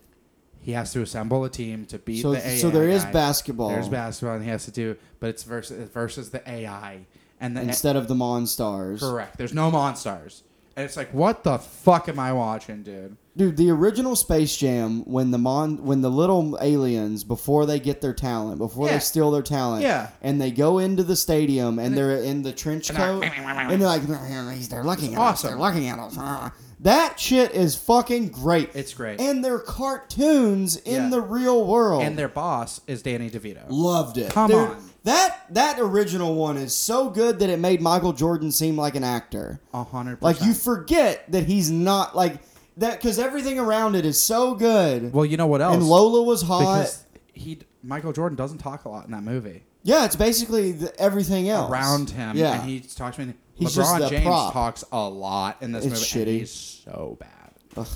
Speaker 3: he has to assemble a team to beat
Speaker 2: So-
Speaker 3: the AI.
Speaker 2: so there is
Speaker 3: guy.
Speaker 2: basketball.
Speaker 3: There's basketball, and he has to do. But it's versus versus the AI, and the
Speaker 2: Instead of the Monstars.
Speaker 3: Eh. correct. There's no monsters, and it's like, what the fuck am I watching, dude?
Speaker 2: Dude, the original Space Jam when the mon when the little aliens before they get their talent, before
Speaker 3: Yeah.
Speaker 2: they steal their talent,
Speaker 3: Yeah.
Speaker 2: and they go into the stadium and they're in the trench coat and they're like they're looking at us, they're
Speaker 3: awesome.
Speaker 2: looking at us. Ah. That shit is fucking great.
Speaker 3: It's great.
Speaker 2: And they're cartoons in
Speaker 3: Yeah.
Speaker 2: the real world.
Speaker 3: And their boss is Danny DeVito.
Speaker 2: loved it.
Speaker 3: Come
Speaker 2: Dude,
Speaker 3: on.
Speaker 2: That that original one is so good that it made Michael Jordan seem like an actor.
Speaker 3: A hundred.
Speaker 2: Like you
Speaker 3: percent.
Speaker 2: forget that he's not like that because everything around it is so good.
Speaker 3: Well, you know what else?
Speaker 2: and Lola was hot.
Speaker 3: because he Michael Jordan doesn't talk a lot in that movie
Speaker 2: yeah, it's basically the, everything else
Speaker 3: around him.
Speaker 2: Yeah,
Speaker 3: and he talks to me.
Speaker 2: He's just
Speaker 3: LeBron
Speaker 2: the
Speaker 3: James
Speaker 2: prop.
Speaker 3: talks a lot in this
Speaker 2: It's
Speaker 3: movie. and
Speaker 2: shitty.
Speaker 3: he's so bad.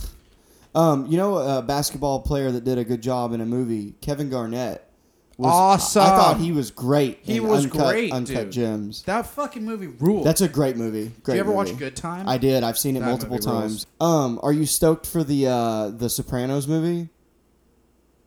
Speaker 2: um, you know, a basketball player that did a good job in a movie, Kevin Garnett, was
Speaker 3: awesome.
Speaker 2: I thought he was great.
Speaker 3: He
Speaker 2: in
Speaker 3: was
Speaker 2: Uncut-
Speaker 3: great,
Speaker 2: Uncut
Speaker 3: dude.
Speaker 2: Gems.
Speaker 3: That fucking movie ruled.
Speaker 2: That's a great movie. Great
Speaker 3: Did you ever
Speaker 2: movie.
Speaker 3: watch Good Time?
Speaker 2: I did. I've seen it
Speaker 3: That
Speaker 2: multiple
Speaker 3: movie rules.
Speaker 2: times. Um, are you stoked for the uh, the Sopranos movie?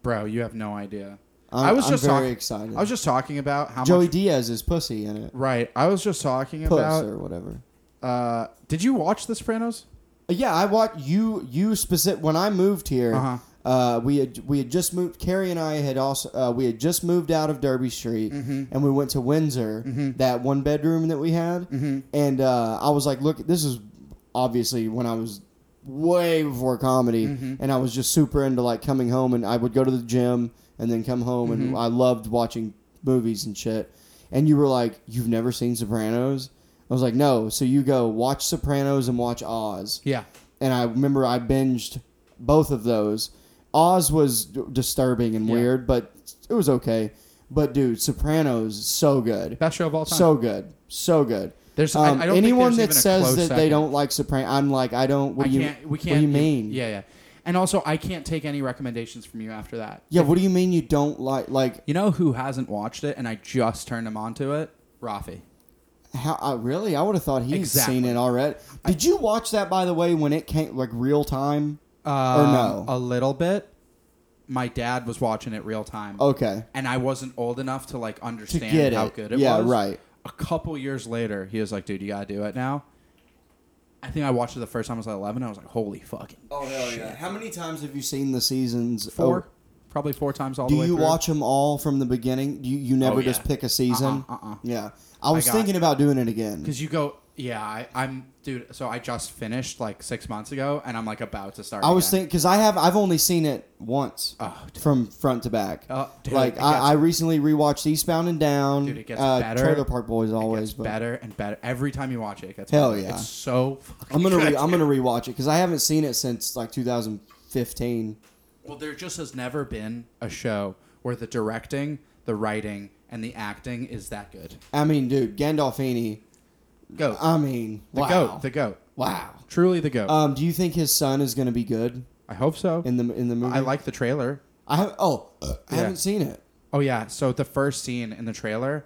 Speaker 3: Bro, you have no idea.
Speaker 2: I'm-
Speaker 3: I was
Speaker 2: I'm
Speaker 3: just
Speaker 2: very
Speaker 3: talk-
Speaker 2: excited.
Speaker 3: I was just talking about how
Speaker 2: Joey
Speaker 3: much.
Speaker 2: Diaz is pussy in it.
Speaker 3: Right. I was just talking
Speaker 2: Puss
Speaker 3: about.
Speaker 2: or whatever.
Speaker 3: Uh, did you watch The Sopranos?
Speaker 2: Yeah, I watched you. You specific when I moved here.
Speaker 3: Uh-huh.
Speaker 2: Uh, we had we had just moved. Carrie and I had also uh, we had just moved out of Derby Street,
Speaker 3: Mm-hmm.
Speaker 2: and we went to Windsor, that one bedroom that we had.
Speaker 3: Mm-hmm.
Speaker 2: And uh, I was like, look, this is obviously when I was way before comedy,
Speaker 3: Mm-hmm.
Speaker 2: and I was just super into like coming home, and I would go to the gym and then come home,
Speaker 3: Mm-hmm.
Speaker 2: and I loved watching movies and shit. And you were like, you've never seen Sopranos. I was like, no. So you go watch Sopranos and watch Oz
Speaker 3: Yeah.
Speaker 2: and I remember I binged both of those. Oz was d- disturbing and
Speaker 3: Yeah.
Speaker 2: weird, but it was okay. But dude, Sopranos is so good,
Speaker 3: Best show of all time.
Speaker 2: so good, so good. Um,
Speaker 3: There's- I- I don't think
Speaker 2: anyone
Speaker 3: there's
Speaker 2: that
Speaker 3: even a
Speaker 2: says
Speaker 3: close
Speaker 2: that they
Speaker 3: second.
Speaker 2: don't like Sopranos, I'm like, I don't. What
Speaker 3: I
Speaker 2: do you?
Speaker 3: can't. We can't.
Speaker 2: What do you mean?
Speaker 3: Yeah, yeah. And also, I can't take any recommendations from you after that.
Speaker 2: yeah. What do you mean you don't like? Like
Speaker 3: You know who hasn't watched it, and I just turned him onto it. Rafi.
Speaker 2: how? I, really? I would have thought he's
Speaker 3: Exactly.
Speaker 2: seen it already. Did you watch that by the way when it came like real time?
Speaker 3: Um,
Speaker 2: no?
Speaker 3: A little bit. My dad was watching it real time.
Speaker 2: Okay.
Speaker 3: And I wasn't old enough to like understand
Speaker 2: get
Speaker 3: how
Speaker 2: it.
Speaker 3: good it
Speaker 2: Yeah,
Speaker 3: was.
Speaker 2: right.
Speaker 3: A couple years later, he was like, "Dude, you gotta do it now." I think I watched it the first time I was like eleven. I was like, "Holy fucking
Speaker 2: Oh hell yeah! How many times have you seen the seasons? Oh,
Speaker 3: four, probably four times all
Speaker 2: Do
Speaker 3: the way."
Speaker 2: you
Speaker 3: through.
Speaker 2: watch them all from the beginning? You you never
Speaker 3: Oh,
Speaker 2: just
Speaker 3: yeah.
Speaker 2: pick a season.
Speaker 3: Uh-uh, uh-uh.
Speaker 2: Yeah, I was
Speaker 3: got-
Speaker 2: thinking about doing it again.
Speaker 3: Because you go, yeah, I, I'm, dude. So I just finished like six months ago, and I'm like about to start.
Speaker 2: I was
Speaker 3: again.
Speaker 2: thinking because I have I've only seen it once
Speaker 3: Oh, dude.
Speaker 2: from front to back.
Speaker 3: Oh, dude,
Speaker 2: like
Speaker 3: it
Speaker 2: I,
Speaker 3: gets-
Speaker 2: I recently rewatched Eastbound and Down.
Speaker 3: Dude, it gets
Speaker 2: uh,
Speaker 3: better.
Speaker 2: Trailer Park Boys
Speaker 3: It
Speaker 2: always,
Speaker 3: gets
Speaker 2: but
Speaker 3: better and better every time you watch it. It gets
Speaker 2: Hell
Speaker 3: better.
Speaker 2: yeah.
Speaker 3: It's so. Fucking
Speaker 2: I'm gonna
Speaker 3: good.
Speaker 2: re- I'm gonna rewatch it because I haven't seen it since like 2015.
Speaker 3: Well, there just has never been a show where the directing, the writing, and the acting is that good.
Speaker 2: I mean, dude, Gandolfini.
Speaker 3: Goat,
Speaker 2: I mean,
Speaker 3: the
Speaker 2: Uh, wow.
Speaker 3: goat, the goat,
Speaker 2: wow.
Speaker 3: truly the goat.
Speaker 2: Um, do you think his son is gonna be good
Speaker 3: I hope so.
Speaker 2: in the in the movie?
Speaker 3: I like the trailer.
Speaker 2: I have, oh, I
Speaker 3: Yeah.
Speaker 2: haven't seen it.
Speaker 3: Oh yeah, so the first scene in the trailer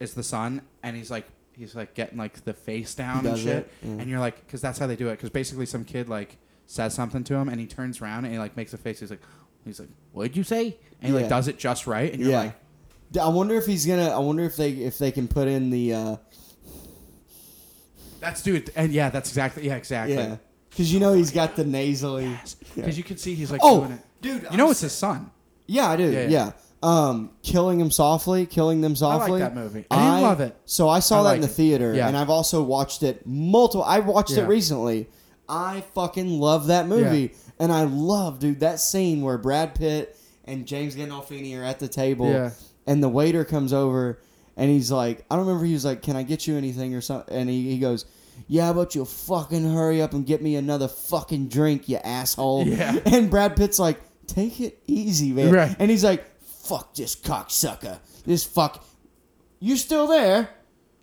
Speaker 3: is the son, and he's like he's like getting like the face down and
Speaker 2: does
Speaker 3: shit,
Speaker 2: it, Mm. yeah.
Speaker 3: and you're like, because that's how they do it. Because basically, some kid like says something to him, and he turns around and he like makes a face. He's like, he's like, what'd you say? And he
Speaker 2: Yeah.
Speaker 3: like does it just right, and you're
Speaker 2: yeah.
Speaker 3: like,
Speaker 2: D- I wonder if he's gonna. I wonder if they if they can put in the uh,
Speaker 3: that's dude, and yeah, that's exactly yeah exactly.
Speaker 2: yeah, because you know he's got the nasally. Yeah.
Speaker 3: Because you can see he's like
Speaker 2: Oh,
Speaker 3: doing it.
Speaker 2: dude,
Speaker 3: You know
Speaker 2: I'm
Speaker 3: it's his son.
Speaker 2: Yeah, I do. Yeah,
Speaker 3: Yeah, yeah.
Speaker 2: Um, killing him softly, killing them
Speaker 3: like
Speaker 2: softly.
Speaker 3: that movie. I didn't love it.
Speaker 2: So I saw
Speaker 3: I
Speaker 2: that
Speaker 3: like
Speaker 2: in the
Speaker 3: it.
Speaker 2: theater,
Speaker 3: Yeah.
Speaker 2: and I've also watched it multiple. I watched it
Speaker 3: Yeah.
Speaker 2: recently. I fucking love that movie, and I love, dude, that scene where Brad Pitt and James Gandolfini are at the table,
Speaker 3: Yeah.
Speaker 2: and the waiter comes over, and he's like, I don't remember. He was like, "Can I get you anything or something?" And he, he goes. Yeah, but you'll fucking hurry up and get me another fucking drink, you asshole.
Speaker 3: Yeah.
Speaker 2: And Brad Pitt's like, take it easy, man.
Speaker 3: Right.
Speaker 2: And he's like, fuck this cocksucker. This fuck. You still there?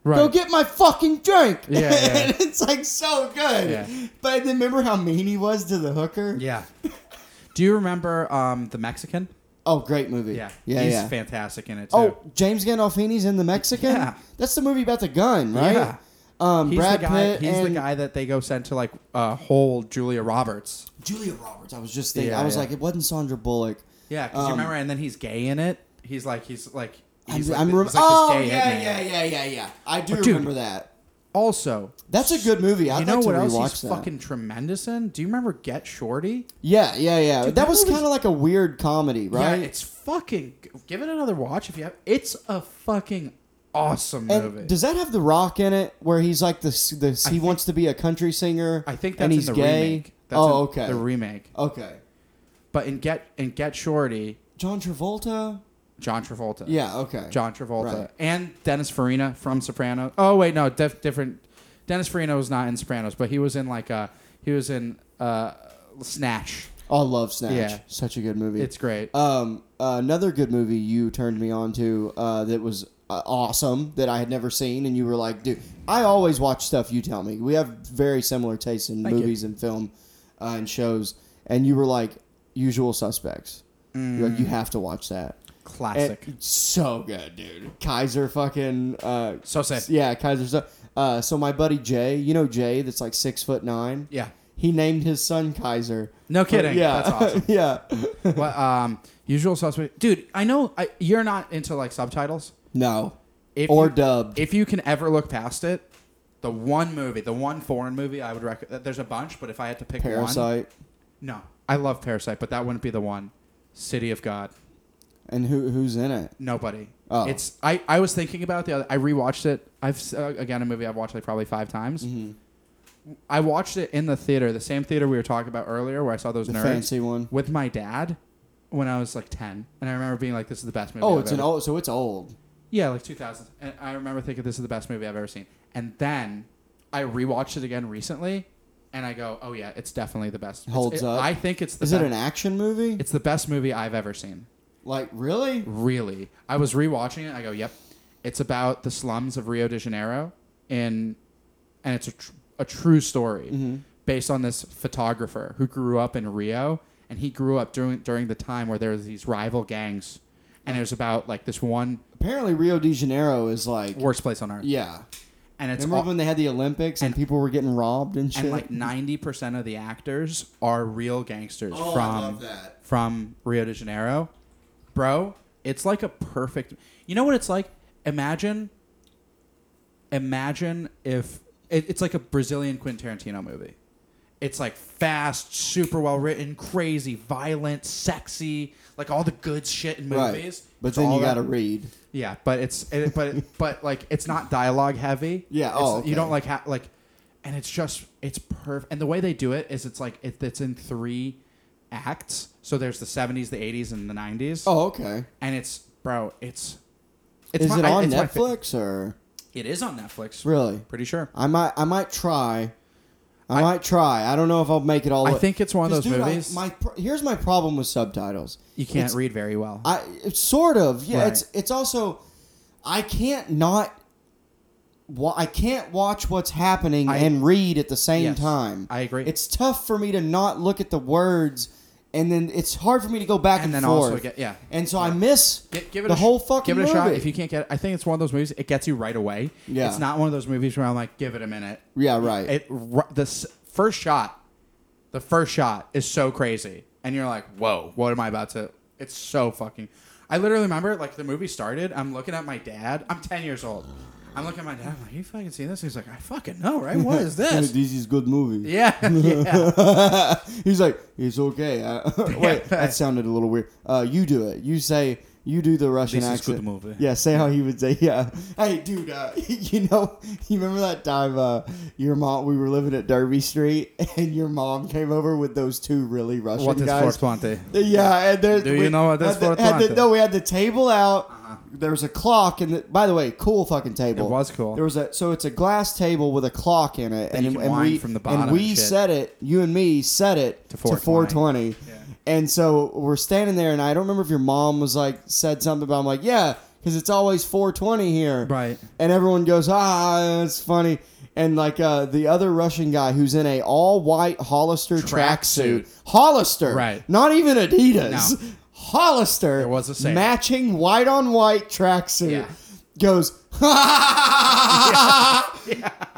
Speaker 2: Go get my fucking drink.
Speaker 3: Yeah, yeah.
Speaker 2: and it's like so good.
Speaker 3: Yeah.
Speaker 2: But then remember how mean he was to the hooker?
Speaker 3: Yeah. Do you remember um, the Mexican?
Speaker 2: Oh, great movie.
Speaker 3: Yeah.
Speaker 2: Yeah.
Speaker 3: He's
Speaker 2: yeah.
Speaker 3: fantastic in it too.
Speaker 2: Oh, James Gandolfini's in The Mexican?
Speaker 3: Yeah.
Speaker 2: That's the movie about the gun, right?
Speaker 3: Yeah.
Speaker 2: Um,
Speaker 3: He's
Speaker 2: Brad
Speaker 3: the guy.
Speaker 2: Pitt
Speaker 3: he's
Speaker 2: and
Speaker 3: the guy that they go send to like uh, whole Julia Roberts.
Speaker 2: Julia Roberts. I was just thinking,
Speaker 3: Yeah,
Speaker 2: I was
Speaker 3: yeah.
Speaker 2: like, it wasn't Sandra Bullock.
Speaker 3: Yeah, because
Speaker 2: Um,
Speaker 3: you remember, and then he's gay in it. He's like, he's like,
Speaker 2: I'm,
Speaker 3: he's like,
Speaker 2: I'm
Speaker 3: th-
Speaker 2: rem-
Speaker 3: he's like
Speaker 2: oh,
Speaker 3: this gay
Speaker 2: yeah,
Speaker 3: hitman.
Speaker 2: yeah, yeah, yeah, yeah. I do
Speaker 3: But dude,
Speaker 2: remember that.
Speaker 3: Also,
Speaker 2: That's a good movie. I'd
Speaker 3: you know
Speaker 2: like
Speaker 3: what
Speaker 2: to
Speaker 3: else
Speaker 2: rewatch
Speaker 3: he's
Speaker 2: that.
Speaker 3: fucking tremendous in? Do you remember Get Shorty?
Speaker 2: yeah, yeah, yeah.
Speaker 3: Dude,
Speaker 2: that
Speaker 3: that
Speaker 2: was
Speaker 3: movie's-
Speaker 2: kind of like a weird comedy, right?
Speaker 3: Yeah, it's fucking. Give it another watch if you have. It's a fucking awesome
Speaker 2: and
Speaker 3: movie.
Speaker 2: does that have The Rock in it, where he's like the s- the he wants to be a country singer?
Speaker 3: I think that's
Speaker 2: and
Speaker 3: in
Speaker 2: he's
Speaker 3: the
Speaker 2: gay.
Speaker 3: remake. That's
Speaker 2: oh,
Speaker 3: in
Speaker 2: okay,
Speaker 3: The remake,
Speaker 2: okay.
Speaker 3: but in Get in Get Shorty,
Speaker 2: John Travolta.
Speaker 3: John Travolta.
Speaker 2: Yeah, okay.
Speaker 3: John Travolta
Speaker 2: Right.
Speaker 3: and Dennis Farina from Sopranos. Oh wait, no, def- different. Dennis Farina was not in Sopranos, but he was in like uh he was in uh Snatch.
Speaker 2: Oh, I love Snatch.
Speaker 3: Yeah.
Speaker 2: such a good movie.
Speaker 3: It's great.
Speaker 2: Um, another good movie you turned me on to uh, that was uh, awesome that I had never seen, and you were like, "Dude, I always watch stuff you tell me." We have very similar tastes in
Speaker 3: Thank you.
Speaker 2: movies and film uh, and shows, and you were like, "Usual Suspects." You're like, you have to watch that.
Speaker 3: Mm. Classic.
Speaker 2: It- so good, dude. Kaiser fucking uh
Speaker 3: So sick.
Speaker 2: Yeah, Kaiser so uh so my buddy Jay, you know Jay that's like six foot nine?
Speaker 3: Yeah.
Speaker 2: He named his son Kaiser.
Speaker 3: No kidding.
Speaker 2: Yeah.
Speaker 3: That's awesome.
Speaker 2: yeah.
Speaker 3: what, um, usual suspect. Dude, I know I, you're not into like subtitles.
Speaker 2: No.
Speaker 3: If
Speaker 2: or
Speaker 3: you-
Speaker 2: dubbed.
Speaker 3: If you can ever look past it, the one movie, the one foreign movie I would recommend. There's a bunch, but if I had to pick one,
Speaker 2: Parasite.
Speaker 3: no, I love Parasite, but that wouldn't be the one. City of God,
Speaker 2: And who who's in it?
Speaker 3: nobody.
Speaker 2: Oh.
Speaker 3: It's I, I was thinking about it the other. I rewatched it. I've s- uh, again a movie I've watched like probably five times.
Speaker 2: Mm-hmm.
Speaker 3: I watched it in the theater, the same theater we were talking about earlier, where I saw those
Speaker 2: The
Speaker 3: nerds
Speaker 2: fancy one.
Speaker 3: with my dad when I was like ten, and I remember being like, "This is the best movie."
Speaker 2: Oh,
Speaker 3: I've
Speaker 2: it's an
Speaker 3: ever
Speaker 2: old so it's old.
Speaker 3: Yeah, like 2000. And I remember thinking this is the best movie I've ever seen. And then I rewatched it again recently, and I go, "Oh yeah, it's definitely the best." It's-
Speaker 2: Holds
Speaker 3: it-
Speaker 2: up.
Speaker 3: I think it's the.
Speaker 2: Is
Speaker 3: best.
Speaker 2: it an action movie?
Speaker 3: It's the best movie I've ever seen.
Speaker 2: like really?
Speaker 3: Really, I was rewatching it. I go, "Yep, it's about the slums of Rio de Janeiro, in, and it's a, tr- a true story
Speaker 2: Mm-hmm.
Speaker 3: based on this photographer who grew up in Rio, and he grew up during during the time where there was these rival gangs, and it was about like this one
Speaker 2: Apparently Rio de Janeiro is like
Speaker 3: worst place on earth."
Speaker 2: Yeah.
Speaker 3: And it's
Speaker 2: Remember
Speaker 3: all-
Speaker 2: when they had the Olympics and,
Speaker 3: and-
Speaker 2: people were getting robbed and shit?
Speaker 3: and like ninety percent of the actors are real gangsters
Speaker 2: Oh, I
Speaker 3: from
Speaker 2: love that.
Speaker 3: from Rio de Janeiro, bro. It's like a perfect. You know what it's like? Imagine, imagine if it, it's like a Brazilian Quentin Tarantino movie. It's like fast, super well written, crazy, violent, sexy, like all the good shit in
Speaker 2: right.
Speaker 3: movies.
Speaker 2: But
Speaker 3: It's
Speaker 2: then
Speaker 3: all
Speaker 2: you got
Speaker 3: that-
Speaker 2: to read.
Speaker 3: yeah, but it's it, but it, but like it's not dialogue heavy.
Speaker 2: Yeah,
Speaker 3: It's-
Speaker 2: oh, okay.
Speaker 3: you don't like ha- like, and it's just it's perfect. And the way they do it is it's like it, it's in three acts. So there's the '70s, the '80s, and the '90s.
Speaker 2: Oh, okay.
Speaker 3: and it's bro, it's. it's
Speaker 2: Is
Speaker 3: my-
Speaker 2: it
Speaker 3: I-
Speaker 2: on
Speaker 3: it's my fa-
Speaker 2: Netflix or
Speaker 3: it is on Netflix.
Speaker 2: really?
Speaker 3: Pretty sure.
Speaker 2: I might I might try. I, might try. I don't know if I'll make it all.
Speaker 3: I
Speaker 2: the-
Speaker 3: think it's one
Speaker 2: 'Cause,
Speaker 3: of those
Speaker 2: dude, I-
Speaker 3: movies-
Speaker 2: my pro- here's my problem with subtitles.
Speaker 3: You can't
Speaker 2: It's-
Speaker 3: read very well.
Speaker 2: I it's sort of yeah.
Speaker 3: Right.
Speaker 2: It's it's also I can't not. Wa- I can't watch what's happening
Speaker 3: I-
Speaker 2: and read at the same
Speaker 3: Yes,
Speaker 2: time.
Speaker 3: I agree.
Speaker 2: It's tough for me to not look at the words, and then it's hard for me to go back and,
Speaker 3: And then
Speaker 2: forth.
Speaker 3: also get- yeah.
Speaker 2: And so I miss
Speaker 3: Gi- give it
Speaker 2: the
Speaker 3: a sh-
Speaker 2: whole fucking
Speaker 3: Give it a shot.
Speaker 2: movie.
Speaker 3: If you can't get, it, I think it's one of those movies. It gets you right away.
Speaker 2: Yeah.
Speaker 3: It's not one of those movies where I'm like, give it a minute.
Speaker 2: Yeah, right.
Speaker 3: It ru- the s- first shot, the first shot is so crazy, and you're like, whoa, what am I about to? It's so fucking. I literally remember like the movie started. I'm looking at my dad. I'm 10 years old. I'm looking at my dad. I'm like, you fucking see this? He's like, I fucking know, right? What is this?
Speaker 2: this is good movie.
Speaker 3: yeah, yeah.
Speaker 2: He's like, it's okay. Uh, wait, that sounded a little weird. Uh, you do it. You say, you do the Russian
Speaker 3: This is
Speaker 2: accent.
Speaker 3: good movie.
Speaker 2: Yeah, say how he would say, yeah. Hey, dude, uh, you know, you remember that time uh, your mom, we were living at Derby Street, and your mom came over with those two really Russian
Speaker 3: What is
Speaker 2: guys.
Speaker 3: 420?
Speaker 2: Yeah, and there.
Speaker 3: Do you know what that's
Speaker 2: had the-
Speaker 3: for,
Speaker 2: had the-
Speaker 3: Tlante?
Speaker 2: No, we had the table out. There was a clock, and the, by the way, cool fucking table.
Speaker 3: It was cool.
Speaker 2: There was a so it's a glass table with a clock in it,
Speaker 3: That
Speaker 2: and,
Speaker 3: you can
Speaker 2: and
Speaker 3: wind
Speaker 2: we
Speaker 3: from the bottom
Speaker 2: and
Speaker 3: and
Speaker 2: we
Speaker 3: shit.
Speaker 2: set it. You and me set it
Speaker 3: To
Speaker 2: to 420.
Speaker 3: Yeah.
Speaker 2: And so we're standing there, and I don't remember if your mom was like said something, but I'm like, yeah, because it's always 420 here,
Speaker 3: Right.
Speaker 2: And everyone goes, ah, it's funny. And like uh, the other Russian guy who's in a all white Hollister tracksuit,
Speaker 3: Tracksuit.
Speaker 2: Hollister,
Speaker 3: Right.
Speaker 2: Not even Adidas.
Speaker 3: No.
Speaker 2: Hollister.
Speaker 3: There was a sale.
Speaker 2: matching white on white tracksuit.
Speaker 3: Yeah.
Speaker 2: Goes,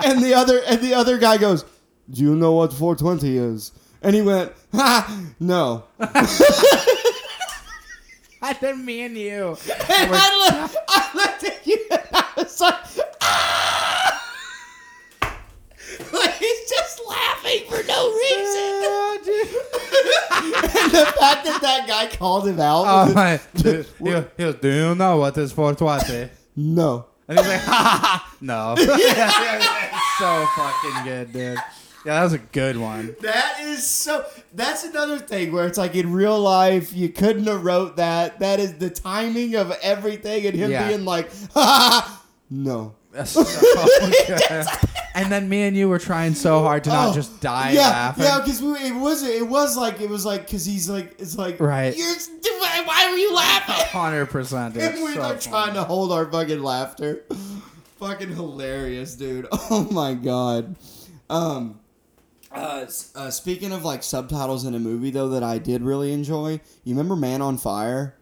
Speaker 2: and the other and the other guy goes, "Do you know what 420 is?" And he went, "Ha, no."
Speaker 3: I didn't mean you.
Speaker 2: And I, look, I looked at you and I was like, "Ah!" like he's just laughing for no reason. and the fact that that guy called him out,
Speaker 3: Oh
Speaker 2: was-
Speaker 3: my! He, he, he goes, do you know what is 420?
Speaker 2: no.
Speaker 3: And he's like, ha ha ha. No. so fucking good, dude. Yeah, that was a good one.
Speaker 2: That is so. That's another thing where it's like in real life you couldn't have wrote that. That is the timing of everything and him
Speaker 3: Yeah.
Speaker 2: being like, "Ah, no.
Speaker 3: That's so good. And then me and you were trying so hard to not
Speaker 2: Oh,
Speaker 3: just die
Speaker 2: yeah,
Speaker 3: laughing.
Speaker 2: yeah, because it was it was like it was like because he's like it's like
Speaker 3: Right.
Speaker 2: You're, why were you laughing?
Speaker 3: 100%. Dude.
Speaker 2: and we
Speaker 3: so
Speaker 2: are
Speaker 3: funny.
Speaker 2: trying to hold our fucking laughter. fucking hilarious, dude. Oh my god. Um. Uh, s- uh, speaking of like subtitles in a movie though that I did really enjoy, you remember Man on Fire?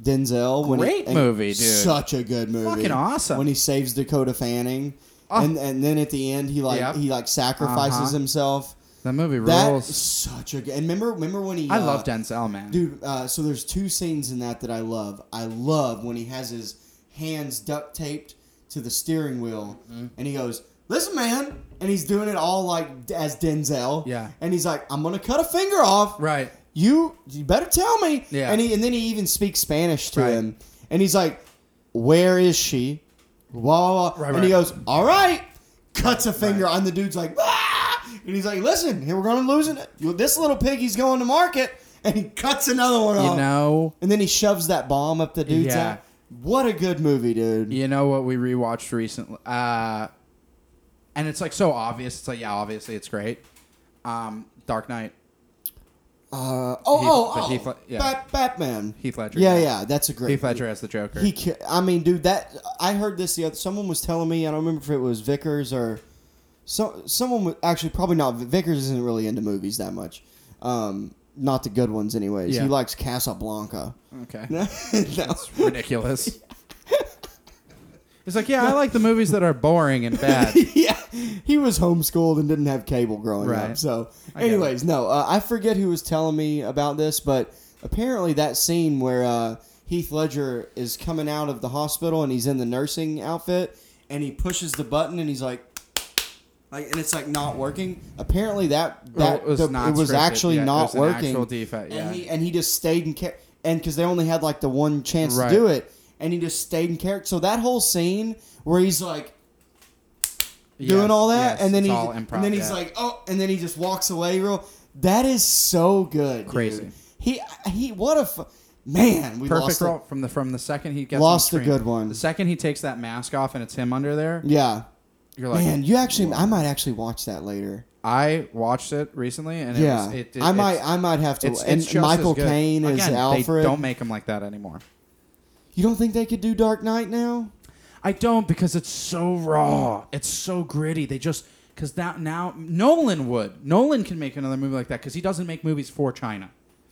Speaker 2: Denzel. When
Speaker 3: Great
Speaker 2: and
Speaker 3: movie, dude.
Speaker 2: Such a good movie.
Speaker 3: Fucking awesome.
Speaker 2: When he saves Dakota Fanning,
Speaker 3: Oh.
Speaker 2: and and then at the end he like
Speaker 3: Yep.
Speaker 2: he like sacrifices
Speaker 3: Uh-huh.
Speaker 2: himself.
Speaker 3: That movie
Speaker 2: That's
Speaker 3: rules.
Speaker 2: such a good. And remember, remember when he?
Speaker 3: I
Speaker 2: uh,
Speaker 3: love Denzel, man.
Speaker 2: dude. Uh, so there's two scenes in that that I love. I love when he has his hands duct taped to the steering wheel,
Speaker 3: Mm-hmm.
Speaker 2: and he goes, "Listen, man," and he's doing it all like as Denzel.
Speaker 3: Yeah.
Speaker 2: and he's like, "I'm gonna cut a finger off."
Speaker 3: Right.
Speaker 2: you you better tell me.
Speaker 3: Yeah.
Speaker 2: And he and then he even speaks Spanish to
Speaker 3: Right.
Speaker 2: him. And he's like, Where is she? Blah, blah, blah.
Speaker 3: Right,
Speaker 2: and
Speaker 3: right.
Speaker 2: he goes, All right. Cuts a finger and the dude's like, ah! And he's like, Listen, here we're gonna lose it. You- This little piggy's going to market and he cuts another one
Speaker 3: You
Speaker 2: off.
Speaker 3: know,
Speaker 2: And then he shoves that bomb up the dude's
Speaker 3: Yeah.
Speaker 2: yeah. What a good movie, dude.
Speaker 3: you know what we rewatched recently, uh, and it's like so obvious. It's like yeah, obviously it's great. Um, Dark Knight,
Speaker 2: Uh, oh,
Speaker 3: Heath-
Speaker 2: oh,
Speaker 3: but
Speaker 2: oh,
Speaker 3: Heath Le- yeah.
Speaker 2: Bat- Batman.
Speaker 3: Heath Ledger.
Speaker 2: Yeah, yeah, that's a great
Speaker 3: Heath Ledger as the Joker.
Speaker 2: He, ki- I mean, dude, that I heard this the other. Someone was telling me. I don't remember if it was Vickers or so. Someone was actually probably not. Vickers isn't really into movies that much. Um, not the good ones, anyways.
Speaker 3: Yeah.
Speaker 2: He likes Casablanca.
Speaker 3: okay,
Speaker 2: No,
Speaker 3: ridiculous. He's like, yeah, I like the movies that are boring and bad.
Speaker 2: yeah, he was homeschooled and didn't have cable growing up.
Speaker 3: Right.
Speaker 2: So,
Speaker 3: get it.
Speaker 2: anyways, no, uh, I forget who was telling me about this, but apparently that scene where uh, Heath Ledger is coming out of the hospital and he's in the nursing outfit and he pushes the button and he's like. Like, and it's like not working. Apparently, that
Speaker 3: Well,
Speaker 2: that
Speaker 3: Oh, it was
Speaker 2: the-
Speaker 3: not
Speaker 2: it was
Speaker 3: scripted.
Speaker 2: actually
Speaker 3: Yeah, it
Speaker 2: not
Speaker 3: was an
Speaker 2: working.
Speaker 3: actual defect, yeah.
Speaker 2: and he and he just stayed in character, and because they only had like the one chance
Speaker 3: Right.
Speaker 2: to do it, and he just stayed in character. So that whole scene where he's like, doing
Speaker 3: Yes,
Speaker 2: all that,
Speaker 3: yes,
Speaker 2: and then
Speaker 3: it's
Speaker 2: he,
Speaker 3: all improv,
Speaker 2: and then he's
Speaker 3: yeah.
Speaker 2: like, oh, and then he just walks away. Real, that is so good, dude.
Speaker 3: Crazy.
Speaker 2: He he, what a fu- man. We
Speaker 3: perfect
Speaker 2: lost
Speaker 3: role
Speaker 2: It.
Speaker 3: from the from the second he gets
Speaker 2: Lost
Speaker 3: on
Speaker 2: a
Speaker 3: screen.
Speaker 2: good one.
Speaker 3: The second he takes that mask off and it's him under there,
Speaker 2: Yeah,
Speaker 3: you're like,
Speaker 2: man. You actually, I might actually watch that later.
Speaker 3: I watched it recently, and it
Speaker 2: yeah,
Speaker 3: was, it, it,
Speaker 2: I might,
Speaker 3: it's-
Speaker 2: I might have to.
Speaker 3: It's,
Speaker 2: and
Speaker 3: it's just
Speaker 2: Michael
Speaker 3: as good.
Speaker 2: Caine is
Speaker 3: Again, they
Speaker 2: Alfred.
Speaker 3: don't make him like that anymore.
Speaker 2: you don't think they could do Dark Knight now?
Speaker 3: I don't because it's so raw. It's so gritty. They just because that now Nolan would Nolan can make another movie like that because he doesn't make movies for China.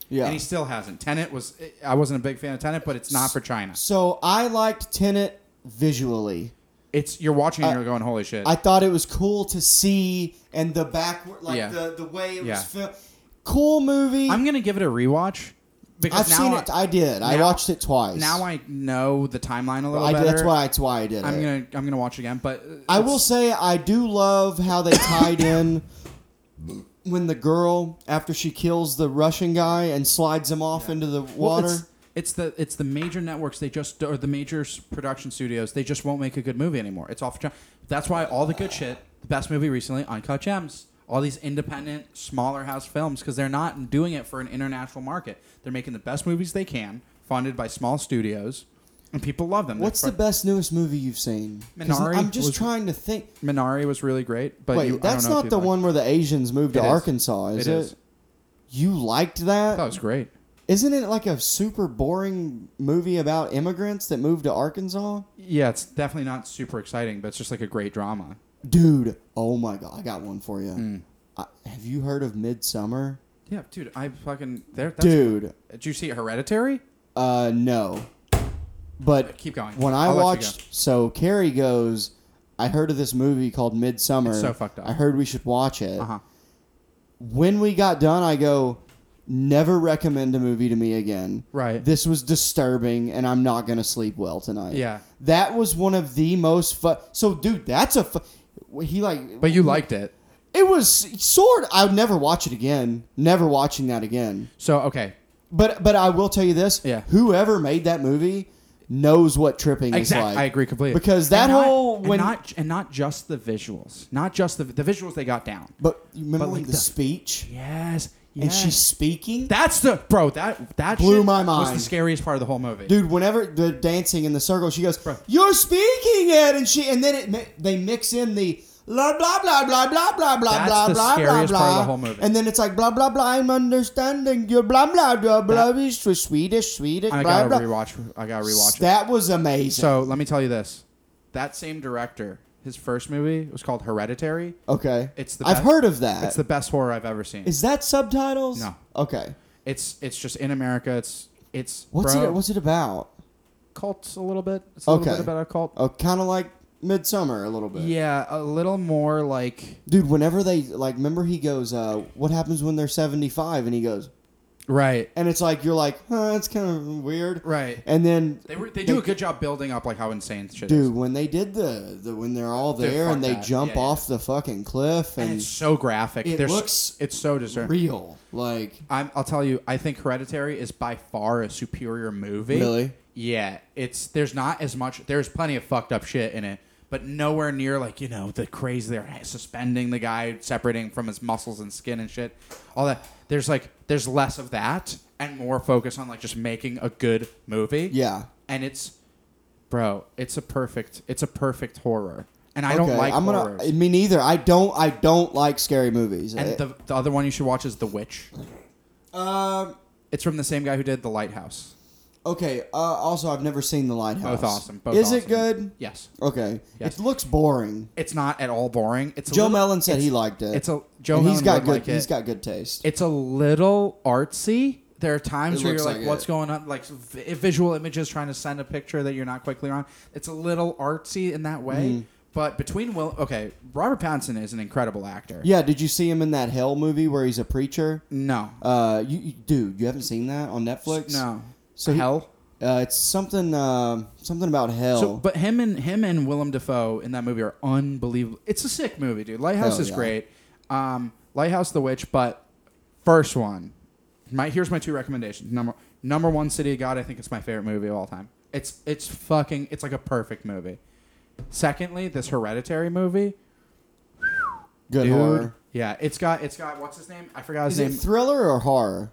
Speaker 2: Yeah.
Speaker 3: and he still hasn't. Tenet was I wasn't a big fan of Tenet, but it's not for China.
Speaker 2: So I liked Tenet visually.
Speaker 3: It's you're watching and you're going, holy shit.
Speaker 2: Uh, I thought it was cool to see and the backward, like
Speaker 3: Yeah.
Speaker 2: the the way it
Speaker 3: Yeah.
Speaker 2: was filmed. Cool movie.
Speaker 3: I'm gonna give it a rewatch because
Speaker 2: I've
Speaker 3: now
Speaker 2: seen
Speaker 3: I-
Speaker 2: it. I did. I
Speaker 3: now-
Speaker 2: watched it twice.
Speaker 3: now I know the timeline a little
Speaker 2: I,
Speaker 3: better.
Speaker 2: that's why that's why I did
Speaker 3: I'm
Speaker 2: it.
Speaker 3: gonna I'm gonna watch again. But uh,
Speaker 2: I will
Speaker 3: it's-
Speaker 2: say I do love how they tied in when the girl after she kills the Russian guy and slides him off into the
Speaker 3: well,
Speaker 2: water.
Speaker 3: It's, it's the it's the major networks. They just or the major s- production studios. They just won't make a good movie anymore. It's off. That's why all the good shit, the best movie recently, Uncut Gems. All these independent, smaller house films because they're not doing it for an international market. They're making the best movies they can, funded by small studios, and people love them. They're
Speaker 2: What's the
Speaker 3: fr-
Speaker 2: best newest movie you've seen? 'Cause
Speaker 3: Minari
Speaker 2: I'm just
Speaker 3: was-
Speaker 2: trying to think.
Speaker 3: Minari was really great, but
Speaker 2: Wait,
Speaker 3: you- I don't
Speaker 2: that's
Speaker 3: know if
Speaker 2: not
Speaker 3: you'd
Speaker 2: the
Speaker 3: like-
Speaker 2: one where the Asians moved to
Speaker 3: It is.
Speaker 2: Arkansas, is it?
Speaker 3: it is.
Speaker 2: You liked
Speaker 3: I
Speaker 2: that?
Speaker 3: thought it was great.
Speaker 2: Isn't it like a super boring movie about immigrants that moved to Arkansas?
Speaker 3: Yeah, it's definitely not super exciting, but it's just like a great drama.
Speaker 2: Dude, oh my god, I got one for you.
Speaker 3: Mm.
Speaker 2: I, have you heard of Midsummer?
Speaker 3: Yeah, dude, I fucking there. That's,
Speaker 2: Dude,
Speaker 3: did you see Hereditary?
Speaker 2: uh, no. But
Speaker 3: Keep going.
Speaker 2: When I
Speaker 3: I'll let you go.
Speaker 2: watched, so Carrie goes, I heard of this movie called Midsummer.
Speaker 3: It's so fucked up.
Speaker 2: I heard we should watch it.
Speaker 3: Uh huh.
Speaker 2: When we got done, I go, never recommend a movie to me again.
Speaker 3: Right.
Speaker 2: This was disturbing, and I'm not gonna sleep well tonight.
Speaker 3: Yeah.
Speaker 2: That was one of the most fu- So, dude, that's a. Fu- he like.
Speaker 3: But you liked it.
Speaker 2: It was sort. I would never watch it again. Never watching that again.
Speaker 3: So okay.
Speaker 2: But but I will tell you this.
Speaker 3: Yeah.
Speaker 2: Whoever made that movie knows what tripping
Speaker 3: Exactly.
Speaker 2: is like.
Speaker 3: I agree completely.
Speaker 2: Because that
Speaker 3: And not-
Speaker 2: whole
Speaker 3: and
Speaker 2: when
Speaker 3: not and not just the visuals. Not just the the visuals they got down.
Speaker 2: but you remember
Speaker 3: but
Speaker 2: when
Speaker 3: like
Speaker 2: the,
Speaker 3: the-
Speaker 2: speech
Speaker 3: Yes. Yes.
Speaker 2: and she's speaking.
Speaker 3: that's the bro, that that
Speaker 2: Blew
Speaker 3: shit
Speaker 2: my
Speaker 3: was the
Speaker 2: mind.
Speaker 3: scariest part of the whole movie.
Speaker 2: Dude, whenever they're dancing in the circle, she goes,
Speaker 3: Bro.
Speaker 2: "You're speaking it," and she, and then it, mi- they mix in the blah blah blah blah blah blah blah
Speaker 3: That's
Speaker 2: blah blah
Speaker 3: the
Speaker 2: blah
Speaker 3: scariest part of the
Speaker 2: blah,
Speaker 3: whole movie.
Speaker 2: and then it's like blah blah blah. I'm understanding you, blah blah blah blah.
Speaker 3: That-
Speaker 2: blah Swedish, Swedish,
Speaker 3: I
Speaker 2: blah
Speaker 3: gotta
Speaker 2: blah.
Speaker 3: rewatch I gotta rewatch it.
Speaker 2: That was amazing.
Speaker 3: So let me tell you this. That same director, his first movie was called Hereditary.
Speaker 2: okay,
Speaker 3: It's the
Speaker 2: I've
Speaker 3: best-
Speaker 2: heard of that.
Speaker 3: It's the best horror I've ever seen.
Speaker 2: Is that subtitles?
Speaker 3: No.
Speaker 2: Okay.
Speaker 3: It's it's just in America. It's It's
Speaker 2: What's
Speaker 3: bro,
Speaker 2: it? What's it about?
Speaker 3: cults a little bit. It's a little
Speaker 2: Okay.
Speaker 3: bit about a cult.
Speaker 2: Oh, kind of like Midsummer a little bit.
Speaker 3: Yeah, a little more like
Speaker 2: Dude, whenever they like, remember he goes, uh, "What happens when they're 75?" And he goes,
Speaker 3: right,
Speaker 2: and it's like you're like, "Huh, that's kind of weird."
Speaker 3: right.
Speaker 2: And then
Speaker 3: They were, they do a good job building up like how insane shit is.
Speaker 2: Dude, when they did the, the when they're all
Speaker 3: Dude,
Speaker 2: there
Speaker 3: fuck
Speaker 2: and they
Speaker 3: that.
Speaker 2: jump
Speaker 3: Yeah, yeah.
Speaker 2: off the fucking cliff
Speaker 3: And
Speaker 2: and
Speaker 3: it's so graphic.
Speaker 2: It
Speaker 3: There's,
Speaker 2: looks
Speaker 3: it's so disturbing.
Speaker 2: real, like
Speaker 3: I'm, I'll tell you, I think Hereditary is by far a superior movie.
Speaker 2: Really?
Speaker 3: Yeah. It's there's not as much. There's plenty of fucked up shit in it, but nowhere near like you know the crazy they're suspending the guy, separating from his muscles and skin and shit. All that. There's like there's less of that and more focus on like just making a good movie.
Speaker 2: yeah.
Speaker 3: And it's, bro, it's a perfect it's a perfect horror. And I don't
Speaker 2: Okay,
Speaker 3: like
Speaker 2: I'm gonna.
Speaker 3: horrors.
Speaker 2: Me neither. I don't. I don't like scary movies. Uh, I-
Speaker 3: and the, the other one you should watch is The Witch.
Speaker 2: Um,
Speaker 3: It's from the same guy who did The Lighthouse.
Speaker 2: okay. Uh, also, I've never seen The Lighthouse.
Speaker 3: Both awesome. Both
Speaker 2: Is it
Speaker 3: awesome.
Speaker 2: good?
Speaker 3: Yes.
Speaker 2: Okay.
Speaker 3: Yes.
Speaker 2: It looks boring.
Speaker 3: It's not at all boring. It's a
Speaker 2: Joe
Speaker 3: little-
Speaker 2: Mellon said
Speaker 3: it's-
Speaker 2: he liked it.
Speaker 3: It's a Joe
Speaker 2: And
Speaker 3: Mellon
Speaker 2: he's got
Speaker 3: would
Speaker 2: good.
Speaker 3: like it.
Speaker 2: He's got good taste.
Speaker 3: it's a little artsy. There are times
Speaker 2: It
Speaker 3: where
Speaker 2: looks
Speaker 3: you're like,
Speaker 2: like
Speaker 3: "What's
Speaker 2: it.
Speaker 3: going on?" Like v- visual images trying to send a picture that you're not quite clear on. It's a little artsy in that way.
Speaker 2: Mm-hmm.
Speaker 3: But between Will, okay, Robert Pattinson is an incredible actor.
Speaker 2: yeah. Did you see him in that Hell movie where he's a preacher?
Speaker 3: No.
Speaker 2: Uh, you, you dude, you haven't seen that on Netflix?
Speaker 3: No.
Speaker 2: So he-
Speaker 3: hell.
Speaker 2: Uh, it's something. um something about hell.
Speaker 3: So, but him and him and Willem Dafoe in that movie are unbelievable. It's a sick movie, dude. Lighthouse
Speaker 2: Hell
Speaker 3: is
Speaker 2: yeah.
Speaker 3: great. Um, Lighthouse the Witch, but first one. My here's my two recommendations. Number number one, City of God. I think it's my favorite movie of all time. It's it's fucking it's like a perfect movie. Secondly, this Hereditary movie,
Speaker 2: good
Speaker 3: dude.
Speaker 2: horror.
Speaker 3: Yeah, it's got it's got what's his name? I forgot his
Speaker 2: Is
Speaker 3: name.
Speaker 2: it thriller or horror?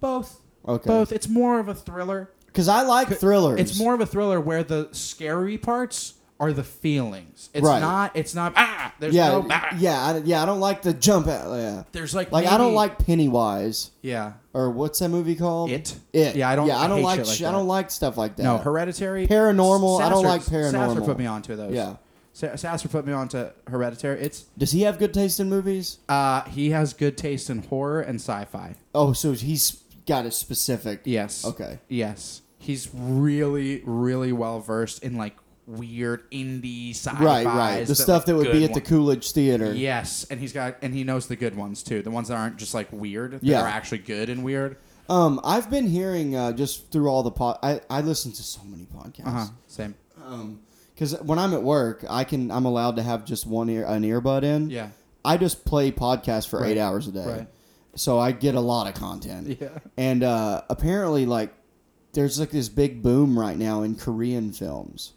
Speaker 3: both.
Speaker 2: Okay.
Speaker 3: Both. It's more of a thriller.
Speaker 2: Because I like thrillers.
Speaker 3: It's more of a thriller where the scary parts are the feelings. It's
Speaker 2: Right.
Speaker 3: not. It's not. Ah, there's
Speaker 2: Yeah.
Speaker 3: no. Ah.
Speaker 2: yeah. I, yeah. I don't like the jump out. Yeah.
Speaker 3: There's like
Speaker 2: Like I don't
Speaker 3: maybe-
Speaker 2: like Pennywise
Speaker 3: Yeah.
Speaker 2: or what's that movie called?
Speaker 3: It.
Speaker 2: It.
Speaker 3: Yeah, I don't-
Speaker 2: Yeah, I
Speaker 3: I
Speaker 2: don't
Speaker 3: hate
Speaker 2: like.
Speaker 3: shit like
Speaker 2: I
Speaker 3: that.
Speaker 2: don't like stuff like that.
Speaker 3: No, Hereditary.
Speaker 2: Paranormal, I don't
Speaker 3: Sasser-
Speaker 2: like paranormal.
Speaker 3: Sasser put me onto those.
Speaker 2: Yeah.
Speaker 3: Sa- Sasser put me onto Hereditary. It's
Speaker 2: Does he have good taste in movies?
Speaker 3: uh he has good taste in horror and sci-fi.
Speaker 2: Oh, so he's got it specific.
Speaker 3: Yes.
Speaker 2: Okay.
Speaker 3: Yes. He's really really well versed in like weird indie sci-fi.
Speaker 2: Right. Right. The stuff that would be at the Coolidge Theater.
Speaker 3: Yes, and he's got and he knows the good ones too. The ones that aren't just like weird, that
Speaker 2: Yeah.
Speaker 3: are actually good and weird.
Speaker 2: Um, I've been hearing uh, just through all the pod. I I listen to so many podcasts.
Speaker 3: Uh huh. Same.
Speaker 2: Because when I'm at work, I can I'm allowed to have just one ear an earbud in.
Speaker 3: Yeah.
Speaker 2: I just play podcasts for
Speaker 3: Right.
Speaker 2: eight hours a day,
Speaker 3: Right.
Speaker 2: so I get a lot of content.
Speaker 3: Yeah.
Speaker 2: And uh, apparently, like, there's like this big boom right now in Korean films.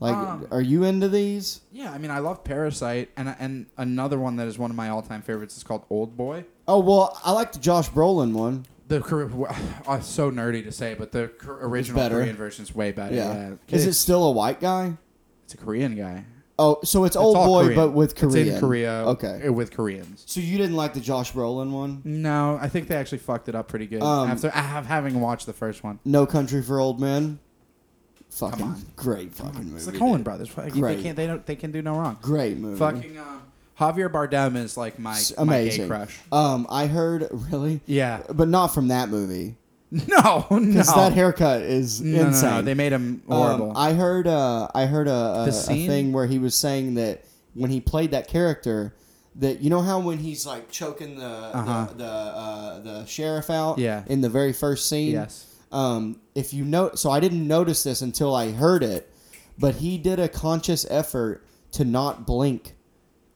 Speaker 2: Like,
Speaker 3: Um,
Speaker 2: are you into these?
Speaker 3: Yeah, I mean, I love Parasite, and and another one that is one of my all time favorites is called Old Boy.
Speaker 2: Oh well, I like the Josh Brolin one.
Speaker 3: The Kor- uh, so nerdy to say, but the Kor- original
Speaker 2: better.
Speaker 3: Korean version is way better.
Speaker 2: Yeah.
Speaker 3: Yeah,
Speaker 2: Is it
Speaker 3: it's,
Speaker 2: still a white guy?
Speaker 3: it's a Korean guy.
Speaker 2: Oh, so it's, old
Speaker 3: all
Speaker 2: boy,
Speaker 3: Korean.
Speaker 2: but with
Speaker 3: It's
Speaker 2: Korean.
Speaker 3: in Korea.
Speaker 2: Okay.
Speaker 3: uh, with Koreans.
Speaker 2: So you didn't like the Josh Brolin one?
Speaker 3: No, I think they actually fucked it up pretty good.
Speaker 2: Um,
Speaker 3: after I have having watched the first one,
Speaker 2: No Country for Old Men. Fucking
Speaker 3: on.
Speaker 2: great fucking movie.
Speaker 3: it's the
Speaker 2: dude.
Speaker 3: Coen Brothers. Like, They
Speaker 2: Great.
Speaker 3: can't. They don't. They can do no wrong.
Speaker 2: Great movie.
Speaker 3: Fucking uh, Javier Bardem is like my,
Speaker 2: It's
Speaker 3: my
Speaker 2: Mm-hmm.
Speaker 3: gay
Speaker 2: amazing.
Speaker 3: crush.
Speaker 2: Um, I heard really.
Speaker 3: Yeah.
Speaker 2: but not from that movie.
Speaker 3: No, no.
Speaker 2: 'Cause that haircut is
Speaker 3: no, no, no,
Speaker 2: insane.
Speaker 3: They made him
Speaker 2: Um,
Speaker 3: horrible.
Speaker 2: I heard. Uh, I heard a, a,
Speaker 3: The
Speaker 2: a
Speaker 3: scene-
Speaker 2: thing where he was saying that when he played that character, that you know how when he's like choking the
Speaker 3: Uh-huh.
Speaker 2: the the, uh, the sheriff out,
Speaker 3: Yeah.
Speaker 2: in the very first scene,
Speaker 3: Yes.
Speaker 2: Um, if you know, so I didn't notice this until I heard it, but he did a conscious effort to not blink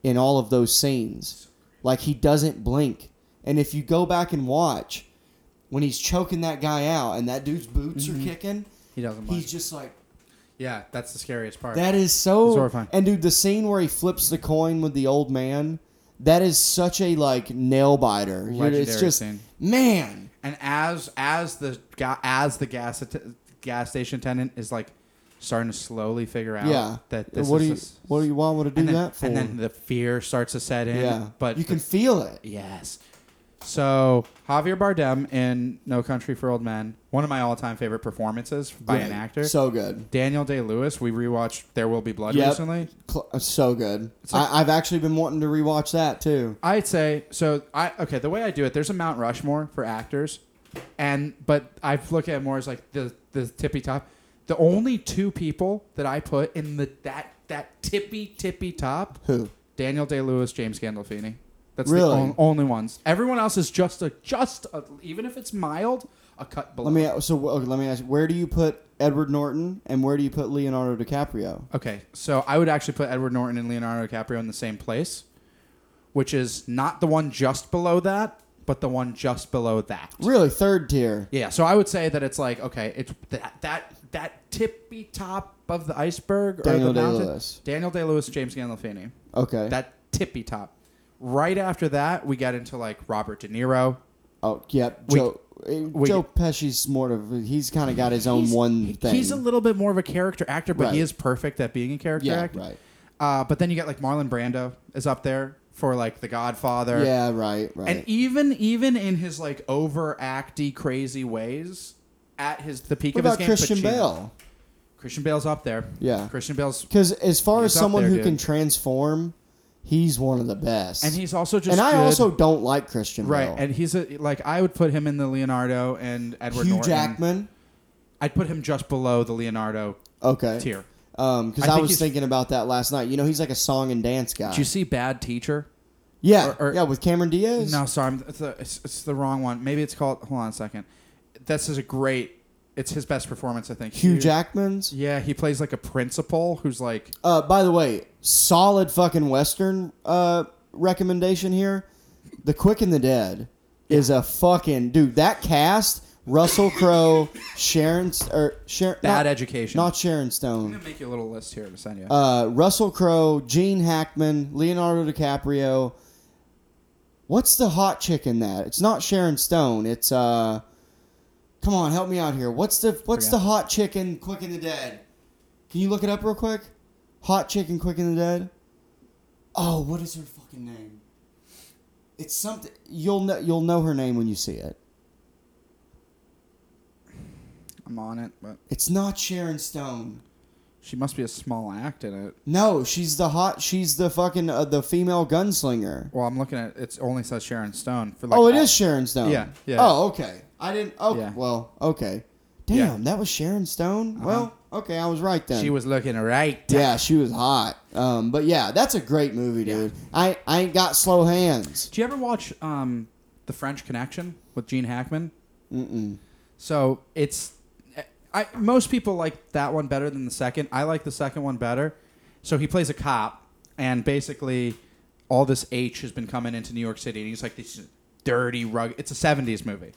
Speaker 2: in all of those scenes. Like he doesn't blink. And if you go back and watch when he's choking that guy out and that dude's boots are kicking,
Speaker 3: Mm-hmm. He doesn't blink.
Speaker 2: He's just like
Speaker 3: yeah, that's the scariest part.
Speaker 2: that is so
Speaker 3: It's horrifying.
Speaker 2: And dude, the scene where he flips the coin with the old man, that is such a like nail biter. Dude, It's
Speaker 3: Legendary
Speaker 2: just
Speaker 3: scene.
Speaker 2: man.
Speaker 3: and as as the ga- as the gas att- gas station attendant is like starting to slowly figure out
Speaker 2: Yeah.
Speaker 3: that this
Speaker 2: what
Speaker 3: is
Speaker 2: do you
Speaker 3: this-
Speaker 2: what do you want to do
Speaker 3: and then,
Speaker 2: that for?
Speaker 3: and then the fear starts to set in.
Speaker 2: yeah,
Speaker 3: but
Speaker 2: you
Speaker 3: the-
Speaker 2: can feel it.
Speaker 3: yes. So Javier Bardem in No Country for Old Men, one of my all-time favorite performances by an
Speaker 2: Great.
Speaker 3: actor.
Speaker 2: So good.
Speaker 3: Daniel Day Lewis, we rewatched There Will Be Blood
Speaker 2: Yep.
Speaker 3: recently.
Speaker 2: Cl- uh, so good.
Speaker 3: like-
Speaker 2: I, I've actually been wanting to rewatch that too.
Speaker 3: I'd say so. I okay. The way I do it, there's a Mount Rushmore for actors. And but I look at it more as like the the tippy top. The only two people that I put in the that that tippy tippy top
Speaker 2: Who?
Speaker 3: Daniel Day Lewis, James Gandolfini. That's the
Speaker 2: Really?
Speaker 3: on- only ones. Everyone else is just a just a, even if it's mild a cut below.
Speaker 2: Let me. So okay, let me ask. Where do you put Edward Norton and where do you put Leonardo DiCaprio?
Speaker 3: Okay, so I would actually put Edward Norton and Leonardo DiCaprio in the same place, which is not the one just below that, but the one just below that.
Speaker 2: Really, third tier.
Speaker 3: Yeah, so I would say that it's like okay, it's that that that tippy top of the iceberg or
Speaker 2: Daniel
Speaker 3: the mountain.
Speaker 2: Day-Lewis.
Speaker 3: Daniel Day Lewis, James Gandolfini.
Speaker 2: Okay.
Speaker 3: That tippy top. Right after that, we got into like Robert De Niro.
Speaker 2: oh, yeah.
Speaker 3: We-
Speaker 2: Joe. eh,
Speaker 3: we-
Speaker 2: Joe Pesci's more of. He's kind of got his own
Speaker 3: He's-
Speaker 2: one
Speaker 3: he-
Speaker 2: thing.
Speaker 3: He's a little bit more of a character actor, but he
Speaker 2: Right.
Speaker 3: is perfect at being a character
Speaker 2: Yeah,
Speaker 3: actor.
Speaker 2: right.
Speaker 3: Uh, but then you got like Marlon Brando is up there for like The Godfather.
Speaker 2: Yeah. Right. Right.
Speaker 3: And even even in his like overacty crazy ways, at his the peak
Speaker 2: what
Speaker 3: of
Speaker 2: about
Speaker 3: his game,
Speaker 2: Christian
Speaker 3: Pacino.
Speaker 2: Bale?
Speaker 3: Christian Bale's up there.
Speaker 2: Yeah.
Speaker 3: Christian Bale's
Speaker 2: Because as far
Speaker 3: He's
Speaker 2: as
Speaker 3: up
Speaker 2: someone
Speaker 3: there,
Speaker 2: who
Speaker 3: dude.
Speaker 2: can transform, he's one of the best.
Speaker 3: and he's also just
Speaker 2: and I
Speaker 3: good-
Speaker 2: also don't like Christian
Speaker 3: right
Speaker 2: Bale.
Speaker 3: and he's a like I would put him in the Leonardo and Edward
Speaker 2: Hugh
Speaker 3: Norton.
Speaker 2: Jackman.
Speaker 3: I'd put him just below the Leonardo
Speaker 2: Okay.
Speaker 3: tier.
Speaker 2: Um, because I,
Speaker 3: I think
Speaker 2: was
Speaker 3: he's-
Speaker 2: thinking about that last night. You know, he's like a song and dance guy.
Speaker 3: Did you see Bad Teacher?
Speaker 2: yeah,
Speaker 3: or- or-
Speaker 2: yeah, with Cameron Diaz.
Speaker 3: No, sorry, I'm, it's, the, it's, it's the wrong one. Maybe it's called. Hold on a second. This is a great. It's his best performance, I think.
Speaker 2: Hugh Jackman's.
Speaker 3: Yeah, he plays like a principal who's like
Speaker 2: Uh, by the way, solid fucking western uh recommendation here. The Quick and the Dead is a fucking dude. That cast: Russell Crowe, Sharon, S- or Sharon.
Speaker 3: bad
Speaker 2: not-
Speaker 3: education.
Speaker 2: Not Sharon
Speaker 3: I'm
Speaker 2: Stone.
Speaker 3: gonna make you a little list here to send you.
Speaker 2: Uh, Russell Crowe, Gene Hackman, Leonardo DiCaprio. What's the hot chick in that? It's not Sharon Stone. It's uh, come on, help me out here. What's the what's
Speaker 3: Forgot.
Speaker 2: the hot chick in Quick and the Dead? Can you look it up real quick? Hot chick in Quick and the Dead. Oh, what is her fucking name? It's something you'll know. You'll know her name when you see it.
Speaker 3: I'm on it, but
Speaker 2: It's not Sharon Stone.
Speaker 3: she must be a small act in it.
Speaker 2: No, she's the hot. She's the fucking uh, the female gunslinger.
Speaker 3: Well, I'm looking at it. Only says Sharon Stone for like.
Speaker 2: Oh, it
Speaker 3: all-
Speaker 2: is Sharon Stone.
Speaker 3: Yeah, yeah.
Speaker 2: Oh, okay. I didn't. Oh,
Speaker 3: Yeah.
Speaker 2: well, okay.
Speaker 3: Yeah. Uh-huh.
Speaker 2: Damn, that was Sharon Stone. Well, okay, I was right then.
Speaker 3: She was looking right.
Speaker 2: Yeah, she was hot. Um, but yeah, that's a great movie, dude. I I ain't got slow hands.
Speaker 3: Do you ever watch um, The French Connection with Gene Hackman? Mm-mm. So it's, I most people like that one better than the second. I like the second one better. So he plays a cop, and basically, all this H has been coming into New York City, and he's like this dirty rug. It's a '70s movie.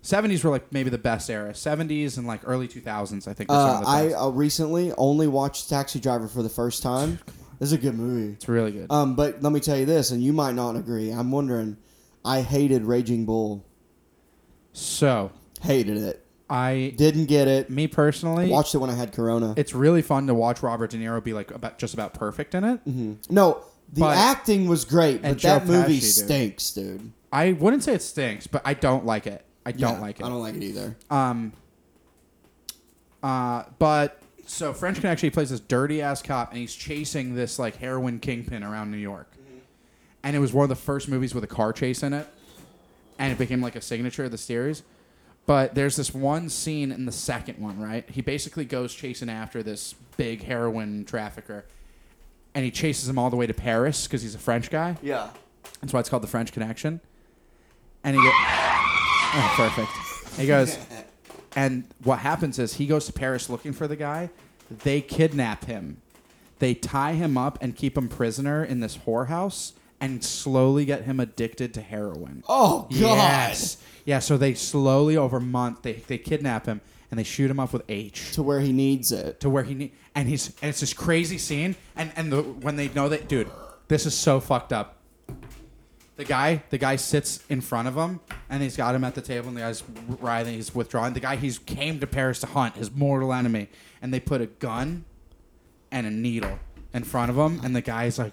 Speaker 3: '70s were like maybe the best era. '70s and like early 2000s, I think. Were some
Speaker 2: Uh,
Speaker 3: of the
Speaker 2: I
Speaker 3: best.
Speaker 2: uh, recently only watched Taxi Driver for the first time. This is a good movie.
Speaker 3: it's really good.
Speaker 2: Um, but let me tell you this, and you might not agree. I'm wondering. I hated Raging Bull.
Speaker 3: so
Speaker 2: Hated it.
Speaker 3: I,
Speaker 2: Didn't get it.
Speaker 3: me personally,
Speaker 2: Watched it when I had Corona.
Speaker 3: it's really fun to watch Robert De Niro be like about just about perfect in it.
Speaker 2: Mm-hmm. No, the
Speaker 3: But-
Speaker 2: acting was great,
Speaker 3: and
Speaker 2: but that
Speaker 3: Joe
Speaker 2: movie
Speaker 3: Pesci, dude.
Speaker 2: stinks, dude.
Speaker 3: I wouldn't say it stinks, but I don't like it. I don't
Speaker 2: Yeah,
Speaker 3: like it.
Speaker 2: I don't like it either.
Speaker 3: Um. Uh, but so French Connection, he plays this dirty ass cop, and he's chasing this like heroin kingpin around New York.
Speaker 2: Mm-hmm.
Speaker 3: And it was one of the first movies with a car chase in it, and it became like a signature of the series. But there's this one scene in the second one, right? He basically goes chasing after this big heroin trafficker, and he chases him all the way to Paris because he's a French guy.
Speaker 2: yeah.
Speaker 3: That's why it's called the French Connection. And he goes, oh, perfect. He goes, and what happens is he goes to Paris looking for the guy. They kidnap him. They tie him up and keep him prisoner in this whorehouse and slowly get him addicted to heroin.
Speaker 2: Oh god.
Speaker 3: Yes. Yeah, so they slowly over month they, they kidnap him and they shoot him up with H
Speaker 2: To where he needs it.
Speaker 3: to where he need, and he's and it's this crazy scene and and the, when they know that dude this is so fucked up the guy the guy sits in front of him and he's got him at the table and the guy's writhing he's withdrawing the guy he's came to paris to hunt his mortal enemy and they put a gun and a needle in front of him, and the guy's like,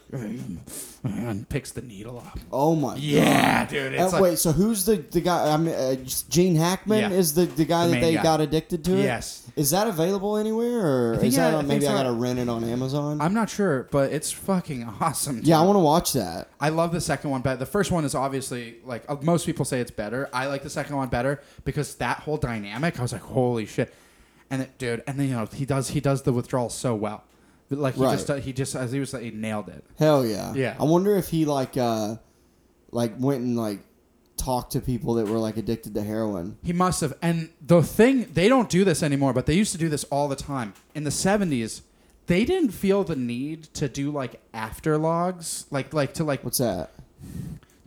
Speaker 3: and picks the needle up.
Speaker 2: Oh my.
Speaker 3: Yeah, dude.
Speaker 2: Uh,
Speaker 3: It's like,
Speaker 2: wait, so who's the, the guy? I mean, uh, Gene Hackman
Speaker 3: Yeah.
Speaker 2: is the, the guy
Speaker 3: The
Speaker 2: that
Speaker 3: main
Speaker 2: they
Speaker 3: guy.
Speaker 2: got addicted to it?
Speaker 3: Yes.
Speaker 2: Is that available anywhere? Or
Speaker 3: think
Speaker 2: is
Speaker 3: I-
Speaker 2: that
Speaker 3: I
Speaker 2: on,
Speaker 3: think
Speaker 2: maybe I
Speaker 3: so.
Speaker 2: got to rent it on Amazon?
Speaker 3: I'm not sure, but it's fucking awesome. dude.
Speaker 2: yeah, I want to watch that.
Speaker 3: I love the second one better. The first one is obviously like uh, most people say it's better. I like the second one better because that whole dynamic. I was like, holy shit, and it, dude, and then you know he does he does the withdrawal so well, But, like he
Speaker 2: Right.
Speaker 3: just he just as he was like he nailed it.
Speaker 2: Hell yeah.
Speaker 3: Yeah.
Speaker 2: I wonder if he like uh like went and like talked to people that were like addicted to heroin.
Speaker 3: He must have. And the thing they don't do this anymore, but they used to do this all the time in the seventies. They didn't feel the need to do like after logs, like like to like
Speaker 2: What's that?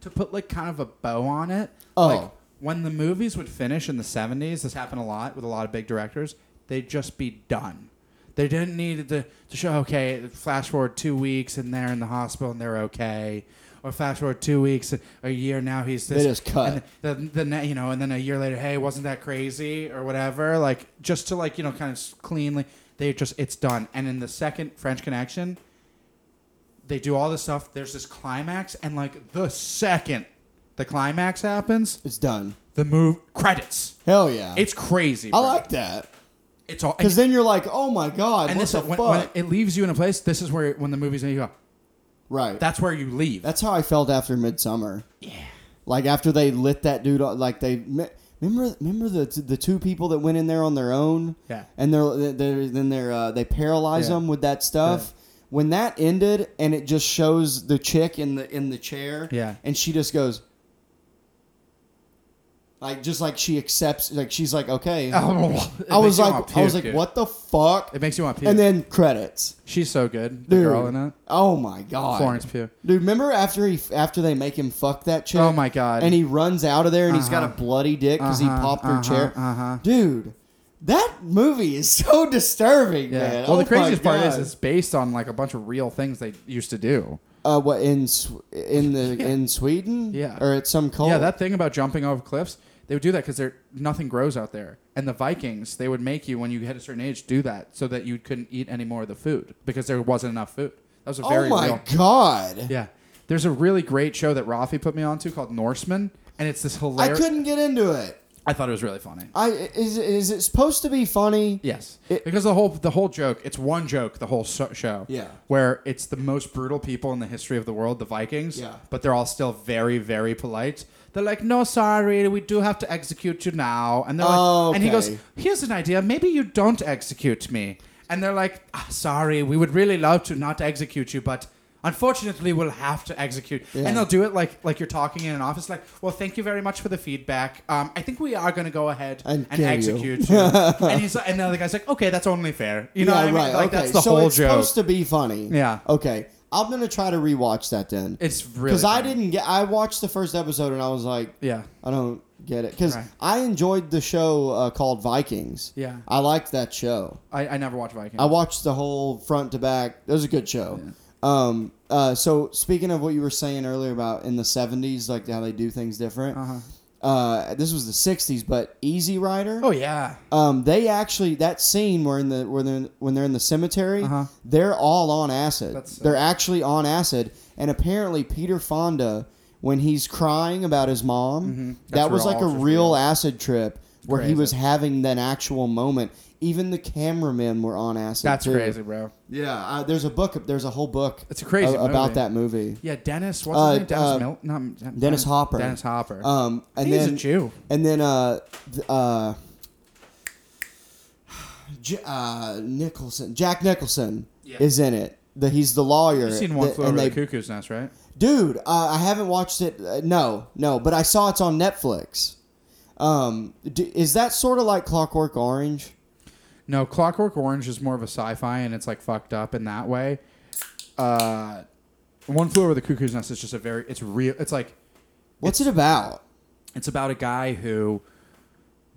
Speaker 3: to put like kind of a bow on it.
Speaker 2: Oh.
Speaker 3: Like when the movies would finish in the 70s, this happened a lot with a lot of big directors, they'd just be done. They didn't need to, to show, okay, flash forward two weeks and they're in the hospital and they're okay. Or flash forward two weeks, a year now he's this.
Speaker 2: They just cut.
Speaker 3: And the, the, ne you know, and then a year later, hey, wasn't that crazy or whatever? Like just to like you know, kind of s- cleanly, they just it's done. And in the second French Connection, they do all this stuff. There's this climax, and like the second the climax happens,
Speaker 2: It's done.
Speaker 3: the move credits.
Speaker 2: Hell yeah.
Speaker 3: It's crazy.
Speaker 2: I
Speaker 3: bro.
Speaker 2: like that.
Speaker 3: it's all
Speaker 2: Cuz then you're like, "Oh my god,
Speaker 3: and
Speaker 2: what
Speaker 3: this
Speaker 2: the
Speaker 3: when,
Speaker 2: fuck?"
Speaker 3: when it leaves you in a place. This is where when the movie's and you go.
Speaker 2: right.
Speaker 3: That's where you leave.
Speaker 2: That's how I felt after Midsummer. Yeah. Like after they lit that dude up, like they me- remember remember the the two people that went in there on their own.
Speaker 3: Yeah.
Speaker 2: And they're, they're then they're uh, they paralyze
Speaker 3: Yeah.
Speaker 2: them with that stuff. When that ended, and it just shows the chick in the in the chair.
Speaker 3: Yeah.
Speaker 2: And she just goes. Like just like she accepts, like she's like okay.
Speaker 3: Oh, It
Speaker 2: I was
Speaker 3: makes you
Speaker 2: like,
Speaker 3: wanna
Speaker 2: I was
Speaker 3: puke,
Speaker 2: like,
Speaker 3: dude.
Speaker 2: what the fuck?
Speaker 3: Oh, It makes you want to puke.
Speaker 2: And then credits.
Speaker 3: she's so good. The
Speaker 2: Dude.
Speaker 3: girl in it.
Speaker 2: Oh my god.
Speaker 3: Florence Pugh.
Speaker 2: Dude, remember after he after they make him fuck that chick?
Speaker 3: Oh my God.
Speaker 2: And he runs out of there and he's got a
Speaker 3: Uh-huh.
Speaker 2: bloody dick because he
Speaker 3: Uh-huh,
Speaker 2: popped her
Speaker 3: uh-huh,
Speaker 2: chair.
Speaker 3: uh-huh.
Speaker 2: Dude, that movie is so disturbing,
Speaker 3: Yeah.
Speaker 2: man.
Speaker 3: Well,
Speaker 2: Oh
Speaker 3: the craziest
Speaker 2: my
Speaker 3: part is
Speaker 2: God.
Speaker 3: it's based on like a bunch of real things they used to do.
Speaker 2: uh, what in Sw- in the in Sweden?
Speaker 3: Yeah.
Speaker 2: or it's some cult.
Speaker 3: Yeah, that thing about jumping over cliffs, they would do that because there nothing grows out there. And the Vikings, they would make you when you hit a certain age do that so that you couldn't eat any more of the food because there wasn't enough food. That was a very
Speaker 2: oh my
Speaker 3: real.
Speaker 2: god!
Speaker 3: Yeah, there's a really great show that Rafi put me onto called Norseman, and it's this
Speaker 2: I
Speaker 3: hilarious.
Speaker 2: couldn't get into it.
Speaker 3: I thought it was really funny.
Speaker 2: I is is it supposed to be funny?
Speaker 3: Yes,
Speaker 2: It-
Speaker 3: because the whole the whole joke it's one joke the whole so- show.
Speaker 2: Yeah.
Speaker 3: where it's the most brutal people in the history of the world, the Vikings.
Speaker 2: Yeah.
Speaker 3: but they're all still very very polite. They're like, no, sorry, we do have to execute you now. And they're like,
Speaker 2: Oh,
Speaker 3: and he goes,
Speaker 2: okay.
Speaker 3: here's an idea. Maybe you don't execute me. And they're like, ah, sorry, we would really love to not execute you, but unfortunately, we'll have to execute.
Speaker 2: Yeah.
Speaker 3: And they'll do it like like you're talking in an office, like, well, thank you very much for the feedback. Um, I think we are going to go ahead
Speaker 2: And
Speaker 3: and,
Speaker 2: kill you.
Speaker 3: execute you. and he's like, and the other guy's like, okay, that's only fair. You know,
Speaker 2: yeah,
Speaker 3: what I mean?
Speaker 2: right.
Speaker 3: Like
Speaker 2: okay,
Speaker 3: that's the
Speaker 2: so
Speaker 3: whole
Speaker 2: it's
Speaker 3: joke.
Speaker 2: supposed to be funny.
Speaker 3: Yeah.
Speaker 2: Okay, I'm gonna try to rewatch that then.
Speaker 3: it's really
Speaker 2: because I
Speaker 3: funny.
Speaker 2: didn't get. I watched the first episode and I was like,
Speaker 3: Yeah.
Speaker 2: I don't get it because
Speaker 3: Right.
Speaker 2: I enjoyed the show uh, called Vikings.
Speaker 3: Yeah.
Speaker 2: I liked that show.
Speaker 3: I, I never watched Vikings.
Speaker 2: I watched the whole front to back. It was a good show. Um. Uh. So speaking of what you were saying earlier about in the '70s, like how they do things different.
Speaker 3: Uh-huh.
Speaker 2: Uh, this was the '60s, but Easy Rider.
Speaker 3: oh yeah.
Speaker 2: Um, they actually that scene where in the where they're in, when they're in the cemetery,
Speaker 3: Uh-huh.
Speaker 2: they're all on acid.
Speaker 3: That's sad.
Speaker 2: they're actually on acid, and apparently Peter Fonda, when he's crying about his mom, that
Speaker 3: Mm-hmm. That's
Speaker 2: was
Speaker 3: where
Speaker 2: like a
Speaker 3: all this is
Speaker 2: real
Speaker 3: real.
Speaker 2: acid trip where he
Speaker 3: Crazy.
Speaker 2: was having that actual moment. Even the cameramen were on acid.
Speaker 3: That's
Speaker 2: too.
Speaker 3: crazy, bro.
Speaker 2: Yeah, uh, there's a book. There's a whole book.
Speaker 3: It's a crazy
Speaker 2: a- about
Speaker 3: movie.
Speaker 2: that movie.
Speaker 3: Yeah, Dennis. What's
Speaker 2: Uh,
Speaker 3: his name? Dennis
Speaker 2: uh,
Speaker 3: Mil- not, Dennis,
Speaker 2: Dennis Hopper.
Speaker 3: Dennis Hopper.
Speaker 2: Um, and
Speaker 3: He's
Speaker 2: then
Speaker 3: a Jew.
Speaker 2: And then uh, th- uh, J- uh, Nicholson, Jack Nicholson is in it. The, he's the lawyer.
Speaker 3: You've seen one
Speaker 2: that-
Speaker 3: flew
Speaker 2: and
Speaker 3: over
Speaker 2: they-
Speaker 3: the cuckoo's nest, right?
Speaker 2: Dude, uh, I haven't watched it. Uh, no, no, but I saw it's on Netflix. Um, d- is that sort of like Clockwork Orange?
Speaker 3: No, Clockwork Orange is more of a sci-fi, and it's like fucked up in that way. Uh, one flew over the cuckoo's nest is just a very. It's real. It's like
Speaker 2: What's it about?
Speaker 3: It's about a guy who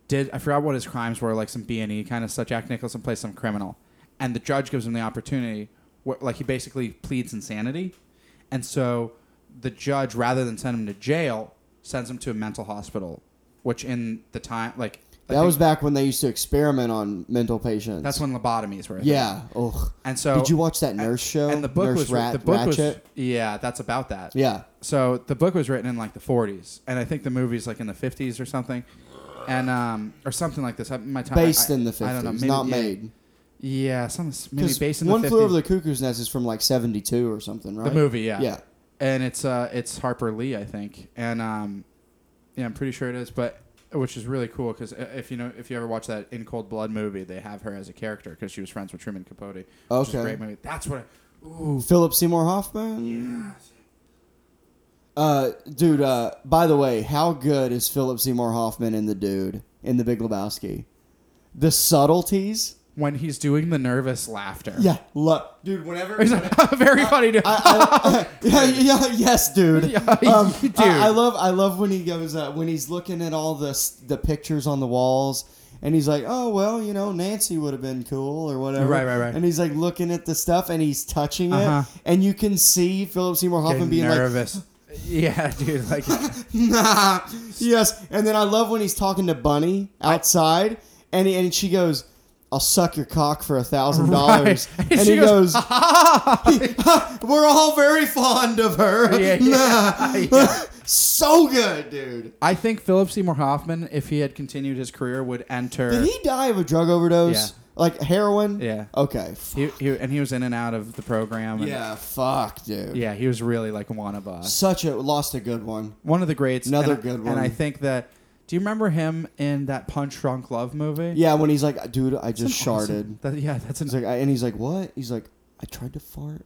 Speaker 3: did I forgot what his crimes were, like some B and E kind of stuff. Jack Nicholson plays some criminal, and the judge gives him the opportunity. wh- Like he basically pleads insanity, and so the judge, rather than send him to jail, sends him to a mental hospital, which in the time like
Speaker 2: That was back when they used to experiment on mental patients.
Speaker 3: That's when lobotomies were. a thing.
Speaker 2: yeah. Ugh.
Speaker 3: And so
Speaker 2: did you watch that nurse show?
Speaker 3: And the book
Speaker 2: nurse
Speaker 3: was
Speaker 2: Rat,
Speaker 3: the book
Speaker 2: Ratchet?
Speaker 3: was yeah, that's about that.
Speaker 2: yeah.
Speaker 3: So the book was written in like the 40s, and I think the movie's like in the 50s or something, and um or something like this. I, my time
Speaker 2: Based
Speaker 3: I-
Speaker 2: in the
Speaker 3: I don't know,
Speaker 2: fifties,
Speaker 3: maybe-
Speaker 2: not
Speaker 3: yeah,
Speaker 2: made.
Speaker 3: Yeah, something maybe
Speaker 2: Because
Speaker 3: based in
Speaker 2: one
Speaker 3: the 50s.
Speaker 2: flew over the cuckoo's nest is from like seventy two or something, right?
Speaker 3: The movie, yeah.
Speaker 2: Yeah.
Speaker 3: And it's uh it's Harper Lee, I think. And um yeah, I'm pretty sure it is, but which is really cool cuz if you know if you ever watch that In Cold Blood movie, they have her as a character cuz she was friends with Truman Capote. Which is
Speaker 2: Okay.
Speaker 3: a great movie. That's what I,
Speaker 2: Philip Seymour Hoffman. Yeah. Uh, dude. Uh, by the way, how good is Philip Seymour Hoffman in the dude in the Big Lebowski? The subtleties.
Speaker 3: when he's doing the nervous laughter.
Speaker 2: Yeah. Look, dude. Whenever
Speaker 3: He's like, very funny dude.
Speaker 2: I, I- yeah, yeah, yes, dude.
Speaker 3: Yeah,
Speaker 2: um,
Speaker 3: dude.
Speaker 2: I, I love, I love when he goes, uh, when he's looking at all the s- the pictures on the walls, and he's like, oh well, you know, Nancy would have been cool or whatever.
Speaker 3: Right, right, right.
Speaker 2: And he's like looking at the stuff, and he's touching
Speaker 3: Uh-huh.
Speaker 2: it, and you can see Philip Seymour Hoffman
Speaker 3: Getting
Speaker 2: being like,
Speaker 3: nervous. yeah, dude, like
Speaker 2: nah, yes. And then I love when he's talking to Bunny outside, and he, and she goes. I'll suck your cock for a thousand dollars,
Speaker 3: Right.
Speaker 2: and
Speaker 3: She
Speaker 2: he
Speaker 3: goes,
Speaker 2: goes, "We're all very fond of her."
Speaker 3: yeah, yeah, yeah.
Speaker 2: so good, dude.
Speaker 3: I think Philip Seymour Hoffman, if he had continued his career, would enter
Speaker 2: Did he die of a drug overdose?
Speaker 3: Yeah.
Speaker 2: Like heroin?
Speaker 3: Yeah.
Speaker 2: Okay. F-
Speaker 3: He, he and he was in and out of the program. And
Speaker 2: Yeah. Fuck, dude.
Speaker 3: yeah, he was really like one of us,
Speaker 2: Such a lost a good one.
Speaker 3: one of the greats.
Speaker 2: Another
Speaker 3: and I-
Speaker 2: good one.
Speaker 3: And I think that. Do you remember him in that Punch Drunk Love movie?
Speaker 2: Yeah, when he's like, dude, I just
Speaker 3: That's an
Speaker 2: sharted.
Speaker 3: awesome- that- yeah, that's an.
Speaker 2: He's like, I, and he's like, what? He's like, I tried to fart.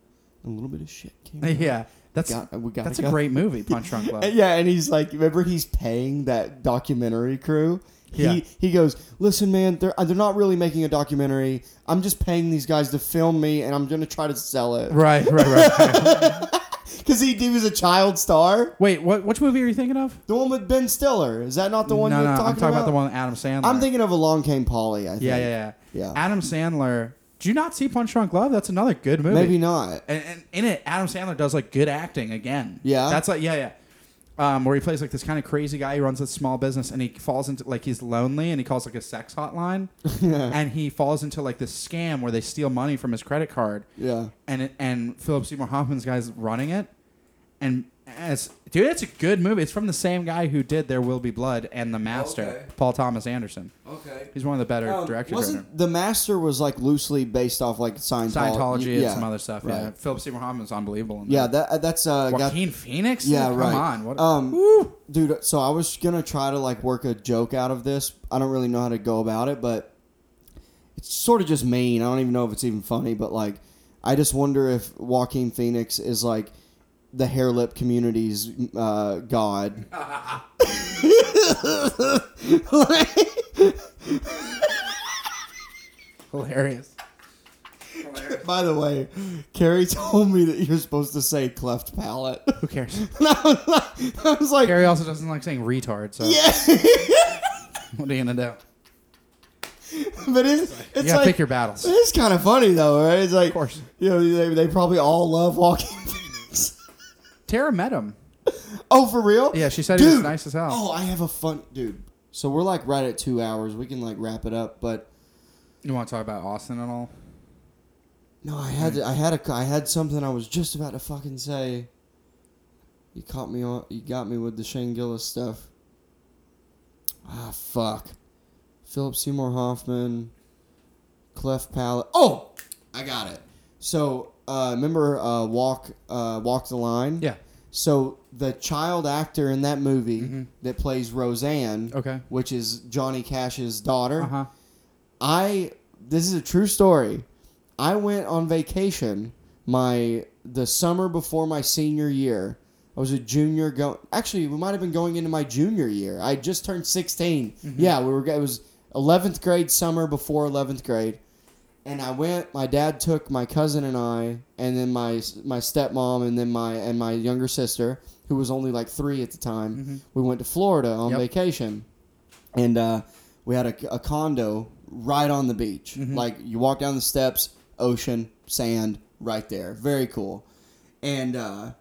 Speaker 2: A little bit of shit came. out."
Speaker 3: yeah, that's
Speaker 2: Got- we gotta
Speaker 3: that's a
Speaker 2: go.
Speaker 3: great movie, Punch Drunk Love.
Speaker 2: And yeah, and he's like, remember he's paying that documentary crew. He,
Speaker 3: Yeah.
Speaker 2: he goes, listen, man, they're uh, they're not really making a documentary. I'm just paying these guys to film me, and I'm gonna try to sell it.
Speaker 3: Right, right, right. right.
Speaker 2: Because he, he was a child star.
Speaker 3: Wait, what? Which movie are you thinking of?
Speaker 2: The one with Ben Stiller. Is that not the one
Speaker 3: no,
Speaker 2: you're
Speaker 3: no,
Speaker 2: talking,
Speaker 3: I'm talking about? the one with Adam Sandler.
Speaker 2: I'm thinking of Along Came Polly, I think.
Speaker 3: Yeah, yeah, yeah.
Speaker 2: Yeah.
Speaker 3: Adam Sandler. Do you not see Punch Drunk Love? That's another good movie.
Speaker 2: Maybe not.
Speaker 3: And, and in it, Adam Sandler does like good acting again.
Speaker 2: Yeah?
Speaker 3: That's like yeah, yeah. Um, where he plays like this kind of crazy guy who runs a small business and he falls into like he's lonely and he calls like a sex hotline and he falls into like this scam where they steal money from his credit card
Speaker 2: Yeah.
Speaker 3: and it, and Philip Seymour Hoffman's guy's running it and as dude it's a good movie it's from the same guy who did There Will Be Blood and The Master
Speaker 2: Okay.
Speaker 3: Paul Thomas Anderson
Speaker 2: Okay. Um,
Speaker 3: he's one of the better directors right now.
Speaker 2: wasn't the Master was like loosely based off like Scientology?
Speaker 3: Scientology
Speaker 2: yeah.
Speaker 3: and some other stuff. Yeah,
Speaker 2: Right.
Speaker 3: Philip Seymour Hoffman's unbelievable. In
Speaker 2: Yeah,
Speaker 3: that.
Speaker 2: that uh, that's uh, got,
Speaker 3: Joaquin Phoenix.
Speaker 2: yeah,
Speaker 3: Come
Speaker 2: right.
Speaker 3: on, what?
Speaker 2: um,
Speaker 3: Woo!
Speaker 2: dude. So I was gonna try to like work a joke out of this. I don't really know how to go about it, but it's sort of just mean. I don't even know if it's even funny, but like, I just wonder if Joaquin Phoenix is like the hair lip community's uh, god.
Speaker 3: hilarious.
Speaker 2: By the way, Carrie told me that you're supposed to say cleft palate.
Speaker 3: Who cares?
Speaker 2: And I was like, I was like
Speaker 3: Gary also doesn't like saying retard. So
Speaker 2: yeah,
Speaker 3: what are you gonna do?
Speaker 2: but it's
Speaker 3: You
Speaker 2: it's
Speaker 3: gotta
Speaker 2: like
Speaker 3: pick your battles.
Speaker 2: It's kind of funny though, right? It's like, of
Speaker 3: course.
Speaker 2: you know, they, they probably all love Walking Phoenix.
Speaker 3: Tara met him.
Speaker 2: oh, for real?
Speaker 3: Yeah, she said he
Speaker 2: dude,
Speaker 3: was nice as hell.
Speaker 2: Oh, I have a fun dude. So we're like right at two hours. We can like wrap it up, but
Speaker 3: You want to talk about Austin and all?
Speaker 2: no, I had I had a I had something I was just about to fucking say. You caught me on. You got me with the Shane Gillis stuff. Ah, fuck. Philip Seymour Hoffman, Clef Palate. Oh, I got it. So uh, remember, uh, walk uh, walk the line.
Speaker 3: Yeah.
Speaker 2: So the child actor in that movie that plays Roseanne,
Speaker 3: Okay.
Speaker 2: which is Johnny Cash's daughter,
Speaker 3: Uh huh.
Speaker 2: I this is a true story. I went on vacation my the summer before my senior year. I was a junior go actually we might have been going into my junior year. I just turned 16. Yeah, we were it was 11th grade summer before 11th grade. And I went my dad took my cousin and I and then my my stepmom and then my and my younger sister who was only like 3 at the time. We went to Florida on
Speaker 3: Yep.
Speaker 2: vacation and uh, we had a, a condo right on the beach. Like you walk down the steps, ocean, sand, right there. Very cool. And uh,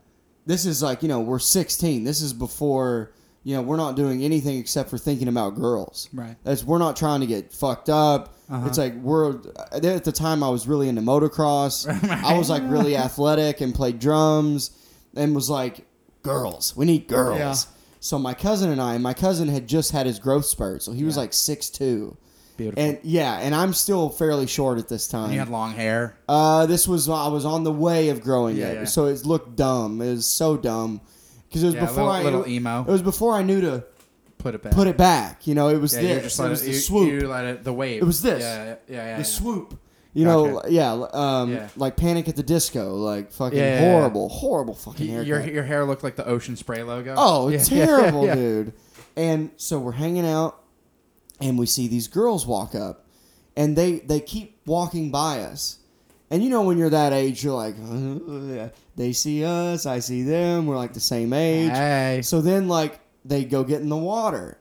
Speaker 2: this is like you know we're 16. This is before you know, we're not doing anything except for thinking about girls.
Speaker 3: Right.
Speaker 2: That's we're not trying to get fucked up. It's like we're uh, at the time I was really into motocross. I was like really athletic and played drums and was like girls. We need girls.
Speaker 3: Yeah.
Speaker 2: So my cousin and I, my cousin had just had his growth spurt, so he was like six two.
Speaker 3: Beautiful.
Speaker 2: And yeah, and I'm still fairly short at this time.
Speaker 3: you had long hair.
Speaker 2: Uh, this was I was on the way of growing
Speaker 3: Yeah,
Speaker 2: it,
Speaker 3: yeah.
Speaker 2: so it looked dumb. It was so dumb because it was
Speaker 3: Yeah,
Speaker 2: before
Speaker 3: little-
Speaker 2: I
Speaker 3: little emo.
Speaker 2: It was before I knew to
Speaker 3: Put it back.
Speaker 2: put it back. You know, it was
Speaker 3: Yeah,
Speaker 2: this.
Speaker 3: you just let
Speaker 2: it was
Speaker 3: it,
Speaker 2: the
Speaker 3: you,
Speaker 2: swoop.
Speaker 3: You let it. The wave.
Speaker 2: It was this.
Speaker 3: Yeah, yeah, yeah. yeah,
Speaker 2: the
Speaker 3: yeah.
Speaker 2: swoop. You know,
Speaker 3: Gotcha.
Speaker 2: yeah, um,
Speaker 3: Yeah.
Speaker 2: like Panic at the Disco, like fucking
Speaker 3: Yeah, yeah, yeah.
Speaker 2: horrible, horrible fucking haircut.
Speaker 3: Your your hair looked like the ocean spray logo.
Speaker 2: Oh,
Speaker 3: Yeah, yeah,
Speaker 2: terrible,
Speaker 3: yeah.
Speaker 2: dude. And so we're hanging out and we see these girls walk up and they they keep walking by us. And you know when you're that age, you're like, they see us, I see them, we're like the same age.
Speaker 3: Hey.
Speaker 2: So then like they go get in the water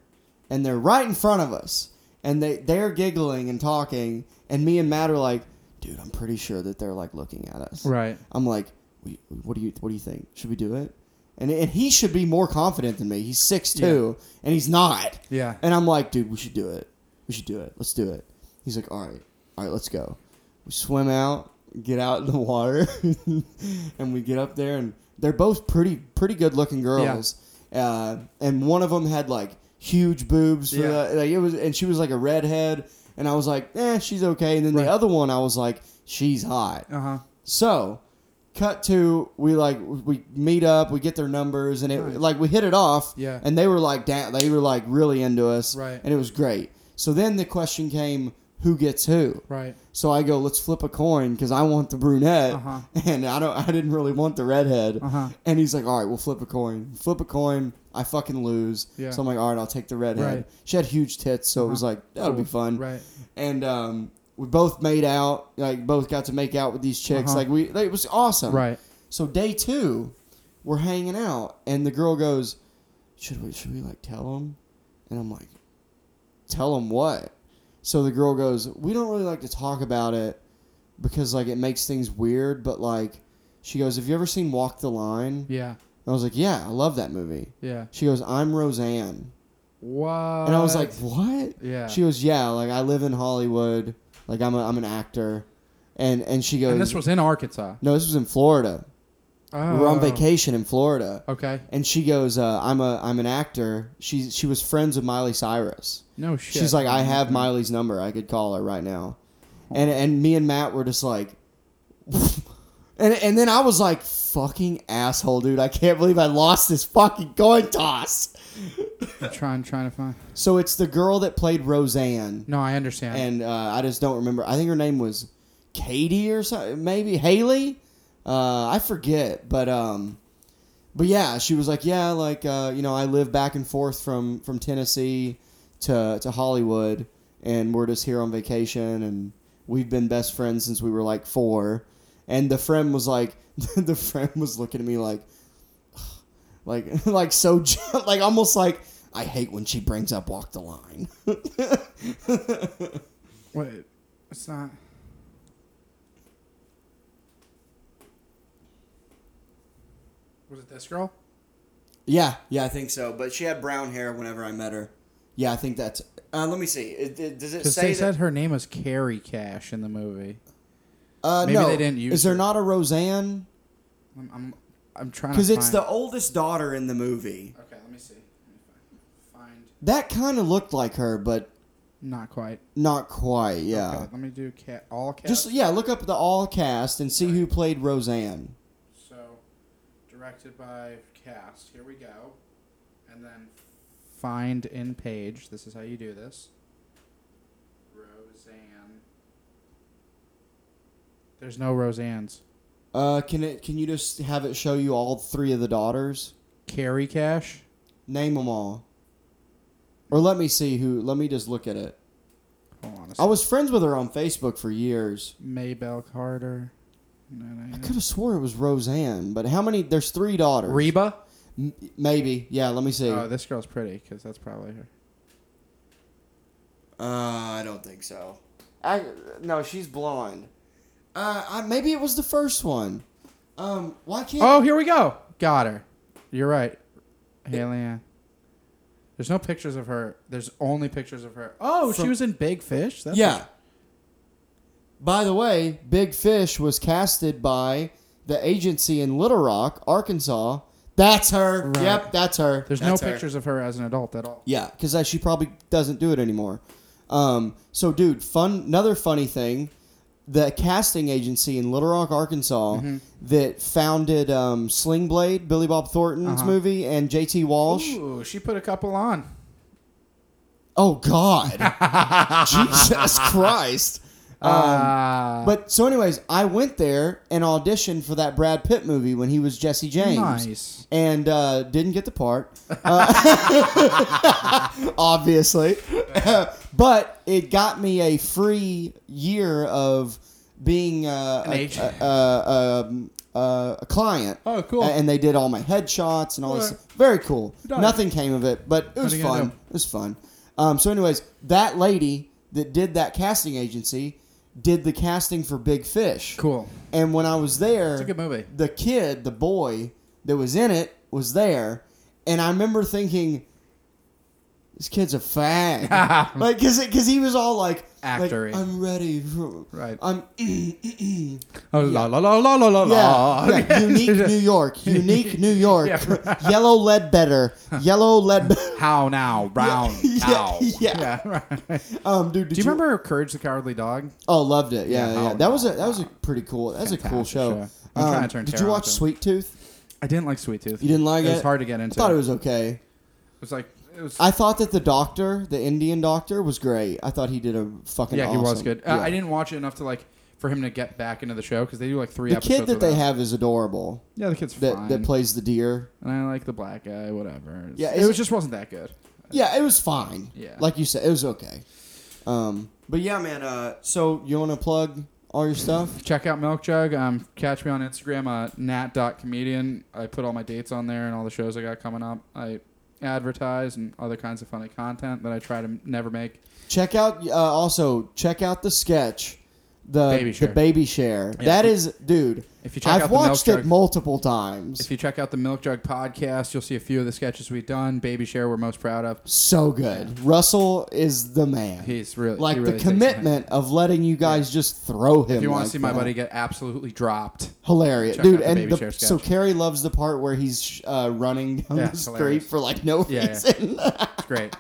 Speaker 2: and they're right in front of us. And they, they're giggling and talking, and me and Matt are like, dude, I'm pretty sure that they're like looking at us.
Speaker 3: Right.
Speaker 2: I'm like, "We- what do you what do you think? Should we do it? And and he should be more confident than me. He's six two, and he's not.
Speaker 3: Yeah.
Speaker 2: And I'm like, dude, we should do it. We should do it. Let's do it. He's like, all right, all right, let's go. We swim out, get out in the water, and we get up there, and they're both pretty pretty good looking girls. Uh, and one of them had like huge boobs. For
Speaker 3: Yeah.
Speaker 2: the, like it was, and she was like a redhead. And I was like, eh, she's okay. And then
Speaker 3: Right.
Speaker 2: the other one, I was like, she's hot.
Speaker 3: Uh huh.
Speaker 2: So, cut to we like we meet up, we get their numbers, and it like we hit it off.
Speaker 3: Yeah.
Speaker 2: And they were like down, they were like really into us.
Speaker 3: Right.
Speaker 2: And it was great. So then the question came, who gets who?
Speaker 3: Right.
Speaker 2: So I go, let's flip a coin because I want the brunette,
Speaker 3: Uh-huh.
Speaker 2: and I don't, I didn't really want the redhead.
Speaker 3: Uh-huh.
Speaker 2: And he's like, all right, we'll flip a coin. Flip a coin. I fucking lose.
Speaker 3: Yeah.
Speaker 2: So I'm like, all right, I'll take the redhead.
Speaker 3: Right.
Speaker 2: She had huge tits, so it was
Speaker 3: Uh-huh.
Speaker 2: like that'll be
Speaker 3: Cool.
Speaker 2: fun
Speaker 3: Right.
Speaker 2: and um, we both made out, like both got to make out with these chicks.
Speaker 3: Uh-huh.
Speaker 2: Like we, like, it was awesome.
Speaker 3: Right.
Speaker 2: So day two, we're hanging out, and the girl goes, "Should we? Should we like tell them?" And I'm like, "Tell them what?" So the girl goes, "We don't really like to talk about it because like it makes things weird, but like." She goes, Have you ever seen Walk the Line?
Speaker 3: Yeah.
Speaker 2: And I was like, Yeah, I love that movie.
Speaker 3: Yeah.
Speaker 2: She goes, I'm Roseanne.
Speaker 3: What?
Speaker 2: And I was like, "What?"
Speaker 3: Yeah.
Speaker 2: She goes, "Yeah, like I live in Hollywood. Like I'm a, I'm an actor." And and she goes,
Speaker 3: And this was in Arkansas.
Speaker 2: no, this was in Florida.
Speaker 3: Oh.
Speaker 2: We were on vacation in Florida."
Speaker 3: Okay.
Speaker 2: And she goes, uh, "I'm a I'm an actor." She she was friends with Miley Cyrus.
Speaker 3: No shit. Mm-hmm.
Speaker 2: She's like, "I have Miley's number. I could call her right now." And and me and Matt were just like. And, and then I was like, fucking asshole, dude. I can't believe I lost this fucking coin toss.
Speaker 3: I'm trying, trying to find.
Speaker 2: So it's the girl that played Roseanne.
Speaker 3: No, I understand.
Speaker 2: and uh, I just don't remember. I think her name was Katie or something, maybe Haley. Uh, I forget, but um, but yeah, she was like, yeah, like uh, you know, I live back and forth from from Tennessee to to Hollywood, and we're just here on vacation, and we've been best friends since we were like four. And the friend was like, the friend was looking at me like, like like so je- like almost like I hate when she brings up walk the line.
Speaker 3: Wait, it's not. Was it this girl?
Speaker 2: Yeah, yeah, I think so. But she had brown hair whenever I met her. Yeah, I think that's. Uh, let me see. It, it- does it
Speaker 3: Because
Speaker 2: say
Speaker 3: they
Speaker 2: that?
Speaker 3: said her name was Carrie Cash in the movie.
Speaker 2: uh,
Speaker 3: maybe
Speaker 2: no.
Speaker 3: they didn't use
Speaker 2: Is there
Speaker 3: her.
Speaker 2: not a Roseanne?
Speaker 3: I'm, I'm, I'm trying to.
Speaker 2: Because it's the
Speaker 3: find-
Speaker 2: oldest daughter in the movie.
Speaker 3: Okay, let me see. Let me Find. find-
Speaker 2: That kind of looked like her, but
Speaker 3: Not quite.
Speaker 2: not quite. Yeah.
Speaker 3: Okay, let me do cat all cast.
Speaker 2: Uh, Just yeah, look up the all cast and see who played Roseanne.
Speaker 3: So, directed by cast. Here we go. And then find in page. This is how you do this. Roseanne. There's no Roseanne's.
Speaker 2: Uh, can it? Can you just have it show you all three of the daughters?
Speaker 3: Carrie Cash.
Speaker 2: Name them all. Or let me see who. Let me just look at it.
Speaker 3: Hold on a
Speaker 2: I
Speaker 3: second.
Speaker 2: was friends with her on Facebook for years.
Speaker 3: Maybelle Carter. No, no,
Speaker 2: I
Speaker 3: no.
Speaker 2: could have swore it was Roseanne, but how many? There's three daughters.
Speaker 3: Reba.
Speaker 2: M- maybe. Yeah, let me see.
Speaker 3: Oh,
Speaker 2: Uh,
Speaker 3: this girl's pretty because that's probably her.
Speaker 2: Uh, I don't think so. I no, she's blonde. Uh, I, maybe it was the first one. Um, why can't?
Speaker 3: Oh, here we go. Got her. You're right. Haley Ann. There's no pictures of her. There's only pictures of her. Oh, she
Speaker 2: From-
Speaker 3: was in Big Fish. That's
Speaker 2: yeah. By the way, Big Fish was casted by the agency in Little Rock, Arkansas. That's her.
Speaker 3: Right.
Speaker 2: Yep, that's her.
Speaker 3: There's
Speaker 2: That's
Speaker 3: no
Speaker 2: her.
Speaker 3: pictures of her as an adult at all.
Speaker 2: Yeah, because she probably doesn't do it anymore. Um, so, dude, fun. Another funny thing: the casting agency in Little Rock, Arkansas,
Speaker 3: Mm-hmm.
Speaker 2: that founded um, Sling Blade, Billy Bob Thornton's
Speaker 3: Uh-huh.
Speaker 2: movie, and J.T. Walsh.
Speaker 3: Ooh, she put a couple on.
Speaker 2: Oh God, Jesus Christ!
Speaker 3: Ah,
Speaker 2: But so, anyways, I went there and auditioned for that Brad Pitt movie when he was Jesse James.
Speaker 3: Nice.
Speaker 2: And uh, didn't get the part, uh, obviously. but it got me a free year of being uh,
Speaker 3: An
Speaker 2: a,
Speaker 3: agent.
Speaker 2: a, a, um, uh, a client.
Speaker 3: Oh, cool.
Speaker 2: And they did all my headshots and all this.
Speaker 3: Alright.
Speaker 2: Very cool.
Speaker 3: Nice.
Speaker 2: Nothing came of it, but it was
Speaker 3: are you gonna
Speaker 2: fun.
Speaker 3: do?
Speaker 2: It was fun. Um, so, anyways, that lady that did that casting agency did the casting for Big Fish.
Speaker 3: cool.
Speaker 2: And when I was there,
Speaker 3: It's a good movie.
Speaker 2: the kid, the boy that was in it, was there, and I remember thinking, "This kid's a fag," like because because he was all like, like,
Speaker 3: Actory.
Speaker 2: I'm ready. For,
Speaker 3: Right.
Speaker 2: I'm
Speaker 3: Oh, la la la la la la la.
Speaker 2: yeah, yeah. unique New York, unique New York,
Speaker 3: Yeah,
Speaker 2: yellow lead better, yellow lead.
Speaker 3: How now, brown?
Speaker 2: Yeah,
Speaker 3: How?
Speaker 2: yeah.
Speaker 3: right.
Speaker 2: um, dude, did
Speaker 3: Do you remember Courage the Cowardly Dog?
Speaker 2: Oh, loved it. Yeah,
Speaker 3: Yeah,
Speaker 2: yeah.
Speaker 3: oh,
Speaker 2: That was a that was a pretty cool. That was a cool
Speaker 3: Fantastic
Speaker 2: show. Um,
Speaker 3: show. I'm trying to turn
Speaker 2: did you
Speaker 3: Tara
Speaker 2: watch
Speaker 3: onto it.
Speaker 2: Sweet Tooth?
Speaker 3: I didn't like Sweet Tooth.
Speaker 2: You didn't like it.
Speaker 3: It was hard to get
Speaker 2: I
Speaker 3: into.
Speaker 2: thought it was okay.
Speaker 3: It was like it was.
Speaker 2: I thought that the doctor, the Indian doctor, was great. I thought he did a fucking
Speaker 3: yeah, he was
Speaker 2: awesome-
Speaker 3: good. Uh,
Speaker 2: yeah.
Speaker 3: I didn't watch it enough to like for him to get back into the show because they do like three
Speaker 2: The
Speaker 3: episodes.
Speaker 2: kid that they
Speaker 3: without-
Speaker 2: have is adorable.
Speaker 3: Yeah, the kid's
Speaker 2: That
Speaker 3: fine.
Speaker 2: that plays the deer.
Speaker 3: and I like the black guy. Whatever.
Speaker 2: Yeah,
Speaker 3: it
Speaker 2: it's-
Speaker 3: was just wasn't that good.
Speaker 2: Yeah, it was fine.
Speaker 3: Yeah.
Speaker 2: like you said, it was okay. Um, but yeah, man. Uh, so you want to plug all your stuff?
Speaker 3: Check out Milk Jug. Um, catch me on Instagram, uh, nat.comedian. I put all my dates on there and all the shows I got coming up. I advertise and other kinds of funny content that I try to never make.
Speaker 2: Check out uh, also check out the sketch, the
Speaker 3: Baby
Speaker 2: the
Speaker 3: Share.
Speaker 2: baby share.
Speaker 3: Yeah.
Speaker 2: That is, dude.
Speaker 3: If you check
Speaker 2: I've
Speaker 3: out the milk
Speaker 2: watched it
Speaker 3: jug-
Speaker 2: multiple times.
Speaker 3: If you check out the Milk Jug podcast, you'll see a few of the sketches we've done. Baby Share, we're most proud of.
Speaker 2: so good. Russell is the man.
Speaker 3: He's really
Speaker 2: like
Speaker 3: he
Speaker 2: the
Speaker 3: really takes
Speaker 2: commitment of letting you guys just throw him.
Speaker 3: If you want
Speaker 2: like
Speaker 3: to see my
Speaker 2: that.
Speaker 3: buddy get absolutely dropped,
Speaker 2: hilarious,
Speaker 3: Check
Speaker 2: dude.
Speaker 3: out the
Speaker 2: and
Speaker 3: Baby
Speaker 2: the-
Speaker 3: Share sketch.
Speaker 2: so Carrie loves the part where he's uh, running down
Speaker 3: Yeah,
Speaker 2: the
Speaker 3: it's
Speaker 2: street
Speaker 3: hilarious.
Speaker 2: for like no
Speaker 3: Yeah, yeah.
Speaker 2: reason.
Speaker 3: it's great.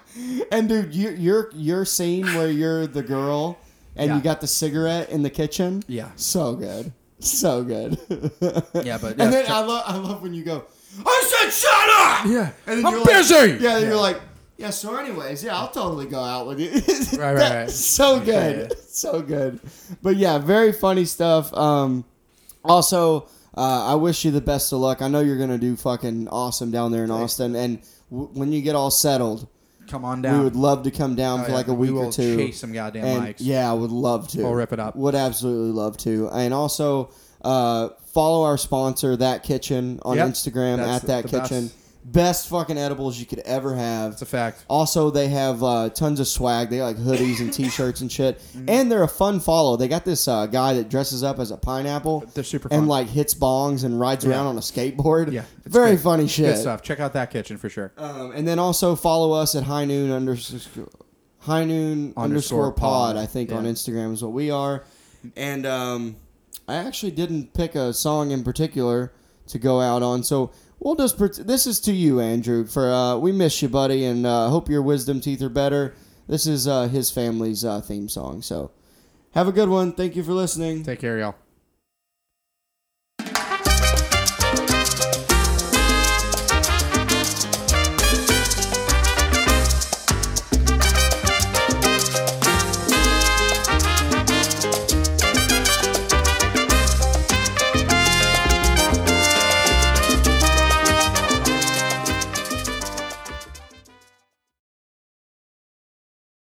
Speaker 2: and dude, you, your your scene where you're the girl and
Speaker 3: Yeah.
Speaker 2: you got the cigarette in the kitchen.
Speaker 3: Yeah.
Speaker 2: so good, so good.
Speaker 3: Yeah, but yeah,
Speaker 2: and then
Speaker 3: check-
Speaker 2: I love I love when you go. I said shut up.
Speaker 3: Yeah.
Speaker 2: and then
Speaker 3: I'm
Speaker 2: you're
Speaker 3: busy!
Speaker 2: Like, yeah, you're like. Yeah, so anyways, yeah, I'll totally go out with you.
Speaker 3: Right, right,
Speaker 2: That-
Speaker 3: right.
Speaker 2: So
Speaker 3: Yeah,
Speaker 2: good.
Speaker 3: yeah.
Speaker 2: So good. But yeah, very funny stuff. Um, also, uh, I wish you the best of luck. I know you're going to do fucking awesome down there in Austin. And w- when you get all settled,
Speaker 3: come on down.
Speaker 2: we would love to come down
Speaker 3: Oh,
Speaker 2: for
Speaker 3: yeah,
Speaker 2: like a
Speaker 3: we
Speaker 2: week
Speaker 3: will
Speaker 2: or two.
Speaker 3: chase some goddamn
Speaker 2: and,
Speaker 3: mics.
Speaker 2: Yeah, I would love to.
Speaker 3: We'll rip it up.
Speaker 2: Would absolutely love to. And also, uh, follow our sponsor, That Kitchen, on
Speaker 3: Yep.
Speaker 2: Instagram
Speaker 3: That's
Speaker 2: at That
Speaker 3: the best.
Speaker 2: Kitchen. Best fucking edibles you could ever have.
Speaker 3: That's a fact.
Speaker 2: Also, they have uh, tons of swag. They got, like hoodies and T-shirts and shit,
Speaker 3: Mm-hmm.
Speaker 2: and they're a fun follow. They got this uh, guy that dresses up as a pineapple.
Speaker 3: They're super
Speaker 2: and
Speaker 3: fun.
Speaker 2: like hits bongs and rides around on a skateboard.
Speaker 3: Yeah, it's
Speaker 2: very
Speaker 3: good.
Speaker 2: funny
Speaker 3: Good
Speaker 2: shit.
Speaker 3: stuff. Check out that kitchen for sure.
Speaker 2: Um, and then also follow us at High Noon underscore High Noon underscore
Speaker 3: Underscore
Speaker 2: Pod.
Speaker 3: pod.
Speaker 2: I think
Speaker 3: Yeah.
Speaker 2: on Instagram is what we are. And um, I actually didn't pick a song in particular to go out on, so we'll just pret this is to you, Andrew. For uh, we miss you, buddy, and uh, hope your wisdom teeth are better. This is uh, his family's uh, theme song. So have a good one. Thank you for listening.
Speaker 3: Take care, y'all.